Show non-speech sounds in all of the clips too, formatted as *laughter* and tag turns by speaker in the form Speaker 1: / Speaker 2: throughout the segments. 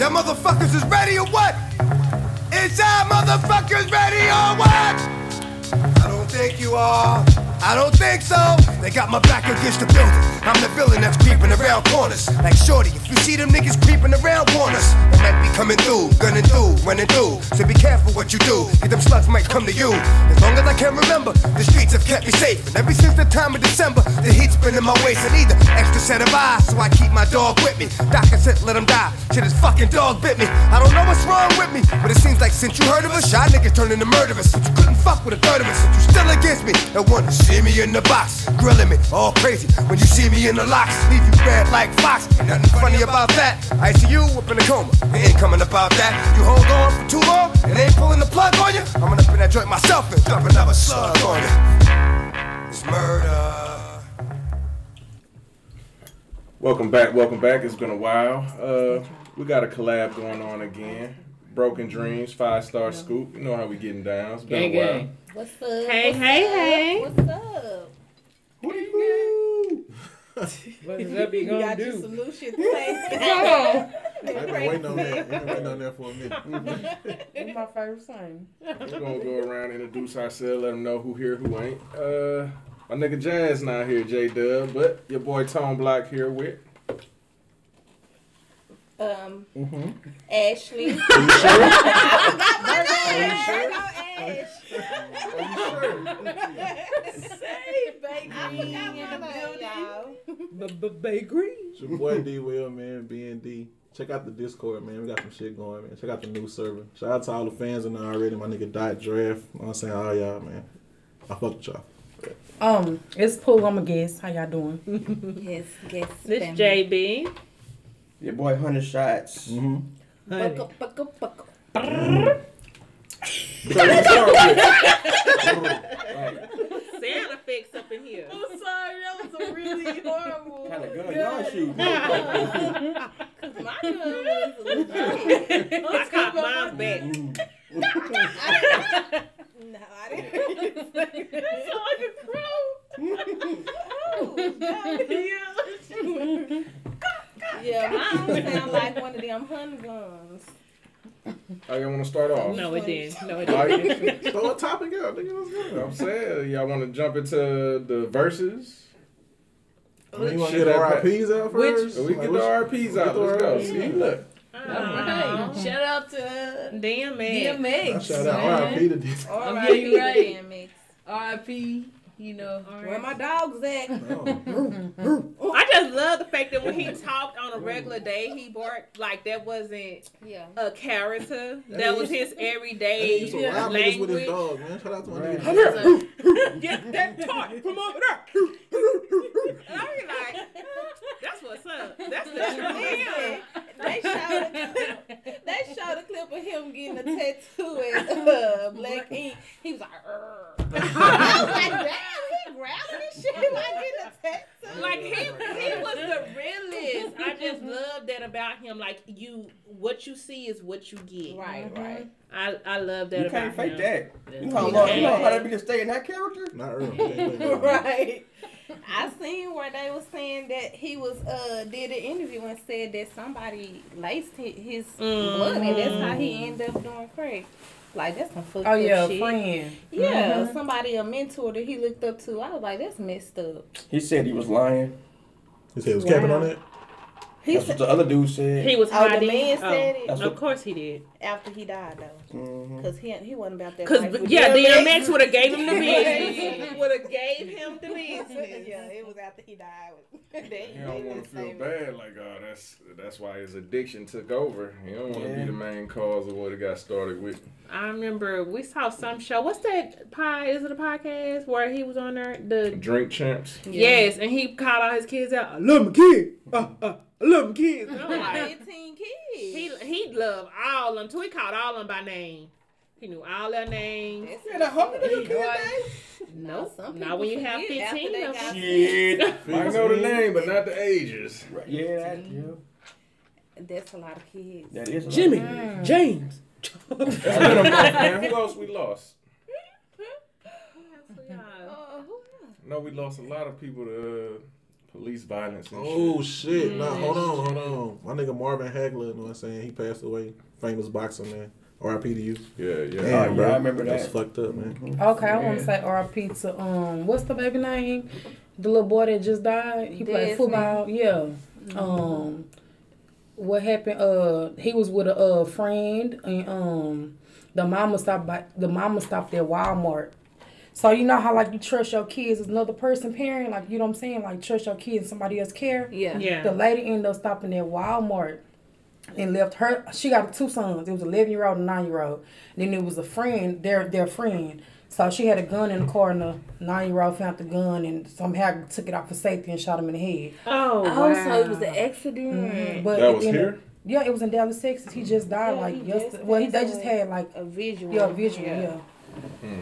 Speaker 1: motherfuckers is ready or what? Is y'all motherfuckers ready or what? I don't think you are. I don't think so. They got my back against the building. I'm the villain that's creeping around corners. Like Shorty, if you see them niggas creeping around, warn us. They might be coming through, gunning through, running through. So be careful what you do. Get them slugs might come to you. As long as I can remember, the streets have kept me safe. And ever since the time of December, the heat's been in my waist. I need an extra set of eyes, so I keep my dog with me. Doc I said, let him die. Shit, his fucking dog bit me. I don't know what's wrong with me, but it seems like since you heard of us, shy niggas turning to murderers. But you couldn't fuck with a third of us, but you still against me. No one to see me in the box, grilling me, all crazy. When you see me in the locks, leave you red like fox. Ain't nothing funny about that. I see you up in a coma, it ain't coming about that. You hold on for too long, it ain't pulling the plug on you. I'm gonna up in that joint myself and dump another slug on you. It's murder.
Speaker 2: Welcome back, welcome back. It's been a while. Uh, we got a collab going on again. Broken Dreams, five star scoop. You know how we getting down. It's been
Speaker 3: Gang,
Speaker 2: a while.
Speaker 3: gang.
Speaker 4: What's up?
Speaker 5: Hey,
Speaker 4: What's
Speaker 5: hey,
Speaker 4: up?
Speaker 5: hey.
Speaker 4: What's up?
Speaker 6: *laughs*
Speaker 3: What is that be
Speaker 4: We
Speaker 3: gonna
Speaker 4: got you
Speaker 3: do?
Speaker 4: some new *laughs* shit to say.
Speaker 5: Oh,
Speaker 6: We've been waiting on that. We've been waiting on that for a minute.
Speaker 2: *laughs*
Speaker 3: That's my favorite song.
Speaker 2: We're gonna go around and introduce ourselves, let them know who here, who ain't. Uh, my nigga Jazz not here, J Dub, but your boy Tone Block here with.
Speaker 4: um,
Speaker 2: Mm-hmm.
Speaker 4: Ashley. *laughs* I
Speaker 2: Are you
Speaker 4: forgot my name.
Speaker 2: sure? sure?
Speaker 4: I know Ash. Say, baby. I forgot my name, y'all.
Speaker 3: Bakery.
Speaker 6: It's your boy D Will, man. B and D. Check out the Discord, man. We got some shit going, man. Check out the new server. Shout out to all the fans in there already. My nigga Dot Draft. You know what I'm saying? All y'all, man. I fuck with y'all.
Speaker 3: Um, it's Pooh. I'm a guest. How y'all doing?
Speaker 4: Yes, yes.
Speaker 5: This
Speaker 4: family.
Speaker 5: JB.
Speaker 7: Your boy Hundred Shots.
Speaker 6: Mm-hmm.
Speaker 4: Buckle, buckle, buckle.
Speaker 5: Sound effects up in here.
Speaker 4: I'm sorry, that was a really horrible.
Speaker 7: Kind of gun
Speaker 4: *laughs*
Speaker 7: y'all
Speaker 2: *laughs*
Speaker 7: shoot.
Speaker 3: *laughs*
Speaker 4: Cause my gun *laughs* was legit.
Speaker 5: I caught mine back.
Speaker 4: No, I didn't. *laughs* It's *laughs* Oh, like a crow. yeah, mine sound like one of them hun guns.
Speaker 2: Are you want to start off?
Speaker 5: No, it didn't. No, it
Speaker 2: Are
Speaker 5: didn't.
Speaker 2: you-
Speaker 5: *laughs*
Speaker 2: *laughs*
Speaker 6: Throw a topic out, nigga. Let's go.
Speaker 2: I'm saying, y'all want to jump into the verses?
Speaker 6: I mean, you want to
Speaker 2: Shit,
Speaker 6: get the
Speaker 2: I-
Speaker 6: RIPs out
Speaker 3: Which-
Speaker 6: first?
Speaker 2: We get the
Speaker 6: Like,
Speaker 2: *laughs* RPs
Speaker 6: Let's
Speaker 2: out. Let's
Speaker 6: go.
Speaker 2: go. See, look.
Speaker 5: Aw.
Speaker 4: Shout out to
Speaker 5: Oh, Damn it.
Speaker 6: which-
Speaker 8: DMX.
Speaker 6: Shout out RIP to this. *laughs*
Speaker 8: I'm
Speaker 4: Alright,
Speaker 8: getting ready.
Speaker 4: damn it.
Speaker 8: RIP, you know.
Speaker 4: Where my dogs at?
Speaker 6: Oh.
Speaker 5: I just love the fact that when he talked on a regular day, he barked like that wasn't
Speaker 4: Yeah.
Speaker 5: a character. That was his everyday
Speaker 6: He's a wild niggas with
Speaker 5: language.
Speaker 6: his dog, man. Shout out to my nigga.
Speaker 2: Right.
Speaker 5: Get that tart from over there. And I be like, that's what's up. That's the
Speaker 4: Listen,
Speaker 5: truth.
Speaker 4: they showed a clip. They showed a clip of him getting a tattoo at uh, Black Ink. He was like,
Speaker 5: *laughs*
Speaker 4: "Urgh." I was like, damn, he grabbing this shit like getting a tattoo.
Speaker 5: Like he, he was the realest. I just love that about him. Like you, what you see is what you get. Mm-hmm.
Speaker 4: Right, right.
Speaker 5: I, I love that
Speaker 7: You
Speaker 5: about
Speaker 7: can't fake
Speaker 5: him.
Speaker 7: that. You know how
Speaker 5: You
Speaker 7: long? You know
Speaker 5: can't.
Speaker 7: how that be to stay in that character?
Speaker 6: Not real.
Speaker 4: *laughs* Right. I seen where they was saying that he was uh did an interview and said that somebody laced his, his
Speaker 5: Mm.
Speaker 4: blood and that's how
Speaker 5: Mm-hmm.
Speaker 4: he ended up doing crack. Like that's some fucked
Speaker 3: Oh
Speaker 4: up
Speaker 3: yeah,
Speaker 4: shit.
Speaker 3: friend.
Speaker 4: Yeah, somebody a mentor that he looked up to. I was like, that's messed up.
Speaker 7: He said he was lying.
Speaker 6: His head was capping on it.
Speaker 4: He
Speaker 7: That's
Speaker 4: said,
Speaker 7: what the other dude said.
Speaker 5: He was
Speaker 4: oh, the
Speaker 5: hiding.
Speaker 4: man
Speaker 5: Oh,
Speaker 4: said it
Speaker 7: That's
Speaker 5: Of
Speaker 7: what,
Speaker 5: course he did.
Speaker 4: after he died though,
Speaker 7: Mhm.
Speaker 4: because he he wasn't about that.
Speaker 5: Cause
Speaker 4: life with
Speaker 5: yeah,
Speaker 4: *laughs*
Speaker 5: DMX would have gave him the business.
Speaker 4: business.
Speaker 5: would have gave him the
Speaker 4: yeah,
Speaker 5: business.
Speaker 4: it was after he died. *laughs*
Speaker 2: You don't want to feel bad, like oh, that's that's why his addiction took over. You don't want to be
Speaker 7: Yeah.
Speaker 2: the main cause of what it got started with.
Speaker 5: I remember we saw some show. What's that pie? Is it a podcast where he was on there? The
Speaker 2: Drink champs.
Speaker 5: yes, and he called all his kids out. I love my kids. Uh, uh, I love my kids.
Speaker 4: *laughs*
Speaker 5: And I'm like,
Speaker 4: Fifteen kids.
Speaker 5: He he loved all them too. He called all them by name. He knew all their names.
Speaker 4: That's
Speaker 7: Yeah, that whole nigga kid
Speaker 5: Nope.
Speaker 4: some
Speaker 5: Not
Speaker 4: people
Speaker 5: when you have
Speaker 4: forget after
Speaker 5: 15
Speaker 4: they
Speaker 5: of
Speaker 4: got
Speaker 5: them.
Speaker 7: *laughs* Shit.
Speaker 2: I know the name, but not the ages.
Speaker 7: Right. Yeah, that, yeah,
Speaker 4: That's a lot of kids.
Speaker 7: that is a lot.
Speaker 8: Jimmy, James.
Speaker 2: That's been a month, man. Who else we lost?
Speaker 4: Uh, who else?
Speaker 2: No, we lost a lot of people to uh, police violence and
Speaker 6: Oh
Speaker 2: shit.
Speaker 6: shit! Nah, hold on, hold on. My nigga Marvin Hagler, you know what I'm saying? He passed away. Famous boxer man. R.I.P. to you.
Speaker 2: Yeah, yeah.
Speaker 7: Damn,
Speaker 6: Nah,
Speaker 7: yeah,
Speaker 6: bro,
Speaker 7: I remember
Speaker 6: That's
Speaker 7: that.
Speaker 6: fucked up, man.
Speaker 3: Okay, I want to say R.I.P. to um, what's the baby name? The little boy that just died. He
Speaker 4: Desmond.
Speaker 3: played football. Yeah.
Speaker 4: Mm-hmm.
Speaker 3: Um, what happened? Uh, he was with a uh, friend, and um, the mama stopped by. The mama stopped at Walmart. So you know how like you trust your kids as another person parent, like you know what I'm saying, like trust your kids in somebody else care.
Speaker 4: Yeah.
Speaker 5: Yeah.
Speaker 3: The lady ended up stopping at Walmart and left her. She got two sons. It was eleven year old and nine year old. Then it was a friend, their their friend. So she had a gun in the car, and the nine year old found the gun and somehow took it out for safety and shot him in the head.
Speaker 5: oh,
Speaker 4: Oh, so it was an accident.
Speaker 3: But
Speaker 2: That
Speaker 3: at
Speaker 2: was
Speaker 3: the end of-
Speaker 2: here?
Speaker 3: yeah, it was in Dallas, Texas. He just died
Speaker 4: Yeah,
Speaker 3: like
Speaker 4: he
Speaker 3: yesterday.
Speaker 4: just
Speaker 3: well, he, they
Speaker 4: passed
Speaker 3: just
Speaker 4: away.
Speaker 3: had like
Speaker 4: A visual.
Speaker 3: yeah, visual. Yeah.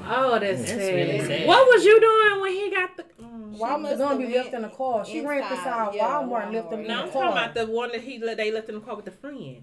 Speaker 5: Oh, that's, sad.
Speaker 7: really sad.
Speaker 5: What was you doing when he got the? Mm.
Speaker 3: Why was
Speaker 4: must
Speaker 3: the gun
Speaker 4: have
Speaker 3: be left in
Speaker 4: went
Speaker 3: the car? She ran
Speaker 4: inside,
Speaker 3: beside
Speaker 4: yeah,
Speaker 3: Walmart and left
Speaker 4: Walmart.
Speaker 3: them in
Speaker 5: No,
Speaker 3: the
Speaker 5: I'm
Speaker 3: car.
Speaker 5: talking about the one that he let they left in the car with the friend.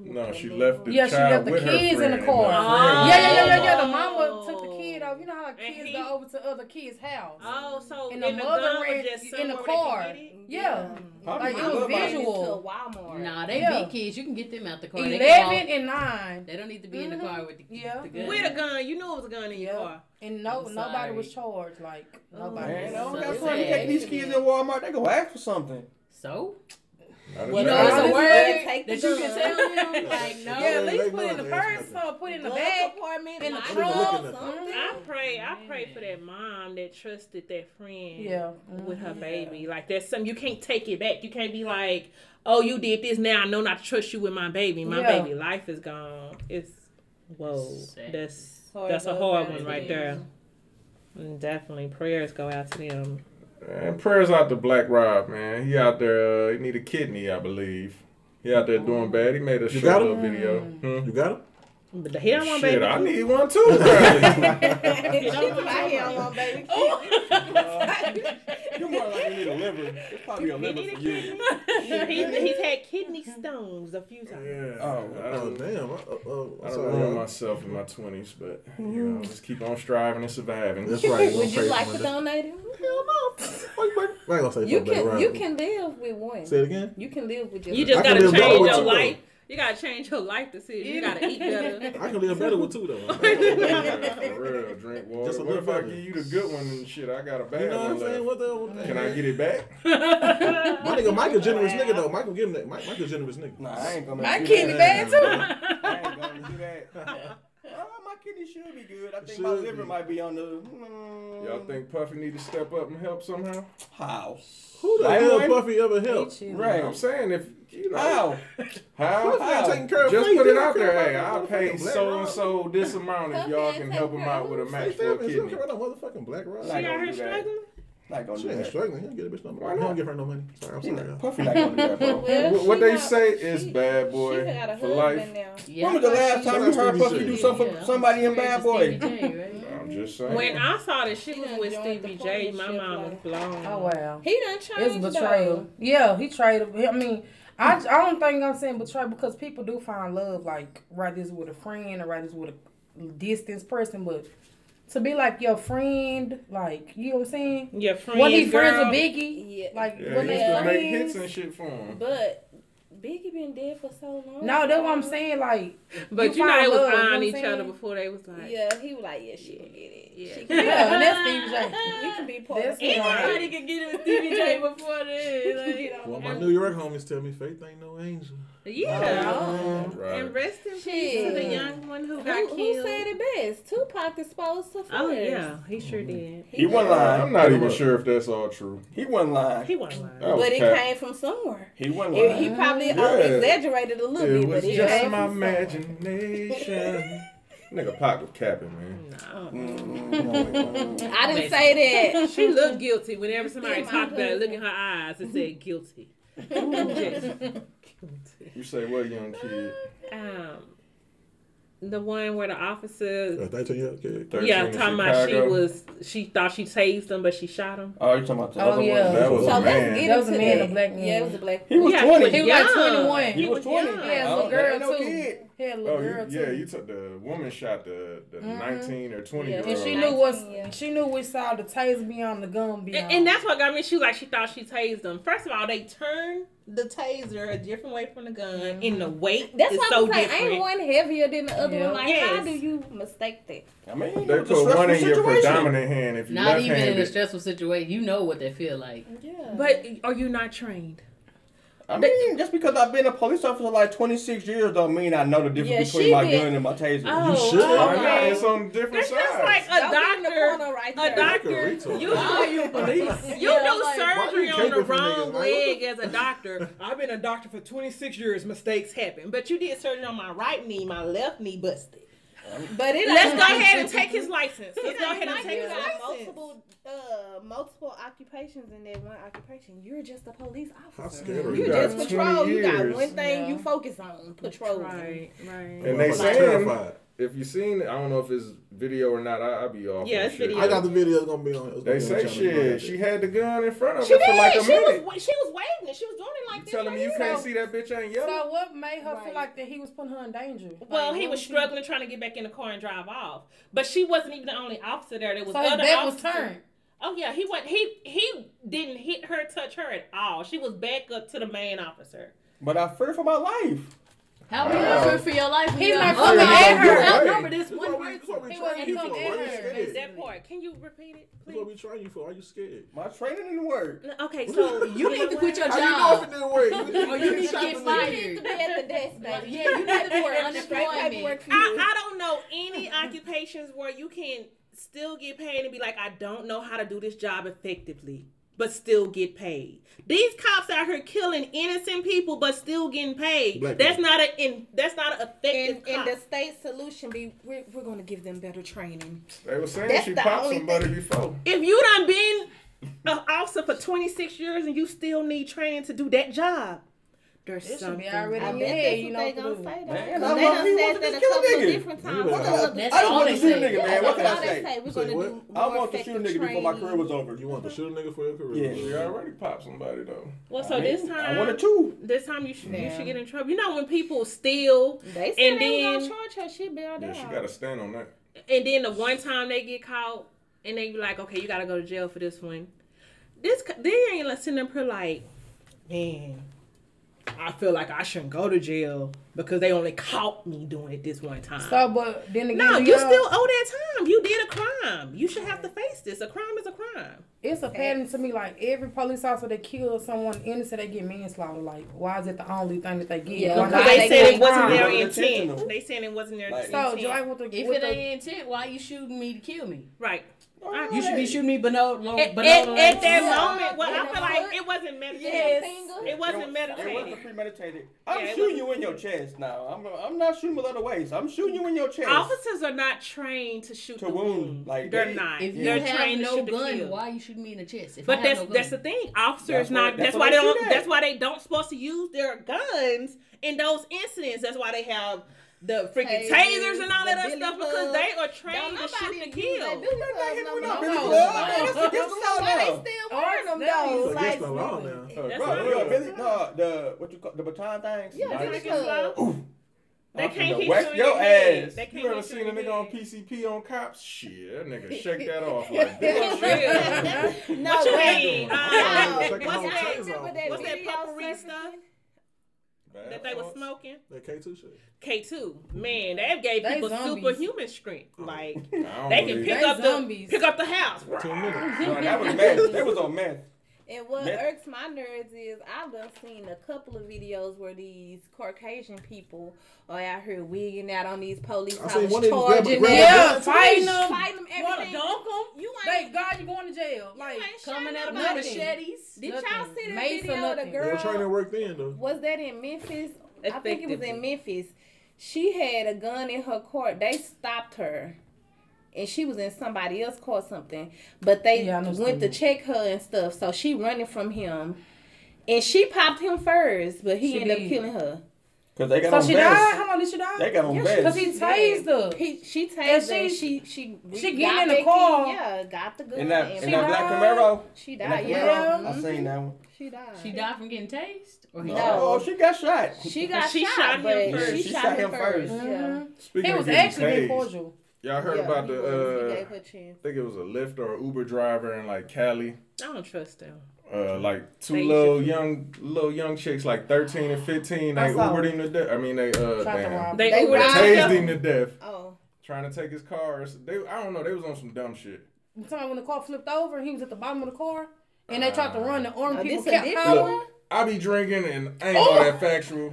Speaker 2: No, she left the
Speaker 3: Yeah, she
Speaker 2: child
Speaker 3: left the
Speaker 2: with her
Speaker 3: kids in the
Speaker 2: friend and
Speaker 3: car.
Speaker 2: friend
Speaker 5: Oh.
Speaker 3: Yeah, yeah, yeah, yeah, yeah. The
Speaker 5: Oh.
Speaker 3: mama took the kid off. You know how like
Speaker 5: And
Speaker 3: kids
Speaker 5: he-
Speaker 3: go over to other kids' house.
Speaker 5: Oh, so
Speaker 3: And the
Speaker 5: and the
Speaker 3: mother
Speaker 5: gun was
Speaker 3: ran
Speaker 5: just
Speaker 3: in the
Speaker 5: somewhere where
Speaker 3: car.
Speaker 5: they
Speaker 4: *laughs*
Speaker 5: could get it?
Speaker 3: Yeah. Like, it was visual.
Speaker 4: Walmart.
Speaker 9: Nah, they
Speaker 3: Yeah.
Speaker 9: big kids. You can get them out the car. They, can
Speaker 3: Eleven
Speaker 9: walk.
Speaker 3: and nine.
Speaker 9: they don't need to be in
Speaker 3: Mhm.
Speaker 9: the car with the,
Speaker 3: Yeah.
Speaker 9: the gun.
Speaker 5: With a gun, you knew it was a gun in your
Speaker 3: Yeah.
Speaker 5: car.
Speaker 3: And no
Speaker 9: I'm
Speaker 3: nobody was
Speaker 9: sorry.
Speaker 3: charged. Like nobody.
Speaker 7: Man, I
Speaker 9: Oh,
Speaker 7: don't
Speaker 9: So
Speaker 7: got
Speaker 9: it's
Speaker 7: time to
Speaker 9: an
Speaker 7: take these kids in Walmart. They gonna ask for something.
Speaker 9: So?
Speaker 2: and
Speaker 9: You
Speaker 2: friend.
Speaker 9: know, it's a
Speaker 3: Honestly,
Speaker 9: word
Speaker 4: take the
Speaker 9: that you can
Speaker 4: *laughs* gun.
Speaker 9: tell them. Like, no.
Speaker 3: yeah, at
Speaker 6: they-
Speaker 3: least
Speaker 6: they
Speaker 3: put it in the
Speaker 6: know that's
Speaker 3: purse or put it in the
Speaker 4: Glove
Speaker 3: bag.
Speaker 4: compartment,
Speaker 3: in the
Speaker 4: locker
Speaker 3: trunk.
Speaker 4: room,
Speaker 6: Looking at-
Speaker 4: something.
Speaker 5: I pray, I pray for that mom that trusted that friend
Speaker 3: Yeah.
Speaker 5: with her
Speaker 3: Mhm.
Speaker 5: baby. Like that's something you can't take it back. You can't be like, oh, you did this. Now I know not to trust you with my baby. My
Speaker 3: Yeah.
Speaker 5: baby life is gone. It's whoa.
Speaker 9: Sad.
Speaker 5: That's
Speaker 4: Hard
Speaker 5: that's a
Speaker 4: goes
Speaker 5: hard
Speaker 4: out
Speaker 5: one
Speaker 4: to
Speaker 5: right there. Mm, Definitely, prayers go out to them.
Speaker 2: And prayers out to Black Rob, man. He out there, uh, he need a kidney, I believe. He out there
Speaker 3: Oh.
Speaker 2: doing bad. He made a short
Speaker 6: got
Speaker 2: little
Speaker 6: him?
Speaker 2: video.
Speaker 3: Mm.
Speaker 2: Hmm.
Speaker 6: You got him?
Speaker 5: But he don't want
Speaker 2: Shit,
Speaker 5: baby. *laughs*
Speaker 2: I need one too.
Speaker 3: *laughs*
Speaker 2: apparently.
Speaker 4: *laughs* She's my hair on baby.
Speaker 7: You more like you need a liver. It's probably a
Speaker 5: He
Speaker 7: liver
Speaker 5: need a
Speaker 7: for you.
Speaker 5: kidney. he's, he's had kidney stones a few times.
Speaker 2: yeah,
Speaker 7: Oh,
Speaker 2: I
Speaker 6: Oh
Speaker 2: don't.
Speaker 6: damn! I, uh, uh,
Speaker 2: I
Speaker 6: I'm
Speaker 2: don't
Speaker 6: sorry,
Speaker 2: ruin
Speaker 6: y'all.
Speaker 2: myself in my twenties, but you
Speaker 3: Mm.
Speaker 2: know, just keep on striving and surviving.
Speaker 6: That's
Speaker 2: *laughs*
Speaker 6: right.
Speaker 4: Would you like to donate it?
Speaker 6: I'm not gonna say
Speaker 4: You
Speaker 6: something
Speaker 4: can
Speaker 6: right.
Speaker 4: you can live with one.
Speaker 6: say it again.
Speaker 4: You can live with
Speaker 5: You
Speaker 4: just
Speaker 5: just
Speaker 6: I can
Speaker 5: gotta
Speaker 6: live better
Speaker 5: change
Speaker 6: with
Speaker 5: your
Speaker 6: two.
Speaker 5: life. You gotta change your life decision. You gotta eat better.
Speaker 6: I can live better with two though.
Speaker 2: For real, drink water.
Speaker 6: Just a
Speaker 2: what
Speaker 6: little
Speaker 2: if I
Speaker 6: bit.
Speaker 2: give you the good one and shit? I got a bad
Speaker 6: You know what I'm
Speaker 2: one
Speaker 6: saying?
Speaker 2: left.
Speaker 6: What the?
Speaker 2: Can I get it back?
Speaker 6: My nigga, Michael generous nigga though. Michael give him that. Mike, Michael generous nigga.
Speaker 7: Nah, I ain't gonna.
Speaker 3: My
Speaker 7: do
Speaker 3: kidney bad
Speaker 7: that.
Speaker 3: too.
Speaker 7: I ain't gonna do that. Oh, my kidney should be good. I think my
Speaker 6: Should
Speaker 7: liver
Speaker 6: be.
Speaker 7: might be on the. Mm,
Speaker 2: Y'all think Puffy need to step up and help somehow?
Speaker 7: how?
Speaker 6: Who the
Speaker 7: Like
Speaker 6: hell
Speaker 7: one?
Speaker 6: Puffy ever helped?
Speaker 2: I'm
Speaker 7: Right?
Speaker 2: saying if you know
Speaker 7: How?
Speaker 2: how
Speaker 6: Puffy ain't
Speaker 7: How?
Speaker 6: taking care of
Speaker 2: Just
Speaker 6: Faith,
Speaker 2: put it
Speaker 6: he
Speaker 2: out
Speaker 6: don't care
Speaker 2: there. Hey,
Speaker 6: about
Speaker 2: I'll
Speaker 6: no motherfucking
Speaker 2: pay
Speaker 6: Black
Speaker 2: so and
Speaker 6: Rob.
Speaker 2: so this amount if y'all can help him out with a match
Speaker 6: Faith
Speaker 2: for a
Speaker 6: Evans, he don't
Speaker 2: kidney.
Speaker 6: care about no motherfucking Black
Speaker 5: She
Speaker 7: She
Speaker 6: Rob.
Speaker 7: Like-
Speaker 5: out
Speaker 7: don't
Speaker 5: here
Speaker 7: do that.
Speaker 5: struggling.
Speaker 7: Not gonna
Speaker 6: She
Speaker 7: do
Speaker 6: ain't
Speaker 7: that.
Speaker 6: struggling. He don't get a bitch no money.
Speaker 2: Why
Speaker 6: He
Speaker 2: not?
Speaker 6: don't give her no money. Sorry, I'm
Speaker 7: She
Speaker 6: sorry.
Speaker 7: not,
Speaker 6: y'all.
Speaker 7: Puffy not gonna do that, bro.
Speaker 4: Well,
Speaker 2: Wh- what
Speaker 4: she
Speaker 2: they
Speaker 4: not-
Speaker 2: say is
Speaker 4: she-
Speaker 2: bad
Speaker 4: She
Speaker 2: boy
Speaker 4: got a
Speaker 2: for
Speaker 4: husband
Speaker 2: life.
Speaker 4: now.
Speaker 9: Yeah,
Speaker 7: When was the
Speaker 9: I thought
Speaker 7: last
Speaker 9: she
Speaker 7: time you
Speaker 9: was-
Speaker 7: heard Puffy do
Speaker 6: Yeah.
Speaker 7: something
Speaker 9: Yeah,
Speaker 7: for somebody in
Speaker 9: I
Speaker 7: Bad
Speaker 9: thought she
Speaker 7: Boy?
Speaker 9: was Stevie J,
Speaker 7: *laughs*
Speaker 9: right?
Speaker 2: I'm just saying.
Speaker 5: When I saw that she
Speaker 4: She
Speaker 5: was
Speaker 4: done
Speaker 5: with
Speaker 4: joined the
Speaker 5: Stevie J, my
Speaker 4: partnership,
Speaker 5: mind was
Speaker 4: like-
Speaker 5: blown.
Speaker 3: Oh wow.
Speaker 4: He done changed.
Speaker 3: It's betrayal.
Speaker 4: though.
Speaker 3: Yeah, he traded. I mean, I, I don't think I'm saying betrayal because people do find love, like, right this with a friend or right this with a distance person. But to be like your friend, like, you know what I'm saying?
Speaker 5: Your friend,
Speaker 3: When he friends
Speaker 5: girl,
Speaker 3: with Biggie,
Speaker 4: Yeah.
Speaker 3: like,
Speaker 2: yeah,
Speaker 3: when
Speaker 2: he
Speaker 3: they
Speaker 2: used to make
Speaker 3: friends-
Speaker 2: hits and shit for him.
Speaker 4: But Biggie been dead for so long.
Speaker 3: No, that's what I'm saying. Like, You
Speaker 5: but you, know
Speaker 3: find
Speaker 5: they was
Speaker 3: love, you know
Speaker 5: eyeing
Speaker 3: what
Speaker 5: each
Speaker 3: I'm
Speaker 5: other
Speaker 3: saying?
Speaker 5: before they was like,
Speaker 4: Yeah, he was like, yeah, she can get it.
Speaker 5: Yeah.
Speaker 4: She
Speaker 3: yeah,
Speaker 4: can
Speaker 3: and
Speaker 4: *laughs*
Speaker 3: that's Steve
Speaker 5: *laughs*
Speaker 3: J.
Speaker 4: You can be part
Speaker 3: That's
Speaker 4: of it.
Speaker 3: Anybody
Speaker 5: can get with Stevie J before this.
Speaker 6: Well, my New York homies tell me Faith ain't no angel.
Speaker 5: yeah.
Speaker 2: Right.
Speaker 5: And rest in peace to the
Speaker 4: Shit.
Speaker 5: young one who got
Speaker 4: Who,
Speaker 5: killed.
Speaker 4: who said it best? Tupac exposed to first.
Speaker 5: Oh yeah, he sure did.
Speaker 7: He wasn't lying.
Speaker 2: I'm not even sure if that's all true.
Speaker 7: He wasn't lying.
Speaker 5: He wasn't lying.
Speaker 2: That was
Speaker 4: But it
Speaker 2: cap.
Speaker 4: came from somewhere.
Speaker 7: He wasn't
Speaker 4: It-
Speaker 7: lying.
Speaker 4: he probably
Speaker 2: Yeah.
Speaker 4: uh, exaggerated a little
Speaker 2: It
Speaker 4: bit,
Speaker 2: was
Speaker 4: but it
Speaker 2: just
Speaker 4: came
Speaker 2: my
Speaker 4: from somewhere.
Speaker 2: imagination. Nigga Pac was capping, man.
Speaker 5: Nah.
Speaker 4: I didn't say that.
Speaker 5: She looked guilty whenever somebody
Speaker 4: my
Speaker 5: talked about it.
Speaker 4: husband.
Speaker 5: Look in her eyes and said guilty. Just guilty.
Speaker 2: You say what, young kid?
Speaker 5: Um, the one where the officer,
Speaker 6: A 13 year old kid.
Speaker 2: 13
Speaker 5: yeah,
Speaker 2: in
Speaker 5: talking about she
Speaker 2: Chicago?
Speaker 5: was, she thought she tased him, but she shot him.
Speaker 7: Oh, you talking about the
Speaker 3: Oh,
Speaker 7: other
Speaker 3: yeah.
Speaker 7: one?
Speaker 2: That was
Speaker 4: So
Speaker 2: a
Speaker 4: let's
Speaker 2: man.
Speaker 4: get
Speaker 3: That was a
Speaker 4: into
Speaker 3: man,
Speaker 4: that.
Speaker 3: a black man.
Speaker 4: *laughs* Yeah, it was a black
Speaker 7: He was
Speaker 5: Yeah,
Speaker 7: twenty.
Speaker 3: He was like
Speaker 5: young.
Speaker 3: 21.
Speaker 7: He was
Speaker 5: young.
Speaker 7: twenty.
Speaker 3: Yeah,
Speaker 7: I
Speaker 3: as a
Speaker 7: don't- that
Speaker 3: girl,
Speaker 7: ain't no
Speaker 3: too.
Speaker 7: kid.
Speaker 3: Had a little
Speaker 2: Oh, you,
Speaker 3: girl too.
Speaker 2: yeah, you took the woman shot the, the 19 or 20
Speaker 4: Yeah,
Speaker 2: year old.
Speaker 3: and she knew what
Speaker 4: Yeah.
Speaker 3: she knew which side the taser be on, the gun be on.
Speaker 5: And, and that's what got me. She was like, she thought she tased them. First of all, they turned the taser a different way from the gun, and the weight
Speaker 4: Mm-hmm. That's
Speaker 5: is
Speaker 4: why I
Speaker 5: so
Speaker 4: was like,
Speaker 5: different.
Speaker 4: ain't one heavier than the other
Speaker 3: Yeah.
Speaker 4: one. Like, how
Speaker 5: Yes.
Speaker 4: do you mistake that?
Speaker 7: I mean,
Speaker 2: They
Speaker 7: it's a
Speaker 2: put one in
Speaker 7: stressful
Speaker 2: your
Speaker 7: situation.
Speaker 2: predominant hand if you
Speaker 9: Not
Speaker 2: left
Speaker 9: even in a
Speaker 2: handed.
Speaker 9: stressful situation. You know what they feel like.
Speaker 4: Yeah.
Speaker 5: But are you not trained?
Speaker 7: I mean, just because I've been a police officer like 26 years don't mean I know the
Speaker 4: Yeah,
Speaker 7: difference
Speaker 4: she
Speaker 7: between my
Speaker 4: did.
Speaker 7: gun and my taser.
Speaker 5: Oh,
Speaker 6: You should.
Speaker 2: Why
Speaker 5: okay.
Speaker 2: not? It's on different
Speaker 5: That's just like
Speaker 2: sides.
Speaker 5: a
Speaker 4: Don't be in the
Speaker 5: doctor.
Speaker 4: corner right
Speaker 5: A
Speaker 4: there.
Speaker 5: doctor.
Speaker 6: retard.
Speaker 5: You
Speaker 6: Why
Speaker 5: you
Speaker 6: police?
Speaker 5: You
Speaker 4: Yeah,
Speaker 5: do
Speaker 4: like,
Speaker 6: why
Speaker 5: surgery
Speaker 6: you
Speaker 5: on the
Speaker 6: caping from niggas,
Speaker 5: wrong
Speaker 6: man? What
Speaker 5: leg as a doctor. I've been a doctor for 26 years. Mistakes happen, but you did surgery on my right knee. My left knee busted.
Speaker 4: But it
Speaker 5: Let's
Speaker 4: ain't-
Speaker 5: go ahead and take his license. Let's go ahead and
Speaker 4: Like,
Speaker 5: take
Speaker 4: you
Speaker 5: his
Speaker 4: got
Speaker 5: license.
Speaker 4: multiple, uh, multiple occupations in that one occupation. You're just a police
Speaker 6: How
Speaker 4: officer.
Speaker 6: scared are
Speaker 4: You
Speaker 6: you?
Speaker 2: got
Speaker 4: just
Speaker 2: 20
Speaker 4: patrol. You got
Speaker 2: years.
Speaker 4: one thing
Speaker 3: Yeah.
Speaker 4: you focus on: patrol.
Speaker 5: Right, right.
Speaker 2: And they
Speaker 6: Motherfuckers
Speaker 2: saying,
Speaker 6: terrified.
Speaker 2: if you seen, I don't know if it's video or not, I, I'll be off.
Speaker 5: Yeah,
Speaker 2: on
Speaker 5: it's
Speaker 2: shit.
Speaker 5: video.
Speaker 6: I got the video gonna be on. it's gonna be
Speaker 2: They
Speaker 6: on
Speaker 2: say
Speaker 6: channel. You know
Speaker 2: shit.
Speaker 6: that.
Speaker 2: She had the gun in front of
Speaker 5: She
Speaker 2: her for like
Speaker 5: did.
Speaker 2: a
Speaker 5: She was,
Speaker 2: minute.
Speaker 5: wa- she was waving it. She was doing it like
Speaker 2: You
Speaker 5: this.
Speaker 2: telling me you
Speaker 5: right
Speaker 2: can't
Speaker 5: here.
Speaker 2: see that bitch ain't yellow?
Speaker 3: So what made her
Speaker 4: Right.
Speaker 3: feel like that he was putting her in danger?
Speaker 5: Well,
Speaker 3: Like,
Speaker 5: he
Speaker 3: what
Speaker 5: was struggling trying to get back in the car and drive off. But she wasn't even the only officer there. There was
Speaker 3: So his
Speaker 5: other
Speaker 3: back was
Speaker 5: officers.
Speaker 3: turned.
Speaker 5: Oh yeah, he went. He he didn't hit her, touch her at all. She was back up to the main officer.
Speaker 7: But I fear for my life.
Speaker 9: How are you gonna fear for your life? when
Speaker 3: He's
Speaker 9: you're
Speaker 3: not
Speaker 8: Oh,
Speaker 9: out-
Speaker 3: coming at
Speaker 9: outnumbered?
Speaker 3: her. *laughs*
Speaker 9: Outnumbered this
Speaker 6: That's what
Speaker 9: one person.
Speaker 6: we- that's what we
Speaker 3: He
Speaker 6: train you
Speaker 3: wasn't
Speaker 6: for.
Speaker 3: coming
Speaker 6: Why
Speaker 3: at
Speaker 6: you
Speaker 3: her.
Speaker 6: scared?
Speaker 5: That part. Can you repeat it,
Speaker 6: That's what
Speaker 5: please?
Speaker 6: we train you for. Are you scared?
Speaker 7: My training didn't work.
Speaker 5: No, Okay, so
Speaker 9: You need to quit your
Speaker 6: How you know if
Speaker 9: job.
Speaker 6: it didn't work?
Speaker 9: Or you need to
Speaker 6: shot
Speaker 9: get
Speaker 6: in the leg.
Speaker 4: To
Speaker 9: fired.
Speaker 4: be at the desk,
Speaker 9: Like,
Speaker 4: baby.
Speaker 3: *laughs*
Speaker 9: Yeah, you need to be on
Speaker 4: Straight
Speaker 9: unemployment.
Speaker 4: paperwork for
Speaker 5: I,
Speaker 4: you.
Speaker 5: I don't know any occupations where you can still get paid and be like, I don't know how to do this job effectively, but still get paid. These cops out here killing innocent people, but still getting paid.
Speaker 6: Black
Speaker 5: that's
Speaker 6: people.
Speaker 5: not a in, that's not an effective
Speaker 4: And, and
Speaker 5: cop.
Speaker 4: the state solution be we're, we're going to give them better training.
Speaker 2: They were saying
Speaker 4: That's
Speaker 2: she
Speaker 4: the
Speaker 2: popped
Speaker 4: only
Speaker 2: somebody
Speaker 4: thing.
Speaker 2: before.
Speaker 5: if you done been an officer for 26 years and you still need training to do that job, there's
Speaker 3: It should
Speaker 5: something.
Speaker 3: be already
Speaker 4: I
Speaker 3: in your
Speaker 4: bet
Speaker 3: head,
Speaker 4: that's
Speaker 3: you
Speaker 4: what
Speaker 3: know.
Speaker 4: they
Speaker 3: what to
Speaker 4: gonna say. though.
Speaker 3: do.
Speaker 7: Man,
Speaker 4: They
Speaker 7: I love
Speaker 4: done
Speaker 7: you.
Speaker 4: said that
Speaker 7: What the
Speaker 4: a
Speaker 7: kill a
Speaker 4: couple of
Speaker 7: nigga?
Speaker 4: different
Speaker 6: You
Speaker 4: times.
Speaker 6: better-
Speaker 4: What the other-
Speaker 9: That's
Speaker 7: I just
Speaker 9: all
Speaker 7: want
Speaker 9: they
Speaker 7: to shoot a
Speaker 9: say.
Speaker 7: nigga, man.
Speaker 9: That's
Speaker 7: What
Speaker 9: all
Speaker 7: can I
Speaker 4: That's
Speaker 9: they
Speaker 4: why they
Speaker 7: say?
Speaker 4: say we're
Speaker 6: Say
Speaker 4: going to
Speaker 6: what?
Speaker 4: do
Speaker 7: I
Speaker 4: more
Speaker 7: want to shoot a
Speaker 4: effective
Speaker 7: nigga before my career
Speaker 4: training.
Speaker 7: was over.
Speaker 6: You want to shoot a nigga for your career?
Speaker 7: Yeah.
Speaker 2: She already popped somebody though.
Speaker 5: Well, so
Speaker 7: I
Speaker 5: this
Speaker 7: mean,
Speaker 5: time,
Speaker 7: I wanted to.
Speaker 5: this time you should you
Speaker 4: Yeah.
Speaker 5: should get in trouble. You know when people steal
Speaker 4: They said
Speaker 5: And
Speaker 4: they was
Speaker 5: then-
Speaker 4: gonna charge her. She bailed
Speaker 2: Yeah,
Speaker 4: out.
Speaker 2: she got to stand on that.
Speaker 5: And then the one time they get caught, and they be like, "Okay, you gotta go to jail for this one." This c- they ain't like sitting up here like, man, I feel like I shouldn't go to jail because they only caught me doing it this one time.
Speaker 3: So, but then again,
Speaker 5: no,
Speaker 3: you
Speaker 5: you
Speaker 3: know,
Speaker 5: still owe that time. You did a crime. You should have to face this. A crime is a crime.
Speaker 3: It's a pattern to me. Like every police officer that kills someone innocent, they get manslaughter. Like, why is it the only thing that they get?
Speaker 4: Yeah,
Speaker 3: Why
Speaker 4: because
Speaker 3: not?
Speaker 5: Because
Speaker 4: they
Speaker 5: they, said
Speaker 4: got
Speaker 5: it wasn't their
Speaker 7: caught. Intentional.
Speaker 5: intent. They said it wasn't their
Speaker 7: Like-
Speaker 3: So,
Speaker 5: intent.
Speaker 3: Joy, with the
Speaker 9: If
Speaker 3: with
Speaker 9: it
Speaker 3: the-
Speaker 9: ain't intent, why you shooting me to kill me?
Speaker 5: right. I-
Speaker 9: You should be shooting me below, below,
Speaker 3: Eh,
Speaker 5: At,
Speaker 9: below
Speaker 5: at-
Speaker 9: the
Speaker 5: at
Speaker 9: line.
Speaker 5: that
Speaker 4: Yeah.
Speaker 5: moment, well,
Speaker 4: You
Speaker 5: I
Speaker 4: know
Speaker 5: feel
Speaker 4: what?
Speaker 5: like it wasn't meditated.
Speaker 3: Yes.
Speaker 4: Single.
Speaker 5: It wasn't
Speaker 7: It
Speaker 5: meditated.
Speaker 7: wasn't premeditated.
Speaker 5: Yeah,
Speaker 7: I'm
Speaker 5: it
Speaker 7: shooting you in your chest now. I'm I'm not shooting with other ways. I'm shooting you in your chest.
Speaker 5: Officers are not trained to shoot
Speaker 7: To
Speaker 5: the wound.
Speaker 7: wound, like
Speaker 5: they're
Speaker 7: they-
Speaker 5: not.
Speaker 9: If you
Speaker 5: they're
Speaker 9: have
Speaker 5: trained to
Speaker 9: no
Speaker 5: shoot the kill.
Speaker 9: gun, why you shooting me in the chest? If I
Speaker 5: But
Speaker 9: have
Speaker 5: that's
Speaker 9: no gun.
Speaker 5: that's the thing. Officers
Speaker 7: That's
Speaker 5: not.
Speaker 7: why-
Speaker 5: that's
Speaker 7: that's
Speaker 5: why
Speaker 7: why
Speaker 5: they
Speaker 7: they
Speaker 5: don't.
Speaker 7: shoot at.
Speaker 5: That's why they don't supposed to use their guns in those incidents. That's why they have the
Speaker 4: Tasers,
Speaker 5: freaking tasers and all
Speaker 4: the
Speaker 5: that other
Speaker 4: billy
Speaker 5: stuff because
Speaker 4: club.
Speaker 5: they are
Speaker 4: Don't
Speaker 5: trained to
Speaker 4: nobody
Speaker 5: shoot the
Speaker 4: use their billy
Speaker 5: kill.
Speaker 4: club
Speaker 7: Not hitting with
Speaker 4: no
Speaker 7: no
Speaker 4: more.
Speaker 7: billy
Speaker 3: no,
Speaker 7: club.
Speaker 3: no.
Speaker 7: That's against the
Speaker 4: So
Speaker 7: law
Speaker 4: they
Speaker 7: now.
Speaker 4: still
Speaker 3: Ours
Speaker 4: wearing them
Speaker 3: now.
Speaker 4: though.
Speaker 6: It's against
Speaker 4: Like,
Speaker 6: the
Speaker 4: *laughs*
Speaker 5: *laughs*
Speaker 6: law now.
Speaker 2: That's
Speaker 5: That's
Speaker 7: Bro,
Speaker 5: not
Speaker 2: not
Speaker 7: you a
Speaker 2: good.
Speaker 7: billy? No, the what you call the baton things.
Speaker 4: Yeah,
Speaker 7: Like,
Speaker 4: that's
Speaker 5: Like,
Speaker 4: good.
Speaker 5: it's like- They
Speaker 7: I'm
Speaker 5: can't
Speaker 7: finna
Speaker 5: hit you
Speaker 7: whack
Speaker 5: in
Speaker 7: your
Speaker 5: the head.
Speaker 7: ass.
Speaker 5: They
Speaker 2: You
Speaker 5: can't
Speaker 2: ever
Speaker 5: hit
Speaker 2: seen a
Speaker 5: in the
Speaker 2: nigga on
Speaker 5: head.
Speaker 2: PCP on cops? Shit, that nigga shake that off like that.
Speaker 4: no
Speaker 5: What you
Speaker 4: way.
Speaker 5: mean?
Speaker 6: No.
Speaker 5: Uh,
Speaker 6: It's
Speaker 5: what's
Speaker 6: like a whole
Speaker 5: that?
Speaker 6: chainsaw.
Speaker 5: What's that
Speaker 4: video
Speaker 5: potpourri
Speaker 4: surfacing?
Speaker 5: stuff? That they were smoking.
Speaker 6: That K two shit.
Speaker 5: K two. Man, that gave
Speaker 3: They
Speaker 5: people
Speaker 3: zombies.
Speaker 5: superhuman strength. Like
Speaker 2: I don't
Speaker 5: they can
Speaker 2: believe
Speaker 5: pick
Speaker 3: They
Speaker 5: up
Speaker 3: zombies.
Speaker 5: the pick up the house.
Speaker 6: Two minutes.
Speaker 7: Bro, that was meth. That was on meth.
Speaker 4: And what
Speaker 7: That-
Speaker 4: irks my nerves is I've done seen a couple of videos where these Caucasian people are out here wigging out on these police
Speaker 6: I seen
Speaker 4: officers,
Speaker 6: one of them grab
Speaker 4: charging
Speaker 6: grab
Speaker 4: them,
Speaker 3: Yeah,
Speaker 6: a gun.
Speaker 3: fighting
Speaker 6: Sheesh.
Speaker 3: them.
Speaker 4: fighting them,
Speaker 3: Wanna
Speaker 4: everything.
Speaker 3: dunk 'em?
Speaker 4: You
Speaker 3: Thank
Speaker 4: ain't,
Speaker 3: God you're going to jail. Like,
Speaker 4: you ain't
Speaker 9: coming
Speaker 4: shot
Speaker 9: out of my
Speaker 4: nobody.
Speaker 9: machetes.
Speaker 4: Did y'all
Speaker 3: Nothing.
Speaker 4: see the
Speaker 3: Mace or
Speaker 4: video? The
Speaker 3: nothing.
Speaker 6: Your training
Speaker 4: girl
Speaker 6: worked then though.
Speaker 4: was that in Memphis? I think it was
Speaker 5: Effectively.
Speaker 4: in Memphis. She had a gun in her court. They stopped her. And she was in somebody else's court something. But they
Speaker 3: Yeah, I know
Speaker 4: went to
Speaker 3: something.
Speaker 4: check her and stuff. So she running from him. And she popped him first, but he
Speaker 3: She
Speaker 4: ended
Speaker 3: did.
Speaker 4: up killing her.
Speaker 7: Cause they got
Speaker 3: So
Speaker 7: on
Speaker 3: she died.
Speaker 7: vests.
Speaker 3: How long did she die?
Speaker 7: They got on
Speaker 3: Cause
Speaker 7: vests.
Speaker 3: he tased her.
Speaker 4: He, she
Speaker 3: And
Speaker 4: tased
Speaker 3: she-
Speaker 4: her. She she
Speaker 3: she
Speaker 4: got
Speaker 3: getting in the
Speaker 4: Becky,
Speaker 3: car.
Speaker 4: Yeah, got the gun.
Speaker 7: In that,
Speaker 4: and
Speaker 7: in that
Speaker 4: everything.
Speaker 7: black
Speaker 3: died.
Speaker 7: Camaro.
Speaker 4: she
Speaker 7: In that
Speaker 4: died.
Speaker 7: Camaro.
Speaker 4: Yeah, Mm-hmm.
Speaker 7: I seen that one.
Speaker 4: she died.
Speaker 9: She died from getting tased? Or he
Speaker 7: No,
Speaker 9: died?
Speaker 7: oh, she got shot.
Speaker 4: She got
Speaker 5: She
Speaker 4: shot,
Speaker 5: shot him
Speaker 4: but
Speaker 5: first.
Speaker 4: She, shot, him first. Yeah.
Speaker 3: Mhm.
Speaker 2: Speaking
Speaker 3: He
Speaker 2: of
Speaker 3: was
Speaker 2: getting
Speaker 3: actually being
Speaker 2: tased,
Speaker 3: cordial.
Speaker 2: Y'all heard
Speaker 4: Yeah,
Speaker 2: about
Speaker 4: he
Speaker 2: the
Speaker 4: was.
Speaker 2: uh,
Speaker 4: He gave her a chance.
Speaker 2: I think it was a Lyft or an Uber driver in like Cali.
Speaker 5: I don't trust them.
Speaker 2: Uh, like two
Speaker 5: They
Speaker 2: little
Speaker 5: should-
Speaker 2: young little young chicks, like thirteen and fifteen, they
Speaker 3: I saw
Speaker 2: Ubered him to death. I mean, they uh,
Speaker 3: Tried to
Speaker 2: damn,
Speaker 3: rob.
Speaker 5: They,
Speaker 4: They
Speaker 5: Ubered
Speaker 4: robbed
Speaker 5: him to
Speaker 2: tased
Speaker 5: death.
Speaker 2: him to death,
Speaker 4: Oh,
Speaker 2: trying to take his cars. They, I don't know, they was on some dumb shit.
Speaker 3: Sometimes when the car flipped over, he was at the bottom of the car, and they tried to run. The armed
Speaker 4: Now,
Speaker 3: people
Speaker 4: this a
Speaker 3: kept
Speaker 4: different
Speaker 3: hollering.
Speaker 4: one?
Speaker 2: I be drinking and ain't all that factual,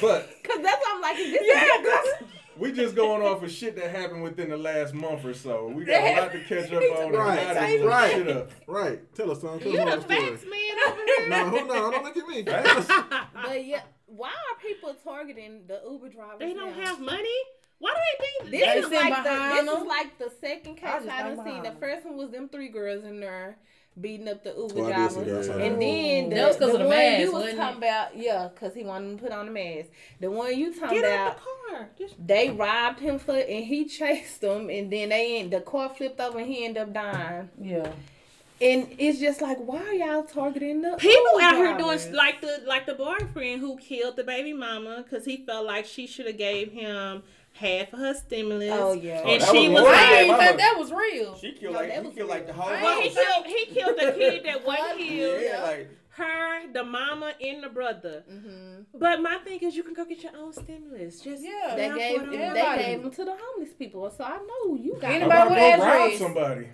Speaker 2: but
Speaker 4: cause that's why I'm like, is this yeah,
Speaker 2: we just going off of shit that happened within the last month or so. We got a lot to catch *laughs* up on. and
Speaker 6: Right,
Speaker 2: I just looked
Speaker 6: right.
Speaker 2: shit up.
Speaker 6: Right. Tell us something.
Speaker 9: You
Speaker 6: Tell us
Speaker 9: the
Speaker 6: the story.
Speaker 9: facts man over here.
Speaker 6: No, who no, don't look at me.
Speaker 4: but yeah, why are people targeting the Uber drivers?
Speaker 5: *laughs* They don't
Speaker 4: now?
Speaker 5: have money. Why do they be?
Speaker 4: This
Speaker 3: They
Speaker 4: is
Speaker 3: sit
Speaker 4: like the,
Speaker 3: behind
Speaker 4: this is
Speaker 3: them.
Speaker 4: like the second case
Speaker 3: I just
Speaker 4: I done seen.
Speaker 3: stand
Speaker 4: The
Speaker 3: behind them.
Speaker 4: first one was them three girls in there beating up the Uber
Speaker 6: Oh, I did see
Speaker 4: driver.
Speaker 6: that. I saw that.
Speaker 4: And then the,
Speaker 9: That was 'cause of the
Speaker 4: one
Speaker 9: mask,
Speaker 4: you was
Speaker 9: wasn't
Speaker 4: talking
Speaker 9: it?
Speaker 4: about, yeah, because he wanted to put on the mask. The one you talking
Speaker 5: Get
Speaker 4: about,
Speaker 5: out the car. Just
Speaker 4: they robbed him for, and he *laughs* chased them, and then they end, the car flipped over, and he ended up dying.
Speaker 3: Yeah.
Speaker 4: And it's just like, why are y'all targeting the
Speaker 5: People
Speaker 4: Uber
Speaker 5: out here doing
Speaker 4: drivers?
Speaker 5: s- like the like the boyfriend who killed the baby mama because he felt like she should have gave him half of her stimulus.
Speaker 4: Oh, yeah.
Speaker 5: and
Speaker 7: Oh, that
Speaker 5: she
Speaker 7: was
Speaker 5: was
Speaker 7: more
Speaker 3: I
Speaker 5: like,
Speaker 7: than
Speaker 3: didn't
Speaker 7: Mama.
Speaker 3: think that was real.
Speaker 7: She killed
Speaker 4: No,
Speaker 7: like
Speaker 4: that
Speaker 7: he
Speaker 4: was
Speaker 7: killed like the whole
Speaker 5: well, he
Speaker 7: house.
Speaker 5: killed he killed the kid that wasn't killed.
Speaker 7: Yeah, like
Speaker 5: Her, the mama, and the brother. But my thing is, you can go get your own stimulus. Just
Speaker 3: Yeah.
Speaker 4: They
Speaker 5: Now
Speaker 4: gave,
Speaker 5: put on
Speaker 4: they
Speaker 3: everybody.
Speaker 4: gave them to the homeless people, so I know you got
Speaker 2: I'm
Speaker 3: Anybody
Speaker 2: about to
Speaker 3: with
Speaker 2: go rob
Speaker 3: address?
Speaker 2: somebody.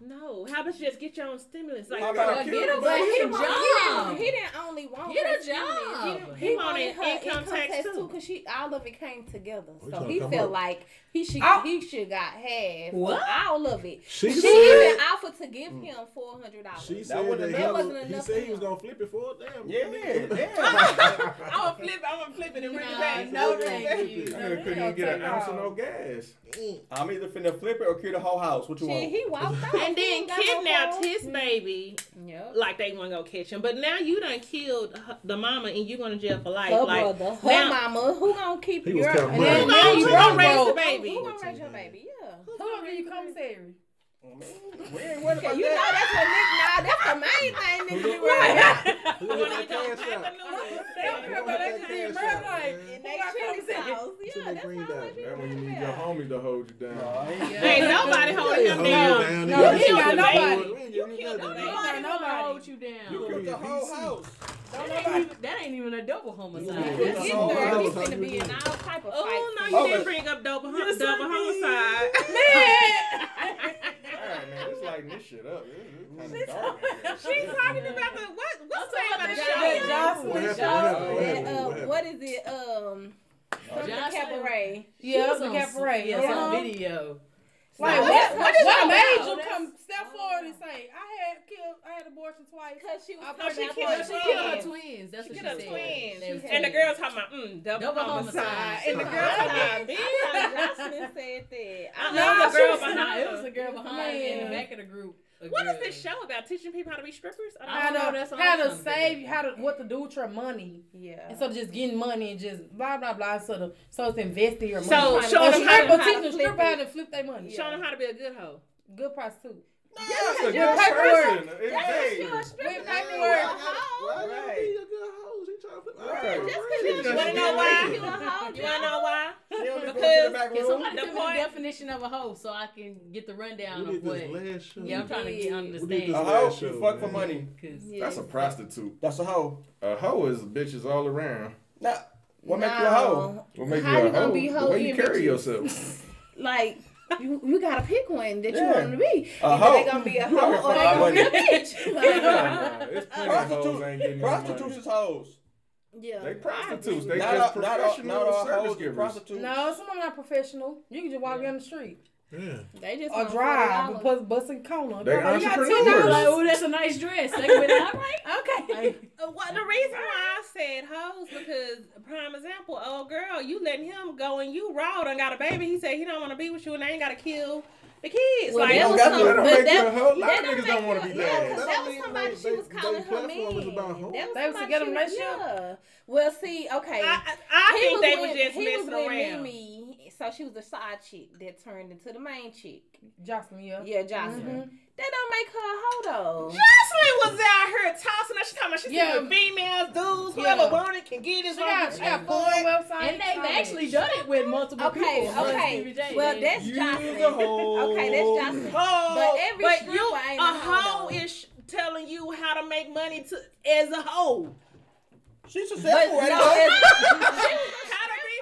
Speaker 5: no. How about you just get your own stimulus? Like
Speaker 2: How about
Speaker 9: But
Speaker 2: I
Speaker 9: get
Speaker 2: kill
Speaker 9: a-
Speaker 2: somebody?
Speaker 9: but
Speaker 4: He
Speaker 9: get a
Speaker 4: didn't,
Speaker 9: job.
Speaker 4: he didn't only want
Speaker 9: Get
Speaker 4: her
Speaker 9: a job.
Speaker 4: stimulus.
Speaker 5: He wanted income tax, too.
Speaker 4: because she all of it came together.
Speaker 6: We
Speaker 4: So
Speaker 6: tryna
Speaker 4: he
Speaker 6: come
Speaker 4: felt
Speaker 6: up.
Speaker 4: like he should
Speaker 5: Ah.
Speaker 3: Oh.
Speaker 4: he should got half
Speaker 9: What?
Speaker 4: what? all of it.
Speaker 6: *laughs* She
Speaker 4: She
Speaker 6: said. Mm.
Speaker 4: even offered to give him four hundred
Speaker 6: She
Speaker 4: dollars.
Speaker 6: said
Speaker 7: wasn't
Speaker 6: that he,
Speaker 7: enough.
Speaker 6: was,
Speaker 4: That wasn't
Speaker 6: he
Speaker 4: enough
Speaker 6: said
Speaker 4: for
Speaker 6: he was gonna flip it for a damn.
Speaker 7: yeah,
Speaker 6: nigga.
Speaker 7: yeah.
Speaker 5: I'm gonna flip. I'm gonna flip it and
Speaker 9: No,
Speaker 5: back.
Speaker 9: no, thank you.
Speaker 2: That nigga couldn't even get an ounce of no gas.
Speaker 7: I'm either finna flip it or kill the whole house. What you want?
Speaker 4: Shit, he walked out.
Speaker 5: And
Speaker 4: He
Speaker 5: then
Speaker 4: ain't got no
Speaker 5: kidnapped
Speaker 4: phone.
Speaker 5: his baby
Speaker 4: Yep.
Speaker 5: like they want to go catch him. But now you done killed her- the mama and you going to jail for life.
Speaker 4: Her
Speaker 5: like
Speaker 4: brother, her
Speaker 5: now,
Speaker 4: mama, who gonna keep
Speaker 6: He
Speaker 4: your
Speaker 6: was
Speaker 4: and
Speaker 6: counting money.
Speaker 4: then
Speaker 5: who
Speaker 4: now
Speaker 5: gonna,
Speaker 4: you
Speaker 5: who
Speaker 4: gonna
Speaker 5: gonna
Speaker 4: raise
Speaker 5: raise the
Speaker 4: who
Speaker 5: baby?
Speaker 4: gonna raise your baby? Yeah.
Speaker 3: Who gonna give you commissary?
Speaker 7: we ain't worried about
Speaker 4: You know
Speaker 7: that.
Speaker 4: that's what nigga. Nah, that's the main thing nigga be worried about.
Speaker 6: Who gonna hit that cash out?
Speaker 3: But that just
Speaker 6: Who
Speaker 3: did bruh,
Speaker 6: gonna hit that cash out,
Speaker 3: like,
Speaker 6: man?
Speaker 4: And they chili sauce. Yeah,
Speaker 6: Chili
Speaker 4: that's
Speaker 6: green
Speaker 4: all
Speaker 6: dot.
Speaker 4: they be
Speaker 2: That when you
Speaker 4: talking
Speaker 2: need your
Speaker 4: about.
Speaker 2: homies to hold you down.
Speaker 7: Nah, ain't-
Speaker 5: Ain't nobody holding him
Speaker 6: Hold you
Speaker 5: down.
Speaker 6: down,
Speaker 3: No,
Speaker 6: nigga.
Speaker 3: he
Speaker 6: You
Speaker 3: got
Speaker 6: killed
Speaker 3: nobody.
Speaker 6: the baby. You killed the baby.
Speaker 9: Nobody
Speaker 3: Nobody.
Speaker 9: gonna hold you down.
Speaker 6: You
Speaker 7: Killed
Speaker 6: killed
Speaker 7: the whole
Speaker 6: house.
Speaker 7: house.
Speaker 9: that, ain't even, that ain't even a double homicide.
Speaker 6: Yeah.
Speaker 4: It's
Speaker 9: That's-
Speaker 6: Oh,
Speaker 4: there.
Speaker 6: that
Speaker 4: He's
Speaker 6: was how
Speaker 4: finna
Speaker 6: you
Speaker 4: be
Speaker 6: did
Speaker 4: in all type of
Speaker 5: Oh no,
Speaker 4: fights.
Speaker 5: you
Speaker 7: Oh,
Speaker 5: didn't
Speaker 7: but-
Speaker 5: bring up double hum- double homicide.
Speaker 4: *laughs*
Speaker 2: Alright, man, it's lighting this shit up. It's, kind of dark. *laughs*
Speaker 5: She's talking about the what? What's that about the
Speaker 3: That
Speaker 5: show?
Speaker 3: Jocelyn.
Speaker 6: What happened? What
Speaker 3: Jocelyn.
Speaker 6: happened? What
Speaker 4: That,
Speaker 6: happened?
Speaker 4: uh,
Speaker 6: What happened?
Speaker 4: what is it? Um, from the
Speaker 9: Jocelyn.
Speaker 4: cabaret.
Speaker 3: Yeah,
Speaker 9: She
Speaker 3: that's
Speaker 9: was
Speaker 3: the
Speaker 9: on-
Speaker 3: cabaret.
Speaker 9: Yeah, it's
Speaker 3: Uh-huh.
Speaker 9: on video.
Speaker 3: Like
Speaker 4: Now,
Speaker 3: what?
Speaker 4: that's
Speaker 3: What,
Speaker 4: her
Speaker 3: what
Speaker 4: show.
Speaker 3: made you
Speaker 4: That's-
Speaker 3: come step forward and say I had killed, I had abortion twice?
Speaker 4: Because she was
Speaker 3: I
Speaker 4: talking
Speaker 3: thought she
Speaker 4: about
Speaker 3: killed-
Speaker 4: her
Speaker 9: She killed her
Speaker 4: twins.
Speaker 9: twins. That's what she
Speaker 5: Get a
Speaker 9: said. They
Speaker 5: twin.
Speaker 9: were
Speaker 4: She
Speaker 5: And
Speaker 9: twins.
Speaker 5: the girl talking about mm, double,
Speaker 9: Double
Speaker 5: homicide.
Speaker 9: homicide.
Speaker 5: And the girl talking about me.
Speaker 4: I thought Jocelyn said that. I
Speaker 5: Uh-uh.
Speaker 4: know.
Speaker 5: Nah,
Speaker 9: No,
Speaker 5: she
Speaker 9: girl
Speaker 5: was
Speaker 9: behind.
Speaker 5: not.
Speaker 9: It was a girl behind in the
Speaker 3: Man.
Speaker 9: back of the group. A
Speaker 5: What is
Speaker 9: girl.
Speaker 5: this show about? Teaching people how to be strippers? I don't
Speaker 3: How
Speaker 9: know,
Speaker 3: to
Speaker 9: that's what
Speaker 3: how
Speaker 9: I'm
Speaker 3: to
Speaker 9: trying to
Speaker 3: save,
Speaker 9: figure
Speaker 3: how to what to do with your money
Speaker 4: Yeah.
Speaker 3: instead of just getting money and just blah blah blah. So the so it's investing your money.
Speaker 5: So,
Speaker 3: Trying to-
Speaker 5: showing
Speaker 3: a
Speaker 5: them how to-
Speaker 3: stripper
Speaker 5: how to
Speaker 3: teaching a
Speaker 4: flip
Speaker 3: stripper
Speaker 4: it.
Speaker 3: how to flip their money.
Speaker 5: Showing them how to be a good hoe.
Speaker 3: Good prostitute.
Speaker 2: That's a
Speaker 3: your
Speaker 2: good
Speaker 3: paperwork.
Speaker 2: person. Hey,
Speaker 4: She was
Speaker 3: With
Speaker 4: stripping
Speaker 3: paperwork.
Speaker 6: Why gotta be a good hoe? She trying to flip.
Speaker 2: Right.
Speaker 6: Right.
Speaker 2: Just
Speaker 6: She
Speaker 2: you
Speaker 5: You wanna
Speaker 2: wanna
Speaker 5: know why? You
Speaker 4: You a hoe,
Speaker 5: wanna know why?
Speaker 7: She only go to
Speaker 5: *laughs* Because-
Speaker 7: the back
Speaker 9: Can
Speaker 7: room.
Speaker 9: somebody
Speaker 5: The
Speaker 9: tell me
Speaker 5: point-
Speaker 9: the definition of a hoe so I can get the rundown
Speaker 6: We
Speaker 9: of
Speaker 6: did
Speaker 9: what?
Speaker 6: this last show.
Speaker 9: Yeah, I'm trying to get
Speaker 6: We did
Speaker 9: understand.
Speaker 6: this
Speaker 7: A
Speaker 9: Cause
Speaker 7: hoe
Speaker 6: last show.
Speaker 7: should fuck for
Speaker 6: man.
Speaker 7: money.
Speaker 2: That's a prostitute.
Speaker 7: That's a hoe.
Speaker 2: A hoe is bitches all around.
Speaker 7: Nah, what make you a hoe?
Speaker 2: What make
Speaker 4: How
Speaker 2: you a
Speaker 4: you gonna
Speaker 2: hoe?
Speaker 4: be
Speaker 2: The
Speaker 4: hoe
Speaker 2: way you
Speaker 4: and
Speaker 2: carry
Speaker 4: bitches?
Speaker 2: yourself.
Speaker 4: like you, you gotta pick one that you
Speaker 7: Yeah.
Speaker 4: want to be.
Speaker 7: A
Speaker 4: Either
Speaker 7: hoe.
Speaker 4: they gonna be a
Speaker 7: You out
Speaker 4: hoe
Speaker 7: here
Speaker 4: or they
Speaker 7: fucking
Speaker 4: gonna be a
Speaker 7: money.
Speaker 4: bitch. Like,
Speaker 2: *laughs* Nah, it's plenty of hoes ain't
Speaker 7: Prostitutes,
Speaker 2: getting no money.
Speaker 7: prostitutes is hoes.
Speaker 4: yeah.
Speaker 2: They prostitutes. They
Speaker 7: Not
Speaker 2: just
Speaker 7: all, not all, not
Speaker 2: professional
Speaker 7: all
Speaker 2: service
Speaker 7: hoes. are
Speaker 2: givers.
Speaker 7: Prostitutes.
Speaker 3: No, some of them not professional. You can just walk down the street
Speaker 6: Yeah.
Speaker 4: They just
Speaker 3: or
Speaker 4: want
Speaker 3: drive and
Speaker 4: $40.
Speaker 3: bust, bust a corner.
Speaker 2: They
Speaker 3: Girl, like, you got
Speaker 2: entrepreneurs.
Speaker 3: $10.
Speaker 9: Like, oh, that's a nice dress. Like, when I- all *laughs* right, okay.
Speaker 5: Uh, Well, *laughs* the reason why I said hoes because prime example, old girl, you letting him go and you raw done got a baby. He said he don't want to be with you and they ain't got to kill the kids.
Speaker 10: Well,
Speaker 5: like,
Speaker 10: that
Speaker 5: that
Speaker 2: don't
Speaker 5: was
Speaker 2: got to-
Speaker 5: some,
Speaker 2: that don't
Speaker 5: but
Speaker 2: make
Speaker 5: that,
Speaker 2: you a hoe. A lot
Speaker 5: that
Speaker 2: of
Speaker 5: don't
Speaker 2: niggas don't
Speaker 5: make
Speaker 2: want to
Speaker 5: you-
Speaker 2: be
Speaker 5: yeah,
Speaker 2: led.
Speaker 3: That,
Speaker 6: That don't
Speaker 3: was
Speaker 6: mean
Speaker 3: somebody
Speaker 6: they-
Speaker 3: she was
Speaker 6: they- they
Speaker 3: calling her
Speaker 6: platform
Speaker 3: man.
Speaker 6: was about
Speaker 3: That
Speaker 6: hoe.
Speaker 3: was
Speaker 10: They was
Speaker 3: somebody
Speaker 10: together
Speaker 3: she
Speaker 10: in a
Speaker 3: was-
Speaker 10: relationship?
Speaker 3: Yeah. Well, see, okay.
Speaker 5: I, I,
Speaker 3: He
Speaker 5: I think
Speaker 3: was
Speaker 5: they
Speaker 3: with-
Speaker 5: were just
Speaker 3: he was with
Speaker 5: messing around.
Speaker 3: Mimi, so she was the side chick that turned into the main chick.
Speaker 10: Jocelyn, yeah.
Speaker 3: Yeah, Jocelyn. That don't make her a hoe though.
Speaker 5: Jocelyn was out here tossing. She talking about she's
Speaker 10: Yeah.
Speaker 5: with females, dudes, whoever
Speaker 10: Yeah.
Speaker 5: wanted can get it.
Speaker 10: She got, she got four
Speaker 5: boy.
Speaker 10: websites.
Speaker 8: And they've
Speaker 10: Sorry.
Speaker 8: actually done it with multiple
Speaker 3: Okay,
Speaker 8: people.
Speaker 3: okay. Well, that's
Speaker 6: You
Speaker 3: Jocelyn.
Speaker 2: *laughs*
Speaker 6: the hoe.
Speaker 3: Okay, that's Jocelyn.
Speaker 5: Oh,
Speaker 3: But every
Speaker 5: but
Speaker 3: stripper
Speaker 5: you
Speaker 3: ain't
Speaker 5: a
Speaker 3: a hoe,
Speaker 5: hoe
Speaker 3: though.
Speaker 5: is telling you how to make money to as a hoe.
Speaker 7: She's
Speaker 3: But
Speaker 7: successful. ain't
Speaker 3: no,
Speaker 7: she?
Speaker 5: how to be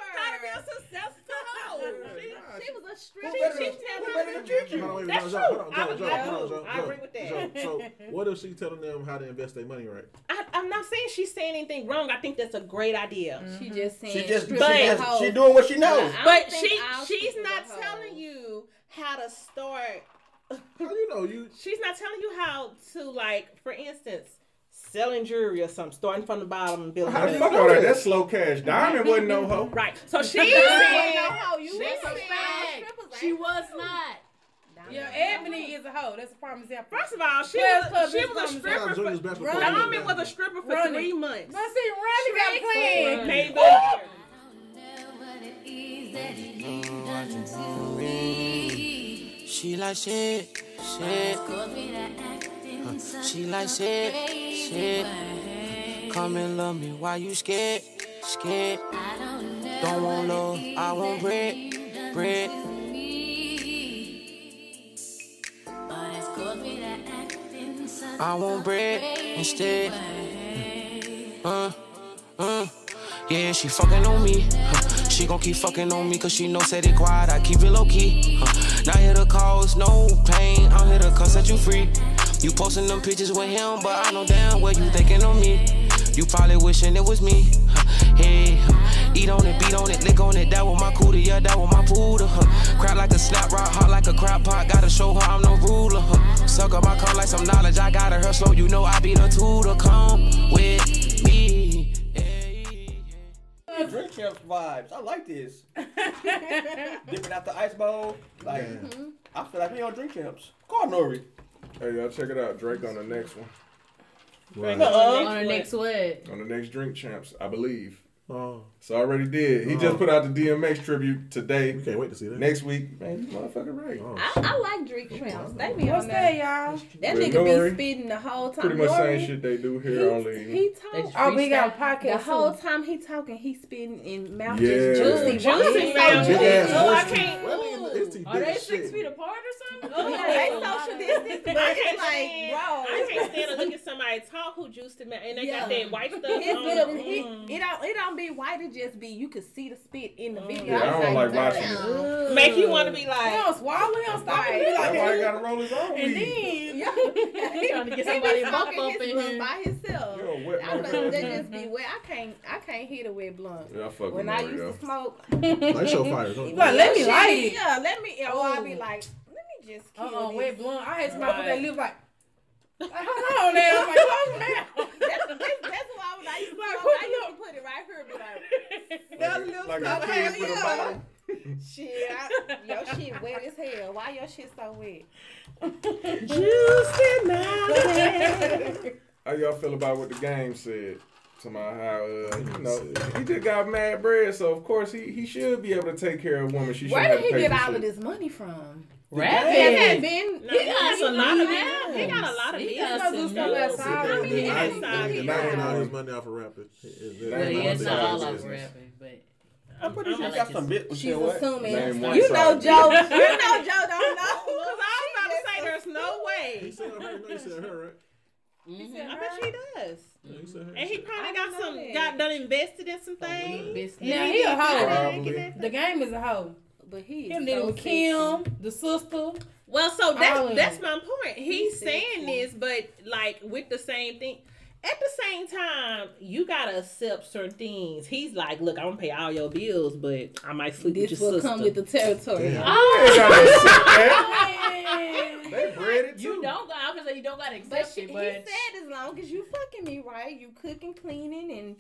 Speaker 5: how to be a successful hoe. She-
Speaker 3: she was a stripper.
Speaker 7: Who better
Speaker 3: She
Speaker 7: than-
Speaker 3: tell
Speaker 7: who
Speaker 3: her-
Speaker 7: better than Juju?
Speaker 5: That's
Speaker 6: Joe,
Speaker 5: true.
Speaker 6: Joe,
Speaker 5: I
Speaker 6: Joe,
Speaker 5: would-
Speaker 6: Joe,
Speaker 5: I
Speaker 6: Joe,
Speaker 5: would.
Speaker 6: Joe,
Speaker 5: I
Speaker 6: Joe,
Speaker 5: agree with that.
Speaker 6: Joe, So,
Speaker 5: *laughs*
Speaker 6: what if she telling them how to invest their money right?
Speaker 5: I, I'm not saying she's saying anything wrong. I think that's a great idea.
Speaker 3: She just saying
Speaker 7: She just, she,
Speaker 5: But-
Speaker 7: just she doing what she knows.
Speaker 5: But she she's not telling you how to start.
Speaker 6: How you know you?
Speaker 5: She's not telling you how to like, for instance, selling jewelry or something, starting from the bottom and building.
Speaker 2: How the
Speaker 5: up.
Speaker 2: fuck all that? That's slow cash. Diamond wasn't no hoe.
Speaker 5: Right.
Speaker 3: *laughs*
Speaker 5: So she said,
Speaker 3: you
Speaker 8: That's a
Speaker 3: said
Speaker 8: fact.
Speaker 3: strippers
Speaker 8: She
Speaker 3: ain't
Speaker 8: was not.
Speaker 10: Yeah, Ebony is a hoe. That's a prime example.
Speaker 5: first of all, she
Speaker 10: Players
Speaker 5: was,
Speaker 10: Club
Speaker 5: she
Speaker 10: is
Speaker 5: was a
Speaker 10: coming.
Speaker 5: stripper.
Speaker 6: Junior's
Speaker 5: For,
Speaker 6: basketball player.
Speaker 5: Diamond was a stripper for
Speaker 10: Running.
Speaker 5: three months.
Speaker 10: But see, Ronnie got planned.
Speaker 5: Maybe.
Speaker 4: She like shit, shit. She like shit, shit. Come and love me, why you scared, scared? Don't want love, I want bread, bread. I want bread instead. Uh, uh. Yeah, she fucking on me. huh. She gon' keep fucking on me cause she know said it quiet, I keep it low key. Huh. Not here to cause no pain, I'm here to cuss set you free. You posting them pictures with him, but I know damn well you thinking on me. You probably wishing it was me. huh. Hey, huh. eat on it, beat on it, lick on it. That was my cootie, yeah, that was my poodle. Huh. Crap like a snap rock, hot like a crop pot. Gotta show her I'm no ruler. Huh. Suck up my car like some knowledge. I got her, her slow. You know I be the tutor. Come with me. Hey.
Speaker 7: Drink champs vibes. I like this. Dipping out the ice bowl. Like, I feel like we on drink champs. Call Nori.
Speaker 2: Hey, y'all check it out. Drake on the next one.
Speaker 8: On her next word.
Speaker 2: On the next Drink Champs, I believe.
Speaker 6: Oh,
Speaker 2: So I already did. He just put out the DMX tribute today.
Speaker 6: we can't wait to see that.
Speaker 2: Next week, man, you motherfucking right.
Speaker 6: Oh,
Speaker 3: I,
Speaker 6: shit.
Speaker 3: I like Drake Tramps. They be
Speaker 10: What's
Speaker 3: on
Speaker 10: that,
Speaker 3: that.
Speaker 10: y'all?
Speaker 3: That
Speaker 2: But
Speaker 3: nigga
Speaker 2: Nori,
Speaker 3: be spitting the whole time.
Speaker 2: Pretty much
Speaker 3: Nori,
Speaker 2: same shit they do
Speaker 3: He,
Speaker 2: here only.
Speaker 3: he
Speaker 8: That's
Speaker 3: talk.
Speaker 10: Oh, we got a
Speaker 3: The
Speaker 10: podcast.
Speaker 3: whole
Speaker 10: too.
Speaker 3: time he talking, he spitting in mouth
Speaker 2: Yeah.
Speaker 3: just juicy.
Speaker 2: Juicy
Speaker 3: Why he
Speaker 5: Juicy man.
Speaker 3: So
Speaker 6: Big
Speaker 3: juicy?
Speaker 6: ass
Speaker 5: Oh, I
Speaker 6: horse teeth.
Speaker 5: can't.
Speaker 6: Well, nigga, his teeth
Speaker 8: Are
Speaker 6: big
Speaker 8: they
Speaker 6: as
Speaker 8: six
Speaker 6: shit.
Speaker 8: feet apart or something?
Speaker 3: Yeah, they social distance, but
Speaker 5: I
Speaker 3: it's
Speaker 5: can't
Speaker 3: like,
Speaker 5: stand.
Speaker 3: bro.
Speaker 5: I can't stand to look at somebody talk who juiced him out, and they got
Speaker 8: Yeah.
Speaker 5: that
Speaker 8: *laughs*
Speaker 5: white stuff.
Speaker 3: His
Speaker 10: Oh,
Speaker 5: on.
Speaker 3: little, he,
Speaker 5: Mm.
Speaker 3: it don't it don't be white. It just be you could see the spit in the
Speaker 10: Oh,
Speaker 3: video.
Speaker 2: Yeah, I don't
Speaker 3: *laughs*
Speaker 2: like watching it.
Speaker 5: Make you want to be like,
Speaker 10: He
Speaker 5: *laughs*
Speaker 10: don't swallow, he don't stop. He be
Speaker 2: That's
Speaker 10: like,
Speaker 2: why *laughs* he gotta roll his own
Speaker 10: and
Speaker 2: weed.
Speaker 10: then,
Speaker 3: Yeah,
Speaker 8: Trying to
Speaker 3: *laughs*
Speaker 8: get
Speaker 3: He be
Speaker 8: somebody to
Speaker 3: smoking
Speaker 8: bump up
Speaker 3: his
Speaker 8: in
Speaker 3: blunt
Speaker 8: here.
Speaker 3: by himself.
Speaker 2: You're a wet
Speaker 3: I don't know.
Speaker 2: motherfucker. *laughs*
Speaker 3: That just be wet. I can't. I can't hit a wet blunt.
Speaker 2: Yeah, I fuck with
Speaker 3: When I
Speaker 2: Nori
Speaker 3: used
Speaker 2: though.
Speaker 3: to smoke,
Speaker 6: That show fire. don't it?
Speaker 10: Like, let me
Speaker 3: shit,
Speaker 10: light it.
Speaker 3: Yeah, let me. Or I be like, let me just kill
Speaker 10: uh-uh,
Speaker 3: this.
Speaker 10: wet
Speaker 3: *laughs*
Speaker 10: blunt. I had somebody put that lip like, like, hold on now. I'm like, hold on *laughs*
Speaker 5: *laughs*
Speaker 10: now.
Speaker 3: oh, That's, that's, that's why when I used to
Speaker 10: Like,
Speaker 3: smoke,
Speaker 10: put
Speaker 3: I
Speaker 10: the
Speaker 3: used to put it right here. Be like,
Speaker 2: Like a kid with a
Speaker 3: yeah.
Speaker 2: bottle.
Speaker 3: shit, I, your shit wet as hell. Why your shit so wet?
Speaker 5: juiced him out.
Speaker 2: How y'all feel about what the game said? Somehow, how uh, you know, he just got mad bread, so of course he, he should be able to take care of a woman. She
Speaker 3: Where
Speaker 2: shouldn't
Speaker 3: did
Speaker 2: have to
Speaker 3: he
Speaker 2: pay
Speaker 3: get
Speaker 2: for
Speaker 3: all of
Speaker 2: shit.
Speaker 3: this money from? Has
Speaker 8: Rabbit.
Speaker 3: that been?
Speaker 5: No, he got a lot of
Speaker 8: leaving.
Speaker 5: They got a lot of
Speaker 8: He
Speaker 5: bills.
Speaker 8: got some
Speaker 10: do stuff
Speaker 8: news.
Speaker 10: outside.
Speaker 8: I mean,
Speaker 6: Denied-
Speaker 8: it's-
Speaker 5: outside,
Speaker 6: denied
Speaker 5: yeah.
Speaker 6: getting all his money off of rapping.
Speaker 8: Well,
Speaker 2: Name
Speaker 8: yeah, it's
Speaker 2: one
Speaker 8: not
Speaker 2: thing
Speaker 8: all
Speaker 2: I
Speaker 8: off
Speaker 2: do.
Speaker 8: rapping, but
Speaker 7: I'm pretty
Speaker 8: I'm
Speaker 7: sure she
Speaker 8: like
Speaker 7: got
Speaker 8: it's-
Speaker 7: some bit.
Speaker 3: She's
Speaker 7: what?
Speaker 3: assuming.
Speaker 2: Name one
Speaker 3: You
Speaker 2: song.
Speaker 3: know Joe. *laughs* You know Joe don't know.
Speaker 5: Because I was about to say, there's no
Speaker 6: He
Speaker 5: way.
Speaker 6: said her. No, he said her, right?
Speaker 5: I bet she does.
Speaker 6: Yeah, he said her.
Speaker 5: And he probably got some,
Speaker 3: know that.
Speaker 5: got done invested in some things.
Speaker 8: business.
Speaker 10: Yeah, he a hoe.
Speaker 2: Probably.
Speaker 10: The game is a hoe.
Speaker 3: But he is
Speaker 10: Him
Speaker 3: so
Speaker 10: dealing with Kim, the sister.
Speaker 5: Well, so
Speaker 10: All
Speaker 5: that's
Speaker 10: in.
Speaker 5: that's my point.
Speaker 3: He
Speaker 5: He's
Speaker 3: said
Speaker 5: saying this, but like with the same thing. At the same time, you gotta accept certain things. He's like, "Look, I'm gonna pay all your bills, but I might sleep
Speaker 3: This
Speaker 5: with
Speaker 3: will
Speaker 5: your sister." Oh,
Speaker 3: come with the territory.
Speaker 6: Damn.
Speaker 2: They ain't gotta accept that.
Speaker 10: Man.
Speaker 2: They bred it
Speaker 8: You
Speaker 2: too.
Speaker 8: don't got. I'm gonna say you don't got to
Speaker 3: But
Speaker 8: accept
Speaker 3: she,
Speaker 8: it,
Speaker 3: he
Speaker 8: but
Speaker 3: said, as long as you fucking me right, you cooking, cleaning, and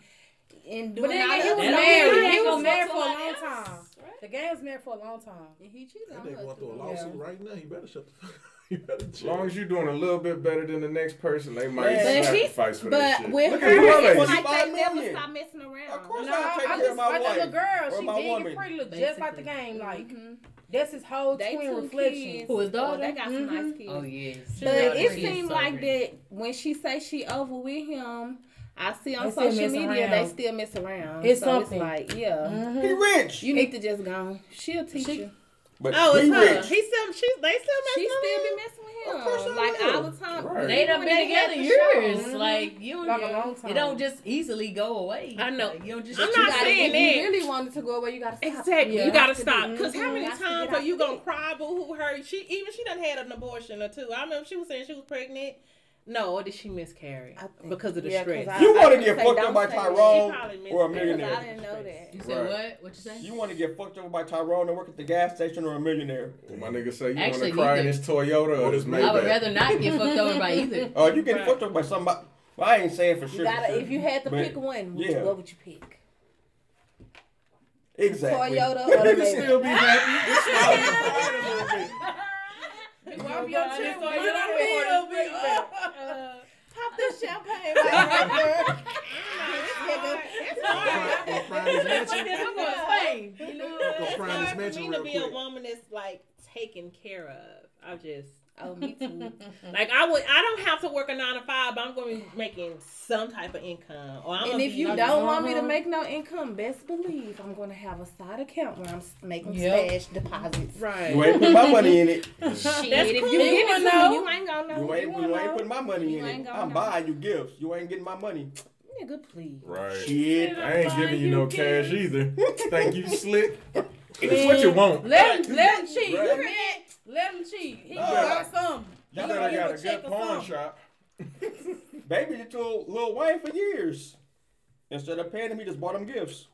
Speaker 5: and
Speaker 3: But
Speaker 5: doing
Speaker 3: then
Speaker 5: all
Speaker 3: again,
Speaker 5: the
Speaker 3: he was
Speaker 5: other
Speaker 3: married.
Speaker 5: stuff.
Speaker 3: He
Speaker 5: He
Speaker 3: was
Speaker 5: was
Speaker 3: married
Speaker 5: fucked
Speaker 3: for a long
Speaker 5: somebody else.
Speaker 3: time. The gang was married for a long time.
Speaker 5: And he cheated
Speaker 6: That
Speaker 5: on
Speaker 6: nigga
Speaker 5: her.
Speaker 6: going through a
Speaker 5: too.
Speaker 6: lawsuit right now. You better shut the fuck up. *laughs* You better
Speaker 2: As long
Speaker 6: chill.
Speaker 2: as you're doing a little bit better than the next person, they might
Speaker 7: Yeah. But
Speaker 2: sacrifice for that
Speaker 5: But
Speaker 2: shit.
Speaker 5: with
Speaker 2: Look
Speaker 5: her,
Speaker 2: at your
Speaker 5: it's
Speaker 2: lady.
Speaker 5: like they
Speaker 7: 25
Speaker 5: never
Speaker 7: million.
Speaker 5: stop messing around.
Speaker 7: Of course
Speaker 3: No,
Speaker 7: I take
Speaker 3: I
Speaker 7: care of
Speaker 3: just
Speaker 7: my
Speaker 3: like that
Speaker 7: wife
Speaker 3: little girl.
Speaker 7: or
Speaker 3: She
Speaker 7: my
Speaker 3: big
Speaker 7: woman.
Speaker 3: and pretty, look just like the game. Like mm-hmm. that's his whole
Speaker 5: Mm-hmm. They
Speaker 3: twin
Speaker 5: two
Speaker 3: reflection.
Speaker 5: kids.
Speaker 8: Who, his
Speaker 5: Oh, they
Speaker 8: daughter?
Speaker 5: got some nice kids.
Speaker 8: Oh yes.
Speaker 5: But it seemed like that when she say she over with him, I see on
Speaker 3: They still
Speaker 5: social
Speaker 3: mess around.
Speaker 5: media they still mess around.
Speaker 3: It's
Speaker 5: so
Speaker 3: something. Mm-hmm.
Speaker 5: It's like yeah,
Speaker 7: He rich.
Speaker 5: you need to just go. She'll teach you.
Speaker 7: But
Speaker 11: Oh, it's
Speaker 7: he
Speaker 11: her.
Speaker 7: rich.
Speaker 11: He's still. She's. They still
Speaker 5: She
Speaker 11: messing
Speaker 5: still
Speaker 11: with
Speaker 5: be
Speaker 11: him.
Speaker 5: messing
Speaker 7: Of course
Speaker 5: with
Speaker 7: I
Speaker 5: him like
Speaker 7: will.
Speaker 5: all the time.
Speaker 2: Right.
Speaker 8: They done
Speaker 5: When
Speaker 8: been
Speaker 5: had
Speaker 8: together
Speaker 5: the show.
Speaker 8: years. Like you,
Speaker 3: Like a
Speaker 8: don't-
Speaker 3: long
Speaker 8: It
Speaker 3: time.
Speaker 8: don't just easily go away.
Speaker 11: I know.
Speaker 8: Like, you don't just.
Speaker 11: I'm
Speaker 8: you
Speaker 11: not
Speaker 8: gotta-
Speaker 11: saying
Speaker 5: If you
Speaker 11: that.
Speaker 5: really wanted to go away, you gotta stop.
Speaker 11: Exactly.
Speaker 3: Yeah.
Speaker 11: You gotta stop. Because how
Speaker 5: Mhm.
Speaker 11: many
Speaker 5: Got to
Speaker 11: times
Speaker 5: get
Speaker 11: are
Speaker 5: out
Speaker 11: you
Speaker 5: the
Speaker 11: gonna cry boo who her? She even she done had an abortion or two. I remember she was saying she was pregnant. No, or did she miscarry
Speaker 5: I think-
Speaker 11: because of the
Speaker 5: yeah, 'cause
Speaker 11: stress?
Speaker 5: I-
Speaker 7: You
Speaker 5: I
Speaker 7: want to
Speaker 5: was
Speaker 7: get
Speaker 5: gonna
Speaker 7: fucked
Speaker 5: say,
Speaker 7: up by
Speaker 5: don't say
Speaker 11: She probably missed
Speaker 7: Tyrone or a
Speaker 11: it.
Speaker 5: Because I
Speaker 7: millionaire?
Speaker 5: didn't know that.
Speaker 8: You said
Speaker 2: Right.
Speaker 8: what? What you say?
Speaker 7: You want to get fucked up by Tyrone and work at the gas station or a millionaire?
Speaker 2: Well, my nigga say you want to
Speaker 8: Actually,
Speaker 2: cry in
Speaker 8: neither.
Speaker 2: this Toyota or this
Speaker 8: I would
Speaker 2: *laughs* Maybach.
Speaker 8: rather not get fucked over
Speaker 5: *laughs*
Speaker 8: by either.
Speaker 7: Oh, you getting fucked up by somebody? Well, I ain't saying for
Speaker 5: You
Speaker 7: sure. for
Speaker 5: gotta,
Speaker 7: sure.
Speaker 5: if you had to
Speaker 7: But-
Speaker 5: pick one, which-
Speaker 7: yeah.
Speaker 5: what would you pick?
Speaker 7: exactly. *laughs*
Speaker 5: Toyota or the
Speaker 2: You can
Speaker 5: Maybach?
Speaker 2: still be happy. This is all you can do.
Speaker 3: Why be Oh, on
Speaker 8: just
Speaker 3: chill?
Speaker 8: like,
Speaker 3: Why
Speaker 8: you know,
Speaker 3: not be on
Speaker 5: Pop the champagne
Speaker 3: *laughs*
Speaker 5: right there.
Speaker 11: Ah, It's
Speaker 6: Go find- go find his mansion.
Speaker 8: I'm going to Spain. You know.
Speaker 6: Go
Speaker 11: It's
Speaker 6: find his
Speaker 11: hard for
Speaker 6: mansion
Speaker 11: me to
Speaker 6: real
Speaker 11: be a
Speaker 6: quick.
Speaker 11: woman that's like taken care of. I'm just
Speaker 5: Oh, me *laughs* too.
Speaker 11: like I would. I don't have to work a nine to five, but I'm going to be making some type of income. Or I'm
Speaker 5: And
Speaker 11: gonna
Speaker 5: if
Speaker 11: be-
Speaker 5: you
Speaker 11: I'm-
Speaker 5: don't want me to make no income, best believe I'm gonna have a side account where I'm s- making
Speaker 3: Yep.
Speaker 5: stash deposits.
Speaker 11: right?
Speaker 7: You ain't put my money
Speaker 5: *laughs*
Speaker 7: in it.
Speaker 5: Shit,
Speaker 11: That's
Speaker 5: if
Speaker 11: cool.
Speaker 5: you give
Speaker 3: wanna
Speaker 5: it to
Speaker 3: know.
Speaker 5: me, you ain't gonna know.
Speaker 7: You ain't,
Speaker 5: wanna
Speaker 7: you ain't
Speaker 5: know.
Speaker 7: putting my money
Speaker 5: You
Speaker 7: in
Speaker 5: ain't
Speaker 7: it.
Speaker 5: gonna
Speaker 7: I'm
Speaker 5: know.
Speaker 7: buying you gifts. You ain't getting my money.
Speaker 5: *laughs* Nigga, please.
Speaker 2: Right.
Speaker 7: Shit.
Speaker 2: I ain't giving you no cash either. *laughs* Thank you, slick. It's what you want.
Speaker 3: Let him, let him cheat.
Speaker 7: Right.
Speaker 3: Look at, let him cheat. He
Speaker 7: Nah.
Speaker 3: got some.
Speaker 2: You
Speaker 7: You
Speaker 2: know I
Speaker 7: give
Speaker 2: got
Speaker 3: a
Speaker 2: a
Speaker 3: check
Speaker 2: good
Speaker 3: or
Speaker 2: pawn
Speaker 3: something.
Speaker 2: *laughs* shop.
Speaker 7: *laughs* Baby, you told Lil Wayne for years. Instead of paying him, he just bought him gifts.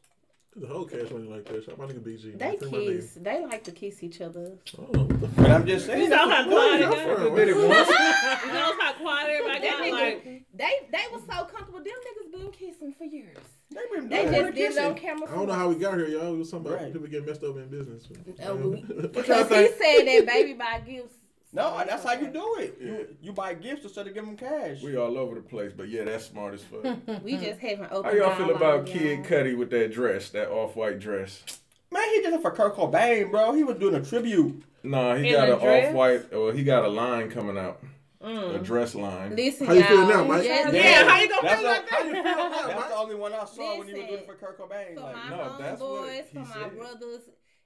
Speaker 6: The whole cash money like that. Shot my nigga BG.
Speaker 5: They
Speaker 6: Free my nigga.
Speaker 5: kiss. They like to kiss each other.
Speaker 6: I don't know what the
Speaker 7: But I'm just saying.
Speaker 5: *laughs*
Speaker 11: You know how quiet it
Speaker 6: fuck
Speaker 11: got.
Speaker 6: for,
Speaker 2: Did
Speaker 6: right?
Speaker 2: it once.
Speaker 11: *laughs* You know how quiet everybody
Speaker 5: That
Speaker 11: got. Like
Speaker 5: nigga, they they was so comfortable. Them niggas been kissing for years.
Speaker 7: They been
Speaker 5: They
Speaker 7: they
Speaker 5: just did it
Speaker 7: kissing.
Speaker 5: on camera.
Speaker 6: I don't know how we got here, y'all. We was talking about
Speaker 7: Right.
Speaker 6: people getting messed up in business.
Speaker 5: Oh, we-
Speaker 6: *laughs* What y'all
Speaker 5: Because he
Speaker 6: think?
Speaker 5: said that baby buy gifts.
Speaker 7: No, that's how you do it.
Speaker 2: Yeah.
Speaker 7: You, you buy gifts instead of giving them cash.
Speaker 2: We all over the place, but yeah, that's smart as *laughs* fuck.
Speaker 5: We just haven't
Speaker 2: How
Speaker 5: opened.
Speaker 2: y'all feel about
Speaker 5: dialogue,
Speaker 2: Kid
Speaker 5: y'all.
Speaker 2: Cudi with that dress, that off-white dress?
Speaker 7: Man, he did it for Kurt Cobain, bro. He was doing a tribute.
Speaker 2: Nah, he
Speaker 11: In
Speaker 2: got
Speaker 11: a
Speaker 2: an
Speaker 11: dress?
Speaker 2: off-white, or he got a line coming out, a dress line.
Speaker 5: Listen,
Speaker 6: How you feel
Speaker 5: y'all,
Speaker 6: now, Mike?
Speaker 5: just-
Speaker 11: Yeah, how you gonna feel
Speaker 7: that's the-
Speaker 11: like that?
Speaker 7: how you feel now? That's the only one I saw when he was
Speaker 5: Listen,
Speaker 7: doing it for Kurt Cobain.
Speaker 5: for
Speaker 7: Like,
Speaker 5: my
Speaker 2: no, that's what
Speaker 5: homeboys,
Speaker 2: he
Speaker 5: for my
Speaker 2: said.
Speaker 5: brothers,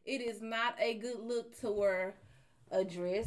Speaker 5: it is not a good look to wear a dress.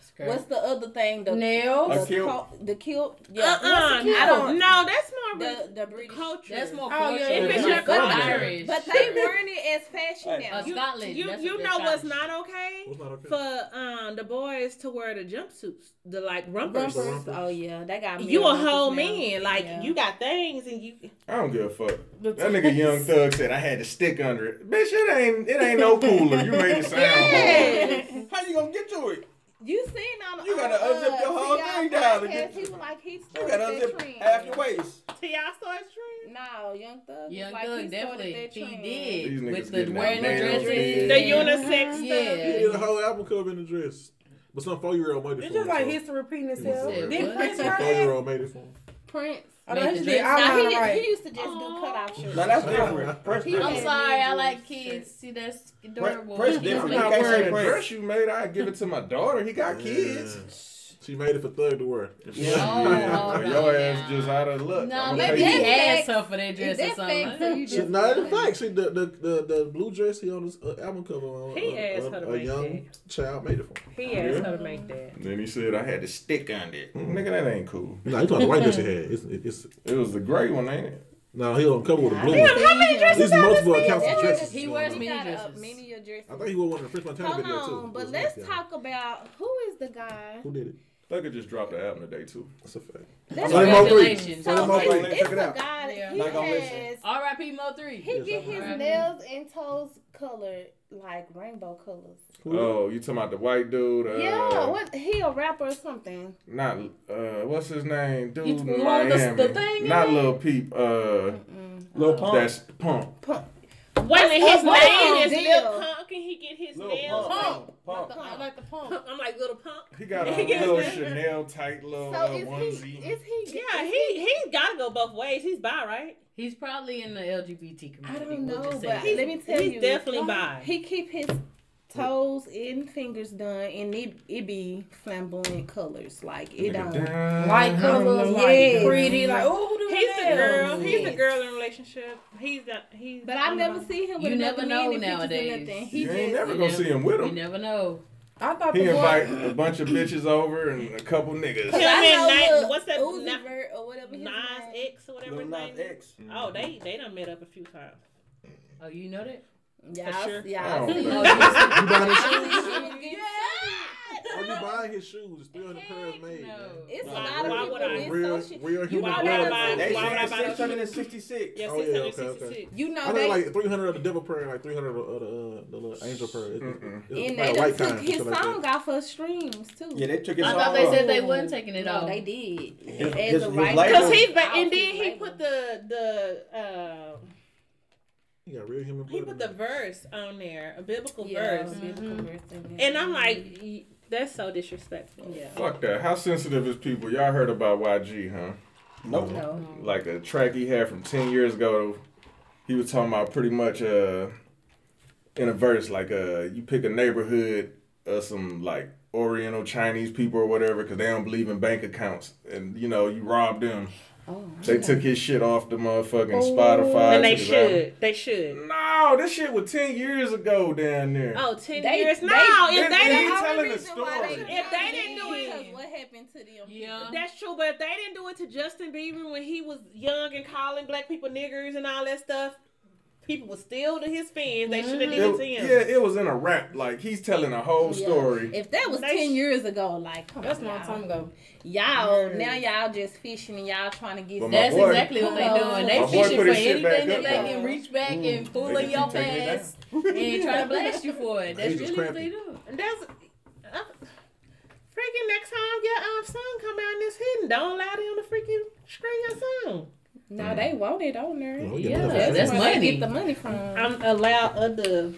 Speaker 8: Skirt.
Speaker 5: What's the other thing? The
Speaker 3: Nails.
Speaker 5: the
Speaker 7: A kilt. Uh-uh,
Speaker 5: co- the kilt.
Speaker 11: Uh
Speaker 5: Yeah,
Speaker 11: uh
Speaker 5: what's a kilt?
Speaker 11: I don't. No, that's more of a
Speaker 5: The the British.
Speaker 11: culture.
Speaker 8: That's more
Speaker 3: Oh, yeah,
Speaker 8: culture.
Speaker 11: yeah,
Speaker 8: It's
Speaker 11: yeah.
Speaker 8: not
Speaker 11: But-
Speaker 8: Irish.
Speaker 5: But they wearing it as fashion
Speaker 7: Hey.
Speaker 5: now.
Speaker 8: Uh, Scotland.
Speaker 11: You
Speaker 8: that's
Speaker 11: you
Speaker 8: what they're
Speaker 11: know what's
Speaker 8: Scottish.
Speaker 11: not okay
Speaker 6: What's not okay?
Speaker 11: for um the boys to wear the jumpsuits, the like rumpers.
Speaker 6: Rumpers.
Speaker 5: Oh yeah, they got
Speaker 11: You a
Speaker 5: mirrors
Speaker 11: whole
Speaker 5: now.
Speaker 11: man, like
Speaker 5: Yeah.
Speaker 11: you got things and you.
Speaker 2: I don't give a fuck. That nigga *laughs* Young Thug said I had to stick under it. Bitch, it ain't it ain't no cooler. You made it sound *laughs* hard.
Speaker 7: *laughs* How you gonna get to it?
Speaker 5: You seen on
Speaker 7: You gotta
Speaker 5: on, uh,
Speaker 7: unzip your whole
Speaker 5: T.I.
Speaker 7: thing down to
Speaker 5: podcast,
Speaker 7: get-
Speaker 5: He was like he
Speaker 7: You
Speaker 5: started
Speaker 7: gotta
Speaker 5: that
Speaker 7: unzip
Speaker 5: trend.
Speaker 7: half your waist.
Speaker 11: T.I. starts trend.
Speaker 5: No, Young Thug. was
Speaker 8: Young
Speaker 5: like, he
Speaker 8: Thug
Speaker 5: started
Speaker 8: definitely
Speaker 5: that
Speaker 8: he
Speaker 5: trend.
Speaker 2: These
Speaker 8: did
Speaker 2: niggas
Speaker 8: with the
Speaker 2: getting
Speaker 8: wearing the
Speaker 2: their
Speaker 8: dresses.
Speaker 2: dresses.
Speaker 11: The unisex stuff.
Speaker 6: He
Speaker 8: Yeah.
Speaker 6: did a whole album cover in a dress, but some four-year-old made it
Speaker 3: It's
Speaker 6: for him.
Speaker 3: just like
Speaker 6: so.
Speaker 3: history repeating itself.
Speaker 8: Said
Speaker 3: Then
Speaker 8: what?
Speaker 3: Prince
Speaker 7: *laughs*
Speaker 6: Some
Speaker 3: right here.
Speaker 6: four-year-old made it for him.
Speaker 5: Prince.
Speaker 3: I know
Speaker 8: Make
Speaker 3: he
Speaker 8: the
Speaker 3: did
Speaker 8: dress.
Speaker 5: Now,
Speaker 3: outline
Speaker 5: he, he
Speaker 3: right.
Speaker 5: used to just do cutout shirts.
Speaker 7: Now that's
Speaker 6: *laughs*
Speaker 7: different. Prince
Speaker 5: He
Speaker 8: I'm
Speaker 7: different.
Speaker 8: sorry, I like kids. See, that's adorable.
Speaker 7: Prince
Speaker 8: He's
Speaker 2: I'm
Speaker 7: different.
Speaker 8: like-
Speaker 2: not
Speaker 7: You can't
Speaker 2: wearing
Speaker 7: say
Speaker 2: a
Speaker 7: Prince.
Speaker 2: dress you made. I give it to my daughter. He got kids.
Speaker 6: Yeah. She made it for Thug to wear.
Speaker 7: Yeah.
Speaker 8: Oh,
Speaker 2: Well, your
Speaker 8: no,
Speaker 2: ass
Speaker 8: no.
Speaker 2: just out of luck.
Speaker 8: No,
Speaker 2: I'ma
Speaker 8: maybe
Speaker 2: tell
Speaker 8: he
Speaker 2: you-
Speaker 8: asked her for that dress or
Speaker 5: That's facts, so
Speaker 8: something.
Speaker 5: you
Speaker 6: She,
Speaker 5: just-
Speaker 6: no, in fact, she the the, the the blue dress he on his uh, album cover on.
Speaker 11: He
Speaker 6: uh,
Speaker 11: asked
Speaker 6: uh,
Speaker 11: her to
Speaker 6: a
Speaker 11: make
Speaker 6: young child made it for him.
Speaker 11: He asked her to make that.
Speaker 2: Then he said I had to stick under it. Nigga, that ain't cool.
Speaker 6: No, you talking the white dress he had? It's, it's
Speaker 2: It was the gray one, ain't it?
Speaker 6: no, he on the cover with a blue. one.
Speaker 11: How many dresses?
Speaker 6: These multiple accounts of
Speaker 5: That
Speaker 6: dresses.
Speaker 8: He
Speaker 6: going
Speaker 8: wears
Speaker 6: on.
Speaker 8: me-
Speaker 5: You gotta
Speaker 8: dresses.
Speaker 5: up many of your dresses.
Speaker 6: I think he wore one in the French Montana
Speaker 5: Hold
Speaker 6: video too.
Speaker 5: on,
Speaker 6: It
Speaker 5: but
Speaker 6: was
Speaker 5: let's
Speaker 6: nice, yeah.
Speaker 5: talk about who is the guy.
Speaker 6: Who did it?
Speaker 2: Thug just dropped the album today too.
Speaker 6: That's a fact.
Speaker 5: That's
Speaker 6: Sonny
Speaker 8: Mo three.
Speaker 6: Congratulations.
Speaker 5: So
Speaker 6: Sonny Mo
Speaker 5: it's,
Speaker 6: three.
Speaker 5: it's
Speaker 6: Check
Speaker 5: a
Speaker 6: it out.
Speaker 5: guy that he
Speaker 7: Like, I'm
Speaker 5: has.
Speaker 7: listening.
Speaker 8: R.I.P. Mo three.
Speaker 5: He get his
Speaker 8: Right.
Speaker 5: nails and toes colored like rainbow colors.
Speaker 2: Oh, you talking about the white dude? Uh,
Speaker 5: yeah, what he a rapper or something?
Speaker 2: Not uh, what's his name? Dude,
Speaker 8: You
Speaker 2: in
Speaker 8: want the-
Speaker 2: Miami.
Speaker 8: the thing in
Speaker 2: not
Speaker 8: there?
Speaker 2: Lil Peep. Uh, Lil Pump. That's Pump.
Speaker 4: Pump.
Speaker 5: What's his
Speaker 4: Pump.
Speaker 5: name? Is
Speaker 4: Deal.
Speaker 5: Lil Pump? Can he get his
Speaker 7: Little
Speaker 5: nails?
Speaker 7: pump, pump,
Speaker 4: The- I like the pump.
Speaker 5: Pump. I'm like little Pump.
Speaker 2: He got a
Speaker 5: He gets
Speaker 2: little
Speaker 5: that.
Speaker 2: Chanel tight little uh,
Speaker 4: So is he?
Speaker 2: onesie.
Speaker 4: Is he?
Speaker 5: Yeah, he he's gotta go both ways. He's bi, right?
Speaker 9: He's probably in the LGBT community.
Speaker 4: I don't know,
Speaker 9: we'll just say
Speaker 4: but
Speaker 9: that.
Speaker 4: let me tell
Speaker 5: he's
Speaker 4: you,
Speaker 5: definitely bi.
Speaker 4: He keep his toes and fingers done, and it it be flamboyant colors. Like it
Speaker 2: Nigga,
Speaker 4: don't.
Speaker 2: damn.
Speaker 3: Light colors, like
Speaker 4: Yes.
Speaker 3: pretty, like oh, who do
Speaker 5: He's the
Speaker 3: that?
Speaker 5: girl. He's the
Speaker 4: Yes.
Speaker 5: girl in a relationship. He's not. He's.
Speaker 4: But I never see him with
Speaker 9: You
Speaker 4: another
Speaker 9: never
Speaker 4: man
Speaker 9: know
Speaker 4: in pictures or
Speaker 9: nowadays.
Speaker 4: nothing. He
Speaker 5: *laughs*
Speaker 2: You ain't
Speaker 4: just
Speaker 2: never gonna see him with
Speaker 9: You
Speaker 2: him.
Speaker 9: never know.
Speaker 3: I thought
Speaker 2: He
Speaker 3: the *laughs*
Speaker 2: invite
Speaker 3: boy.
Speaker 2: a bunch of bitches over and a couple niggas.
Speaker 5: Yeah.
Speaker 4: I know,
Speaker 5: Night-
Speaker 4: look,
Speaker 5: what's that-
Speaker 4: Uzi
Speaker 5: Nas-
Speaker 4: Vert or whatever his
Speaker 5: Nas
Speaker 4: name.
Speaker 5: X or whatever
Speaker 7: Lil
Speaker 5: his
Speaker 7: Nas
Speaker 5: name. is.
Speaker 7: X.
Speaker 5: Oh, they they done met up a few times.
Speaker 9: Oh, you know that?
Speaker 4: Yeah,
Speaker 5: For
Speaker 4: sure.
Speaker 5: sure.
Speaker 2: I
Speaker 4: yeah.
Speaker 2: don't
Speaker 4: I see. *laughs*
Speaker 2: think-
Speaker 9: Oh, yes.
Speaker 6: You buying his shoes?
Speaker 4: Yeah.
Speaker 6: When you buying his shoes, it's three hundred
Speaker 9: Heck
Speaker 6: pairs made. man.
Speaker 9: no.
Speaker 4: It's a
Speaker 5: Why-
Speaker 4: lot
Speaker 5: why
Speaker 4: of
Speaker 5: would
Speaker 4: people.
Speaker 5: I?
Speaker 4: It's
Speaker 6: Real,
Speaker 4: so shit.
Speaker 6: real human.
Speaker 5: why
Speaker 4: would I
Speaker 6: blood.
Speaker 4: buy-
Speaker 7: They
Speaker 5: Why would I
Speaker 7: said
Speaker 5: buy the shoes?
Speaker 7: six hundred and sixty-six.
Speaker 5: Yeah,
Speaker 6: Oh, yeah,
Speaker 5: six
Speaker 6: okay,
Speaker 5: hundred sixty-six.
Speaker 4: You know
Speaker 6: I think
Speaker 4: they
Speaker 6: like 300 of the devil prayer, like 300 of the, uh, the little angel prayer. It's,
Speaker 2: Mm-mm.
Speaker 6: it's
Speaker 4: and
Speaker 6: like
Speaker 4: they
Speaker 6: a
Speaker 4: done
Speaker 6: white
Speaker 4: took
Speaker 6: kind.
Speaker 4: his
Speaker 6: something like that.
Speaker 4: song off of streams too.
Speaker 7: Yeah, they took his
Speaker 9: I
Speaker 7: song
Speaker 9: thought they
Speaker 7: up.
Speaker 9: said they wasn't taking it
Speaker 4: no,
Speaker 9: off.
Speaker 4: they did.
Speaker 7: His-
Speaker 4: As
Speaker 7: his-
Speaker 4: a
Speaker 7: his
Speaker 4: writer.
Speaker 7: label-
Speaker 5: Cause he,
Speaker 4: Label.
Speaker 5: but and then he
Speaker 4: Label.
Speaker 5: put the the uh,
Speaker 6: He got real human
Speaker 5: he
Speaker 6: blood.
Speaker 5: put
Speaker 6: in
Speaker 5: the
Speaker 6: there.
Speaker 5: verse on there, a biblical
Speaker 4: Yeah,
Speaker 5: verse,
Speaker 4: biblical verse in there.
Speaker 5: and I'm like, y- that's so disrespectful.
Speaker 4: yeah.
Speaker 2: *laughs* Fuck that. How sensitive is people? Y'all heard about YG, huh?
Speaker 7: Nope.
Speaker 4: No.
Speaker 2: Like a track he had from 10 years ago. He was talking about pretty much uh, in a verse, like uh, you pick a neighborhood of some like Oriental Chinese people or whatever because they don't believe in bank accounts. And you know, you rob them.
Speaker 4: Oh.
Speaker 2: They took his shit off the motherfucking Spotify.
Speaker 5: And they
Speaker 2: took his album.
Speaker 5: should, they should.
Speaker 2: No, this shit was 10 years ago down there.
Speaker 5: Oh, 10
Speaker 4: They-
Speaker 5: years.
Speaker 4: they-
Speaker 5: No, if
Speaker 2: they-
Speaker 5: they
Speaker 2: they-
Speaker 5: didn't,
Speaker 2: telling the story.
Speaker 5: If they didn't do it-
Speaker 4: because what happened to them?
Speaker 9: Yeah.
Speaker 5: that's true. But if they didn't do it to Justin Bieber when he was young and calling black people niggers and all that stuff, people were still to his fans. They should have did it to
Speaker 2: It-
Speaker 5: him.
Speaker 2: yeah, it was in a rap. Like he's telling a whole
Speaker 4: Yeah.
Speaker 2: story.
Speaker 4: If that was
Speaker 5: They
Speaker 4: ten
Speaker 5: sh-
Speaker 4: years ago, like come
Speaker 3: That's a
Speaker 4: on,
Speaker 3: long
Speaker 4: y'all.
Speaker 3: time ago.
Speaker 4: Y'all now y'all just fishing and y'all trying to get.
Speaker 2: But
Speaker 9: That's
Speaker 2: My boy-
Speaker 9: exactly what
Speaker 4: My
Speaker 9: they doing.
Speaker 4: boy
Speaker 9: They
Speaker 2: put
Speaker 9: fishing for
Speaker 2: his shit
Speaker 9: anything
Speaker 2: back
Speaker 9: that
Speaker 2: up,
Speaker 9: they
Speaker 2: though.
Speaker 9: can reach back and pull
Speaker 2: Niggas
Speaker 9: in
Speaker 2: be
Speaker 9: your
Speaker 2: taking it
Speaker 9: pants and try to blast you for it. That's
Speaker 6: Angels
Speaker 9: really what
Speaker 6: crappy.
Speaker 9: they do.
Speaker 5: That's uh, freaking next time your um song come out and it's hidden. Don't allow them to freaking screen your song.
Speaker 4: No, they want it on there.
Speaker 6: Oh,
Speaker 9: Yeah,
Speaker 6: that's-
Speaker 9: that's
Speaker 4: where
Speaker 9: money.
Speaker 4: They get the money from.
Speaker 5: I'm allow other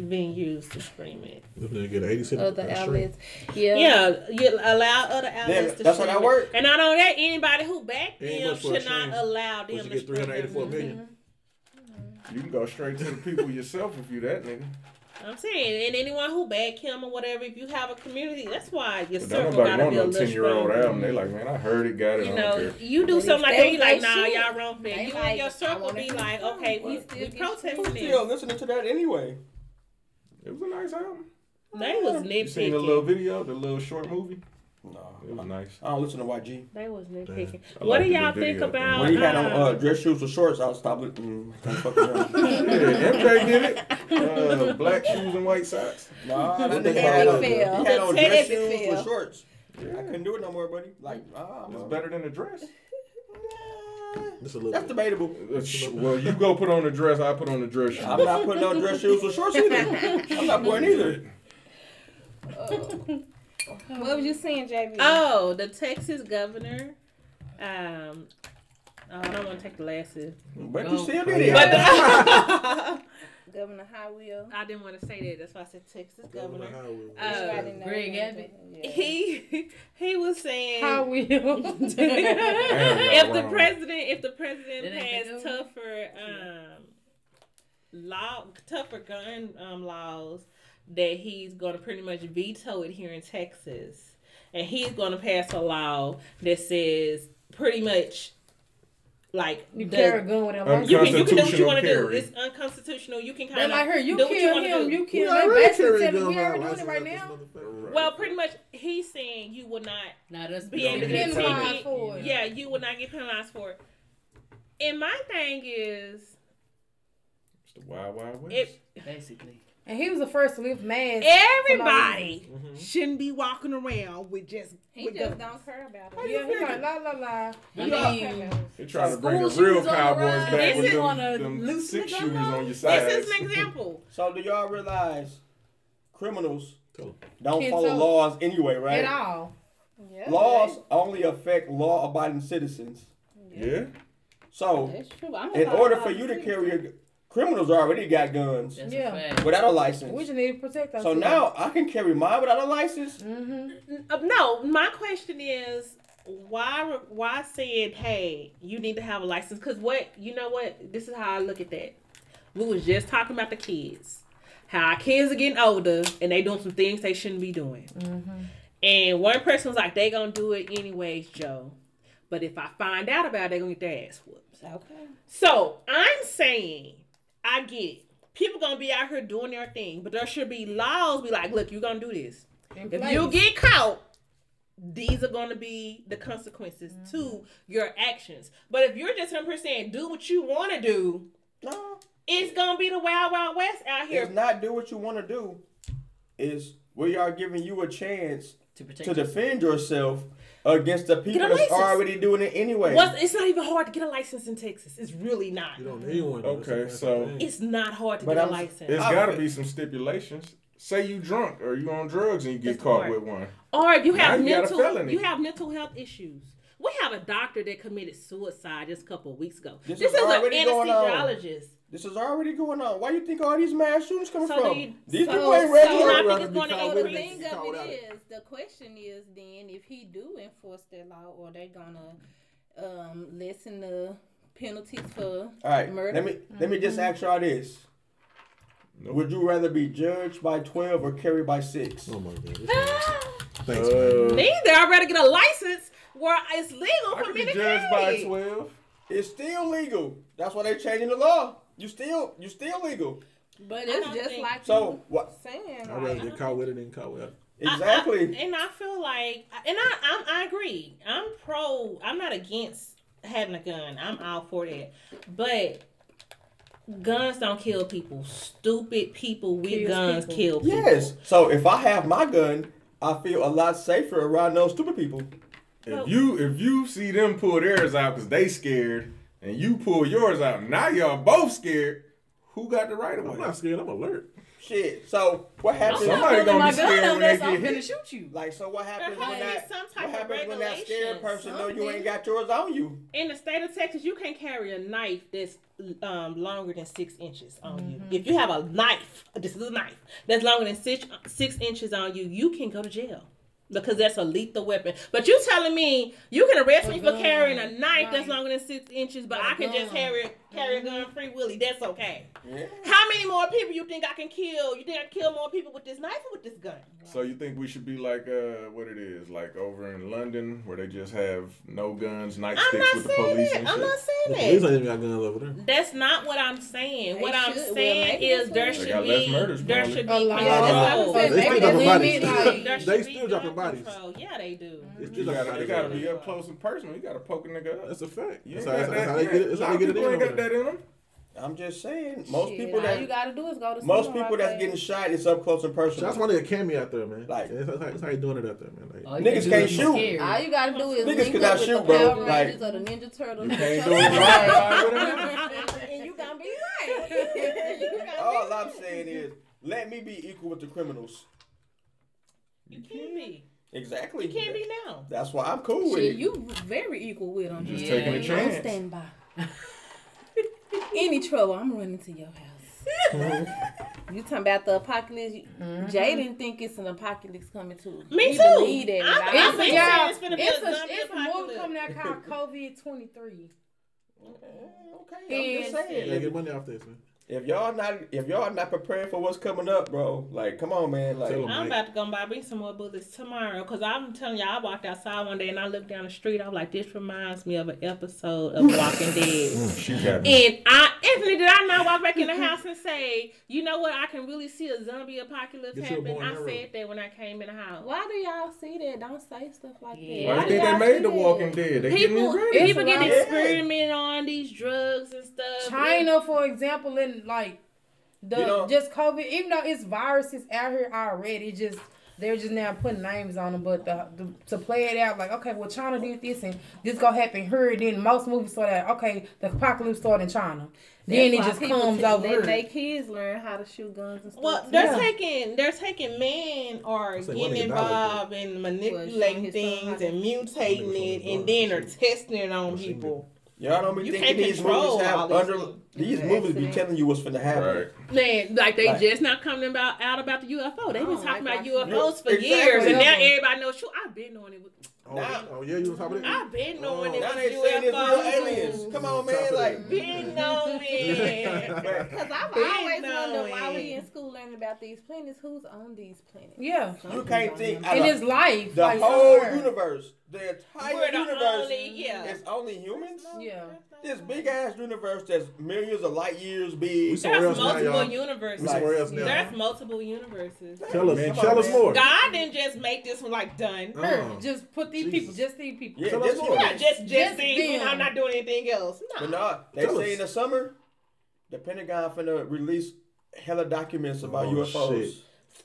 Speaker 5: venues to stream it.
Speaker 6: This nigga get 80 cents.
Speaker 4: other
Speaker 6: That's straight.
Speaker 4: Oh, outlets. Yeah.
Speaker 5: Yeah, you allow other outlets to
Speaker 7: that's how
Speaker 5: stream
Speaker 7: that
Speaker 5: it.
Speaker 7: work.
Speaker 5: And not only that, anybody who backed
Speaker 6: Ain't
Speaker 5: them
Speaker 6: much for a
Speaker 5: should not
Speaker 6: stream.
Speaker 5: allow
Speaker 6: But
Speaker 5: them
Speaker 6: you
Speaker 5: to
Speaker 6: get
Speaker 5: stream their
Speaker 6: 384
Speaker 5: music.
Speaker 6: million.
Speaker 2: You can go straight to the people yourself if you that nigga.
Speaker 5: I'm saying, and anyone who backed him or whatever, if you have a community, that's why your
Speaker 2: But don't
Speaker 5: circle
Speaker 2: nobody
Speaker 5: gotta
Speaker 2: want
Speaker 5: be a
Speaker 2: no
Speaker 5: little
Speaker 2: ten year old
Speaker 5: stronger.
Speaker 2: album. They like, man, I heard it, got it.
Speaker 5: you
Speaker 2: I don't
Speaker 5: know,
Speaker 2: care.
Speaker 5: you do
Speaker 4: But
Speaker 5: something
Speaker 4: if
Speaker 5: like
Speaker 4: they
Speaker 5: that, you like,
Speaker 4: like
Speaker 5: nah,
Speaker 4: shit,
Speaker 5: y'all wrong for that.
Speaker 4: they
Speaker 5: You
Speaker 4: like,
Speaker 5: and your
Speaker 4: I
Speaker 5: circle
Speaker 4: wanna
Speaker 5: be
Speaker 4: hear
Speaker 5: like,
Speaker 4: the song,
Speaker 5: okay,
Speaker 4: but
Speaker 5: we,
Speaker 4: still
Speaker 5: we
Speaker 4: get
Speaker 5: protesting
Speaker 7: Who's still
Speaker 5: this.
Speaker 7: listening to that anyway?
Speaker 2: It was a nice album.
Speaker 5: They was
Speaker 2: You seen the little
Speaker 5: nitpicking.
Speaker 2: video, the little short movie?
Speaker 7: No,
Speaker 2: It was
Speaker 5: *laughs*
Speaker 2: nice.
Speaker 7: I don't listen to YG.
Speaker 5: They was nitpicking.
Speaker 2: I
Speaker 5: What do
Speaker 2: like the
Speaker 5: y'all
Speaker 2: video,
Speaker 5: think
Speaker 2: though.
Speaker 5: about?
Speaker 7: When he had on
Speaker 5: um,
Speaker 7: uh, dress shoes or shorts, I was stopping. Mm, I can't fuck around.
Speaker 2: Yeah, *laughs* MJ did it. Uh, black shoes and white socks.
Speaker 7: nah, that
Speaker 6: The
Speaker 7: nigga had on,
Speaker 4: Teddy
Speaker 7: he
Speaker 4: Fail.
Speaker 7: had on
Speaker 4: The Teddy
Speaker 7: dress shoes
Speaker 4: Fail.
Speaker 7: or shorts. I
Speaker 2: Yeah.
Speaker 7: couldn't do it no more, buddy. Like, ah, I'm
Speaker 2: It's
Speaker 7: a-
Speaker 2: better than a dress.
Speaker 6: This a little
Speaker 7: That's
Speaker 6: bit.
Speaker 7: debatable.
Speaker 2: Uh, sh- Well, you go put on a dress. I put on a dress.
Speaker 7: I'm not putting on dress shoes or shorts either. I'm not wearing either.
Speaker 4: What was you saying, JB?
Speaker 5: Oh, the Texas governor. Um, oh, I don't want to take the last
Speaker 2: *laughs*
Speaker 5: sip.
Speaker 7: But you still did it.
Speaker 5: But *laughs* the-
Speaker 4: Governor Highwheel.
Speaker 5: I didn't want to say that. That's why I said Texas
Speaker 6: Governor
Speaker 5: governor.
Speaker 6: Howard.
Speaker 3: Oh,
Speaker 5: Uh,
Speaker 9: Greg Abbott.
Speaker 5: He *laughs* he was saying
Speaker 9: *laughs*
Speaker 3: How will?
Speaker 5: if the
Speaker 2: wrong.
Speaker 5: president if the
Speaker 9: Did
Speaker 5: president
Speaker 9: they do it?
Speaker 5: passed tougher um law tougher gun um laws that he's gonna pretty much veto it here in Texas. And he's gonna pass a law that says pretty much like
Speaker 3: You
Speaker 5: the-
Speaker 3: carry a gun without
Speaker 2: Um,
Speaker 3: license.
Speaker 5: you can you can do what you
Speaker 2: Constitutional
Speaker 5: want to do.
Speaker 2: carry.
Speaker 5: It's unconstitutional. You can kind
Speaker 3: They're
Speaker 5: of
Speaker 3: like her. You
Speaker 5: do
Speaker 3: kill
Speaker 5: what you wanna
Speaker 3: him.
Speaker 5: do.
Speaker 3: You
Speaker 6: We
Speaker 3: kill him.
Speaker 6: already
Speaker 3: They basically
Speaker 6: carry
Speaker 3: said we
Speaker 6: guns
Speaker 3: already
Speaker 6: without
Speaker 3: doing it right now.
Speaker 6: license out this motherfucker.
Speaker 5: Well, pretty much he's saying you will not
Speaker 9: Nah, that's
Speaker 5: be able to
Speaker 2: Yeah,
Speaker 5: get
Speaker 2: we get
Speaker 5: TV.
Speaker 3: penalized for it.
Speaker 5: Yeah, you will not get penalized for it. And my thing is,
Speaker 2: It's the Wild Wild West.
Speaker 5: if
Speaker 9: Basically.
Speaker 3: And he was the first to lift mask.
Speaker 5: everybody shouldn't be walking around with just
Speaker 4: He
Speaker 5: with
Speaker 4: just
Speaker 5: guns.
Speaker 4: don't care about it.
Speaker 3: Yeah, he like la la la.
Speaker 9: I mean,
Speaker 2: They trying to bring the
Speaker 9: School
Speaker 2: real
Speaker 9: shootings on the
Speaker 2: cowboys
Speaker 9: rise.
Speaker 2: back
Speaker 5: This
Speaker 2: with
Speaker 5: is-
Speaker 2: them,
Speaker 9: wanna
Speaker 2: them
Speaker 9: loosen
Speaker 2: six
Speaker 9: the
Speaker 2: shooters
Speaker 9: gun
Speaker 2: on your sides. *laughs*
Speaker 5: This is an example.
Speaker 7: So do y'all realize criminals
Speaker 6: Tell 'em.
Speaker 7: don't
Speaker 3: Can't
Speaker 7: follow
Speaker 3: tell.
Speaker 7: laws anyway,
Speaker 3: At
Speaker 7: right?
Speaker 3: all.
Speaker 4: Yeah.
Speaker 7: Laws only affect law-abiding citizens.
Speaker 2: Yeah.
Speaker 7: So,
Speaker 4: That's true. I'm
Speaker 7: in
Speaker 4: about
Speaker 7: order
Speaker 4: five
Speaker 7: for you to
Speaker 4: percent.
Speaker 7: carry your criminals already got guns
Speaker 9: That's
Speaker 3: Yeah.
Speaker 9: a fact.
Speaker 7: without a
Speaker 3: We
Speaker 7: license.
Speaker 3: just need to protect
Speaker 7: So
Speaker 3: ourselves.
Speaker 7: now I can carry mine without a license.
Speaker 5: Uh, no, my question is why why said hey you need to have a license because what you know what this is how i look at that we was just talking about the kids how our kids are getting older and they doing some things they shouldn't be doing and one person was like they gonna do it anyways joe but if i find out about it they gonna get their ass whooped
Speaker 4: Okay.
Speaker 5: so i'm saying i get it. people gonna be out here doing their thing but there should be laws be like look you gonna do this if you get caught, these are going to be the consequences to your actions. But if you're just 100% saying, do what you want to do,
Speaker 7: No,
Speaker 5: it's going to be the wild, wild west out here.
Speaker 7: it's not do what you want to do. Is we are giving you a chance
Speaker 9: To protect
Speaker 7: to defend yourself against the people
Speaker 5: a
Speaker 7: that's
Speaker 5: license.
Speaker 7: already doing it anyway.
Speaker 5: What's- it's not even hard to get a license in Texas. It's really not.
Speaker 6: You don't need one.
Speaker 2: Okay,
Speaker 6: That's the
Speaker 2: so-
Speaker 6: thing.
Speaker 5: It's not hard to
Speaker 7: But
Speaker 5: get
Speaker 7: I'm-
Speaker 5: a license.
Speaker 2: It's
Speaker 7: I-
Speaker 2: got to be some stipulations. Say you drunk or you on drugs and you get
Speaker 5: That's the
Speaker 2: caught
Speaker 5: part.
Speaker 2: with one.
Speaker 5: or if you
Speaker 2: Now
Speaker 5: have
Speaker 2: you got a
Speaker 5: mental,
Speaker 2: felony.
Speaker 5: you have mental health issues. We have a doctor that committed suicide just a couple of weeks ago.
Speaker 7: This
Speaker 5: This,
Speaker 7: is
Speaker 5: is an
Speaker 7: already going on.
Speaker 5: anesthesiologist.
Speaker 7: This is already going on. Why you think all these mass shootings coming
Speaker 5: So
Speaker 7: from?
Speaker 5: do you-
Speaker 7: these
Speaker 4: so-
Speaker 7: people ain't
Speaker 4: so
Speaker 7: regular.
Speaker 5: I
Speaker 6: I'd rather
Speaker 5: think it's
Speaker 6: be
Speaker 5: going to
Speaker 6: caught
Speaker 4: So the
Speaker 6: with
Speaker 5: increase.
Speaker 4: thing
Speaker 6: It's
Speaker 4: of
Speaker 6: called out.
Speaker 4: it is, the question is then if he do enforce that law, or they gonna um, lessen the penalties for
Speaker 7: All right,
Speaker 4: murder?
Speaker 7: let me let me
Speaker 5: Mm-hmm.
Speaker 7: just ask y'all this: Would you rather be judged by twelve or carried by six?
Speaker 6: Oh my Uh, god. this is- Thanks, man.
Speaker 5: Neither. I'd rather get a license where it's legal
Speaker 2: I
Speaker 5: for
Speaker 2: could
Speaker 5: me
Speaker 2: be
Speaker 5: to
Speaker 2: judged by
Speaker 5: carry.
Speaker 2: twelve.
Speaker 7: It's still legal. That's why they changing the law. You still you still legal.
Speaker 4: but
Speaker 5: I
Speaker 4: it's
Speaker 5: don't
Speaker 4: just
Speaker 5: think-
Speaker 4: like
Speaker 7: So
Speaker 4: you
Speaker 7: what?
Speaker 4: saying.
Speaker 6: I'd
Speaker 4: like,
Speaker 6: rather get caught with it than caught with it.
Speaker 5: I- I-
Speaker 7: Exactly.
Speaker 5: and I feel like, and I, I'm, I agree. I'm pro. I'm not against having a gun. I'm all for that. But guns don't kill people. Stupid people with
Speaker 3: Kills
Speaker 5: guns
Speaker 3: people.
Speaker 5: kill people.
Speaker 7: Yes. So if I have my gun, I feel a lot safer around those stupid people.
Speaker 2: If you if you see them pull theirs out because they scared and you pull yours out, now y'all both scared. Who got the right of
Speaker 6: I'm
Speaker 2: way?
Speaker 6: not scared. I'm alert.
Speaker 7: Shit. So what happens?
Speaker 2: Somebody gonna be scared when they
Speaker 9: I'm
Speaker 2: get
Speaker 9: gonna
Speaker 2: hit.
Speaker 9: shoot you.
Speaker 7: Like so, what happens
Speaker 5: There
Speaker 7: when
Speaker 5: has to be
Speaker 7: that?
Speaker 5: some type
Speaker 7: What
Speaker 5: of
Speaker 7: happens when that scared
Speaker 5: regulation,
Speaker 7: person know you
Speaker 4: something.
Speaker 7: ain't got yours on you?
Speaker 5: In the state of Texas, you can carry a knife that's um, longer than six inches on you. If you have a knife, this is a knife that's longer than six six inches on you, you can go to jail because that's a lethal weapon. But you telling me you can arrest me for carrying a knife that's longer than six inches, but Mm-hmm. I can just carry carry a gun free willy. That's okay.
Speaker 7: Yeah.
Speaker 5: How many more people you think I can kill? You think I can kill more people with this knife or with this gun?
Speaker 2: So you think we should be like uh what it is like over in London where they just have no guns,
Speaker 5: I'm
Speaker 2: nightsticks
Speaker 5: not
Speaker 2: with the
Speaker 5: saying
Speaker 2: police
Speaker 5: that.
Speaker 2: and
Speaker 5: I'm
Speaker 2: shit?
Speaker 5: not
Speaker 6: The
Speaker 5: saying
Speaker 6: police
Speaker 5: that.
Speaker 6: ain't even got guns over there.
Speaker 5: That's not what I'm saying.
Speaker 4: They
Speaker 5: what I'm
Speaker 4: should. Well,
Speaker 5: saying
Speaker 4: maybe that's
Speaker 5: is there
Speaker 4: what
Speaker 2: They
Speaker 5: should
Speaker 2: got less
Speaker 5: be
Speaker 2: murders,
Speaker 5: there
Speaker 2: probably.
Speaker 5: should be
Speaker 3: A lot.
Speaker 5: gun
Speaker 3: Yeah,
Speaker 7: that's what I
Speaker 5: control.
Speaker 7: was saying.
Speaker 6: Uh, They
Speaker 3: Maybe we
Speaker 6: still dropping bodies.
Speaker 3: need, like-
Speaker 6: *laughs* They
Speaker 5: There should
Speaker 6: still
Speaker 5: be
Speaker 6: dropping
Speaker 5: gun
Speaker 6: bodies.
Speaker 5: control. Yeah, they do.
Speaker 6: It's
Speaker 2: You
Speaker 6: just like
Speaker 2: gotta,
Speaker 6: how
Speaker 2: it
Speaker 6: they
Speaker 2: gotta
Speaker 6: do it.
Speaker 2: be up close and personal. You gotta poke a nigga up.
Speaker 6: That's a fact.
Speaker 2: You
Speaker 6: That's
Speaker 2: ain't
Speaker 6: how, that's
Speaker 2: got that-
Speaker 6: how they get it. That's
Speaker 2: A
Speaker 6: how
Speaker 2: lot
Speaker 6: they
Speaker 2: of
Speaker 6: get it in.
Speaker 2: people ain't
Speaker 6: over
Speaker 2: got
Speaker 6: there.
Speaker 2: that in them.
Speaker 7: I'm just saying, most
Speaker 4: shit,
Speaker 7: people
Speaker 4: all
Speaker 7: that
Speaker 4: you gotta do is go to
Speaker 7: most
Speaker 4: someone
Speaker 7: people
Speaker 4: like
Speaker 7: that's getting shot is up close and
Speaker 6: So that's
Speaker 7: personal.
Speaker 6: why they a cameo out there, man.
Speaker 7: Like-
Speaker 6: Like that's, how- that's how you doing it out there, man. Like,
Speaker 9: All you
Speaker 7: Niggas
Speaker 9: do
Speaker 7: can't
Speaker 9: is be
Speaker 7: shoot.
Speaker 9: scared.
Speaker 4: All you gotta do is
Speaker 7: Niggas
Speaker 4: link
Speaker 7: could
Speaker 4: up
Speaker 7: not
Speaker 4: with
Speaker 7: shoot,
Speaker 4: the
Speaker 7: bro.
Speaker 4: Power
Speaker 7: Like-
Speaker 4: Rangers or the Ninja Turtles.
Speaker 2: You
Speaker 4: and
Speaker 2: can't
Speaker 4: show
Speaker 2: do it
Speaker 4: them.
Speaker 2: right.
Speaker 4: and you gonna be right. *laughs* you gonna
Speaker 7: All I'm saying is, let me be equal with the criminals.
Speaker 5: You can't be.
Speaker 7: Exactly.
Speaker 5: You can't be now.
Speaker 7: That's why I'm cool with
Speaker 4: Shit,
Speaker 7: it.
Speaker 4: you very equal with them.
Speaker 2: Just
Speaker 9: Yeah.
Speaker 2: taking a
Speaker 4: I'm
Speaker 2: chance.
Speaker 4: standing by. Any trouble, I'm running to your house.
Speaker 2: *laughs*
Speaker 4: you talking about the apocalypse?
Speaker 2: Mm-hmm.
Speaker 4: Jaden think it's an apocalypse coming too.
Speaker 5: Me
Speaker 4: We
Speaker 5: too.
Speaker 4: Believe that.
Speaker 5: I'm-
Speaker 4: Like,
Speaker 5: I'm
Speaker 3: It's
Speaker 5: saying
Speaker 3: a job.
Speaker 5: it's finna be
Speaker 3: It's
Speaker 5: a
Speaker 3: a,
Speaker 5: zombie
Speaker 3: it's a movie
Speaker 5: apocalypse.
Speaker 3: coming out called
Speaker 7: *laughs*
Speaker 3: COVID 23.
Speaker 7: Okay, I'm just saying.
Speaker 6: they get
Speaker 7: If,
Speaker 6: money off this, man.
Speaker 7: if y'all not if y'all not prepared for what's coming up, bro, like come on, man. Like
Speaker 6: Tell 'em.
Speaker 5: I'm
Speaker 6: Mike.
Speaker 5: about to go buy me some more bullets tomorrow because I'm telling y'all, I walked outside one day and I looked down the street. I was like, this reminds me of an episode of Walking Dead.
Speaker 2: She got me.
Speaker 5: And I infinitely did I not walk back in the house and say, you know what, I can really see a zombie apocalypse
Speaker 6: Get you a
Speaker 5: happen.
Speaker 6: boy
Speaker 5: I
Speaker 6: in that room.
Speaker 5: said that when I came in the house.
Speaker 4: Why do y'all see that? Don't say stuff like
Speaker 9: Yeah.
Speaker 4: that.
Speaker 2: Why do
Speaker 4: do
Speaker 2: you think
Speaker 4: y'all
Speaker 2: they
Speaker 4: see
Speaker 2: made The
Speaker 4: that?
Speaker 2: Walking Dead? They getting me
Speaker 5: People,
Speaker 2: ready.
Speaker 5: people
Speaker 3: It's
Speaker 5: get
Speaker 3: like-
Speaker 5: experimented on these drugs and stuff.
Speaker 3: China, for example, and like the
Speaker 7: You know-
Speaker 3: just COVID, even though it's viruses out here already, it just they're just now putting names on them. But the, the, to play it out, like okay, well China did this and this gonna happen here. Then most movies saw that okay, the apocalypse started in China. then it
Speaker 4: That's why
Speaker 3: just
Speaker 4: people
Speaker 3: comes
Speaker 4: take-
Speaker 3: over.
Speaker 4: They
Speaker 3: here.
Speaker 4: make kids learn how to shoot guns and stuff.
Speaker 5: Well,
Speaker 4: too.
Speaker 5: they're
Speaker 3: Yeah.
Speaker 5: taking they're taking men or
Speaker 6: It's like
Speaker 5: getting
Speaker 6: one of the dollars,
Speaker 5: involved
Speaker 4: Well,
Speaker 5: and
Speaker 4: showing
Speaker 5: manipulating
Speaker 4: his son how
Speaker 5: things
Speaker 4: to-
Speaker 5: and mutating
Speaker 6: Somebody
Speaker 5: it,
Speaker 6: showing
Speaker 5: and then
Speaker 6: his
Speaker 5: they're testing it on
Speaker 6: I've seen
Speaker 5: people.
Speaker 7: Y'all don't be
Speaker 5: You
Speaker 7: thinking
Speaker 5: can't
Speaker 7: these
Speaker 5: control
Speaker 7: movies have
Speaker 5: all these
Speaker 7: under these movies be telling you what's finna happen.
Speaker 2: Right.
Speaker 5: Man, like they
Speaker 7: Right.
Speaker 5: just not coming about out about the UFO.
Speaker 7: Oh,
Speaker 5: They've been talking about UFOs for
Speaker 7: Exactly.
Speaker 5: years, and now
Speaker 7: Exactly.
Speaker 5: everybody knows. Shoot, I've been knowing it. Was,
Speaker 6: Oh, oh, yeah, you on top of that?
Speaker 5: I've
Speaker 7: Oh,
Speaker 5: been knowing it
Speaker 7: Now
Speaker 5: was
Speaker 7: they saying it's real aliens.
Speaker 5: UFOs.
Speaker 7: Come on,
Speaker 6: Top
Speaker 7: man.
Speaker 6: of
Speaker 7: Like,
Speaker 5: Been
Speaker 7: *laughs*
Speaker 5: knowing.
Speaker 4: Because I've
Speaker 5: Big
Speaker 4: always wondered why
Speaker 5: knowing.
Speaker 4: we in school learning about these planets. Who's on these planets?
Speaker 3: Yeah.
Speaker 7: you can't think out
Speaker 3: In
Speaker 7: of
Speaker 3: his life.
Speaker 7: the
Speaker 3: like,
Speaker 7: whole
Speaker 3: somewhere.
Speaker 7: universe, the entire
Speaker 5: We're the
Speaker 7: universe
Speaker 5: only- yeah.
Speaker 7: is only humans.
Speaker 3: Yeah.
Speaker 7: This big ass universe that's millions of light years big.
Speaker 6: We somewhere
Speaker 5: There's
Speaker 6: else now,
Speaker 5: multiple
Speaker 6: y'all. We
Speaker 5: universes.
Speaker 6: somewhere else now.
Speaker 5: There's multiple universes.
Speaker 6: *laughs* Tell us,
Speaker 2: Man,
Speaker 6: tell us
Speaker 7: man.
Speaker 6: more.
Speaker 5: God didn't just make this one like done.
Speaker 7: Uh,
Speaker 6: Uh-uh.
Speaker 3: Just put these people, just these people.
Speaker 7: Yeah,
Speaker 6: Tell
Speaker 7: just
Speaker 6: us
Speaker 7: humans.
Speaker 6: more.
Speaker 5: Yeah, just just,
Speaker 3: Just
Speaker 5: these.
Speaker 3: them.
Speaker 5: I'm not doing anything else. No.
Speaker 7: But nah, they
Speaker 6: Tell
Speaker 7: say
Speaker 6: us.
Speaker 7: in the summer, the Pentagon finna release hella documents about
Speaker 6: Oh,
Speaker 7: UFOs.
Speaker 6: shit.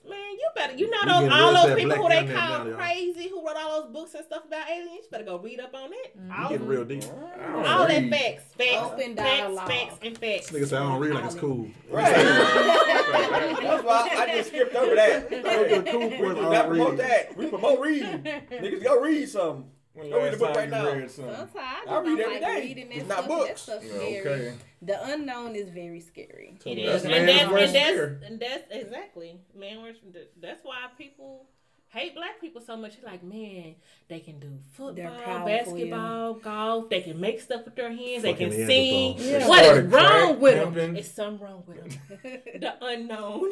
Speaker 5: Man, you better. You know
Speaker 6: We
Speaker 5: those
Speaker 6: getting
Speaker 5: all
Speaker 6: real
Speaker 5: those
Speaker 6: sad
Speaker 5: people
Speaker 6: black
Speaker 5: who they
Speaker 6: down there now,
Speaker 5: call
Speaker 6: y'all.
Speaker 5: crazy, who wrote all those books and stuff about aliens. You better go read up on
Speaker 7: Mm.
Speaker 5: it.
Speaker 6: You
Speaker 5: All,
Speaker 6: getting real deep.
Speaker 2: I
Speaker 5: all
Speaker 2: don't
Speaker 5: that
Speaker 2: read.
Speaker 5: facts, facts,
Speaker 4: Open
Speaker 5: facts,
Speaker 4: dialogue.
Speaker 5: facts, and facts.
Speaker 6: Nigga said I don't read like
Speaker 5: *laughs*
Speaker 6: it's cool.
Speaker 7: Right. That's why I just skipped over that.
Speaker 6: It's
Speaker 7: Like,
Speaker 6: cool
Speaker 7: we
Speaker 6: for
Speaker 7: do
Speaker 6: it,
Speaker 7: not
Speaker 6: I'll read
Speaker 7: promote
Speaker 6: it.
Speaker 7: that. We promote reading. Niggas go read something.
Speaker 2: When
Speaker 7: Go read the
Speaker 2: last
Speaker 7: book
Speaker 2: time
Speaker 7: right
Speaker 2: you
Speaker 7: now.
Speaker 2: read something?
Speaker 4: Sometimes I
Speaker 7: I read
Speaker 4: don't
Speaker 7: every
Speaker 4: like
Speaker 7: day.
Speaker 4: reading that
Speaker 7: It's not
Speaker 4: stuff. That
Speaker 7: books.
Speaker 4: stuff's
Speaker 2: Yeah,
Speaker 4: scary.
Speaker 2: okay.
Speaker 4: The unknown is very scary.
Speaker 5: It is,
Speaker 6: That's man's
Speaker 5: and that's
Speaker 6: worst
Speaker 5: and
Speaker 6: fear.
Speaker 5: that's, and that's exactly man. worst- That's why people hate black people so much. You're like, man, they can do football,
Speaker 4: powerful,
Speaker 5: basketball, golf. They can make stuff with their hands. They
Speaker 6: Fucking
Speaker 5: can sing.
Speaker 6: Neanderthals. Yeah.
Speaker 5: What is
Speaker 2: Started
Speaker 5: wrong
Speaker 2: crack,
Speaker 5: with them?
Speaker 2: pimping.
Speaker 5: It's something wrong with them. the unknown.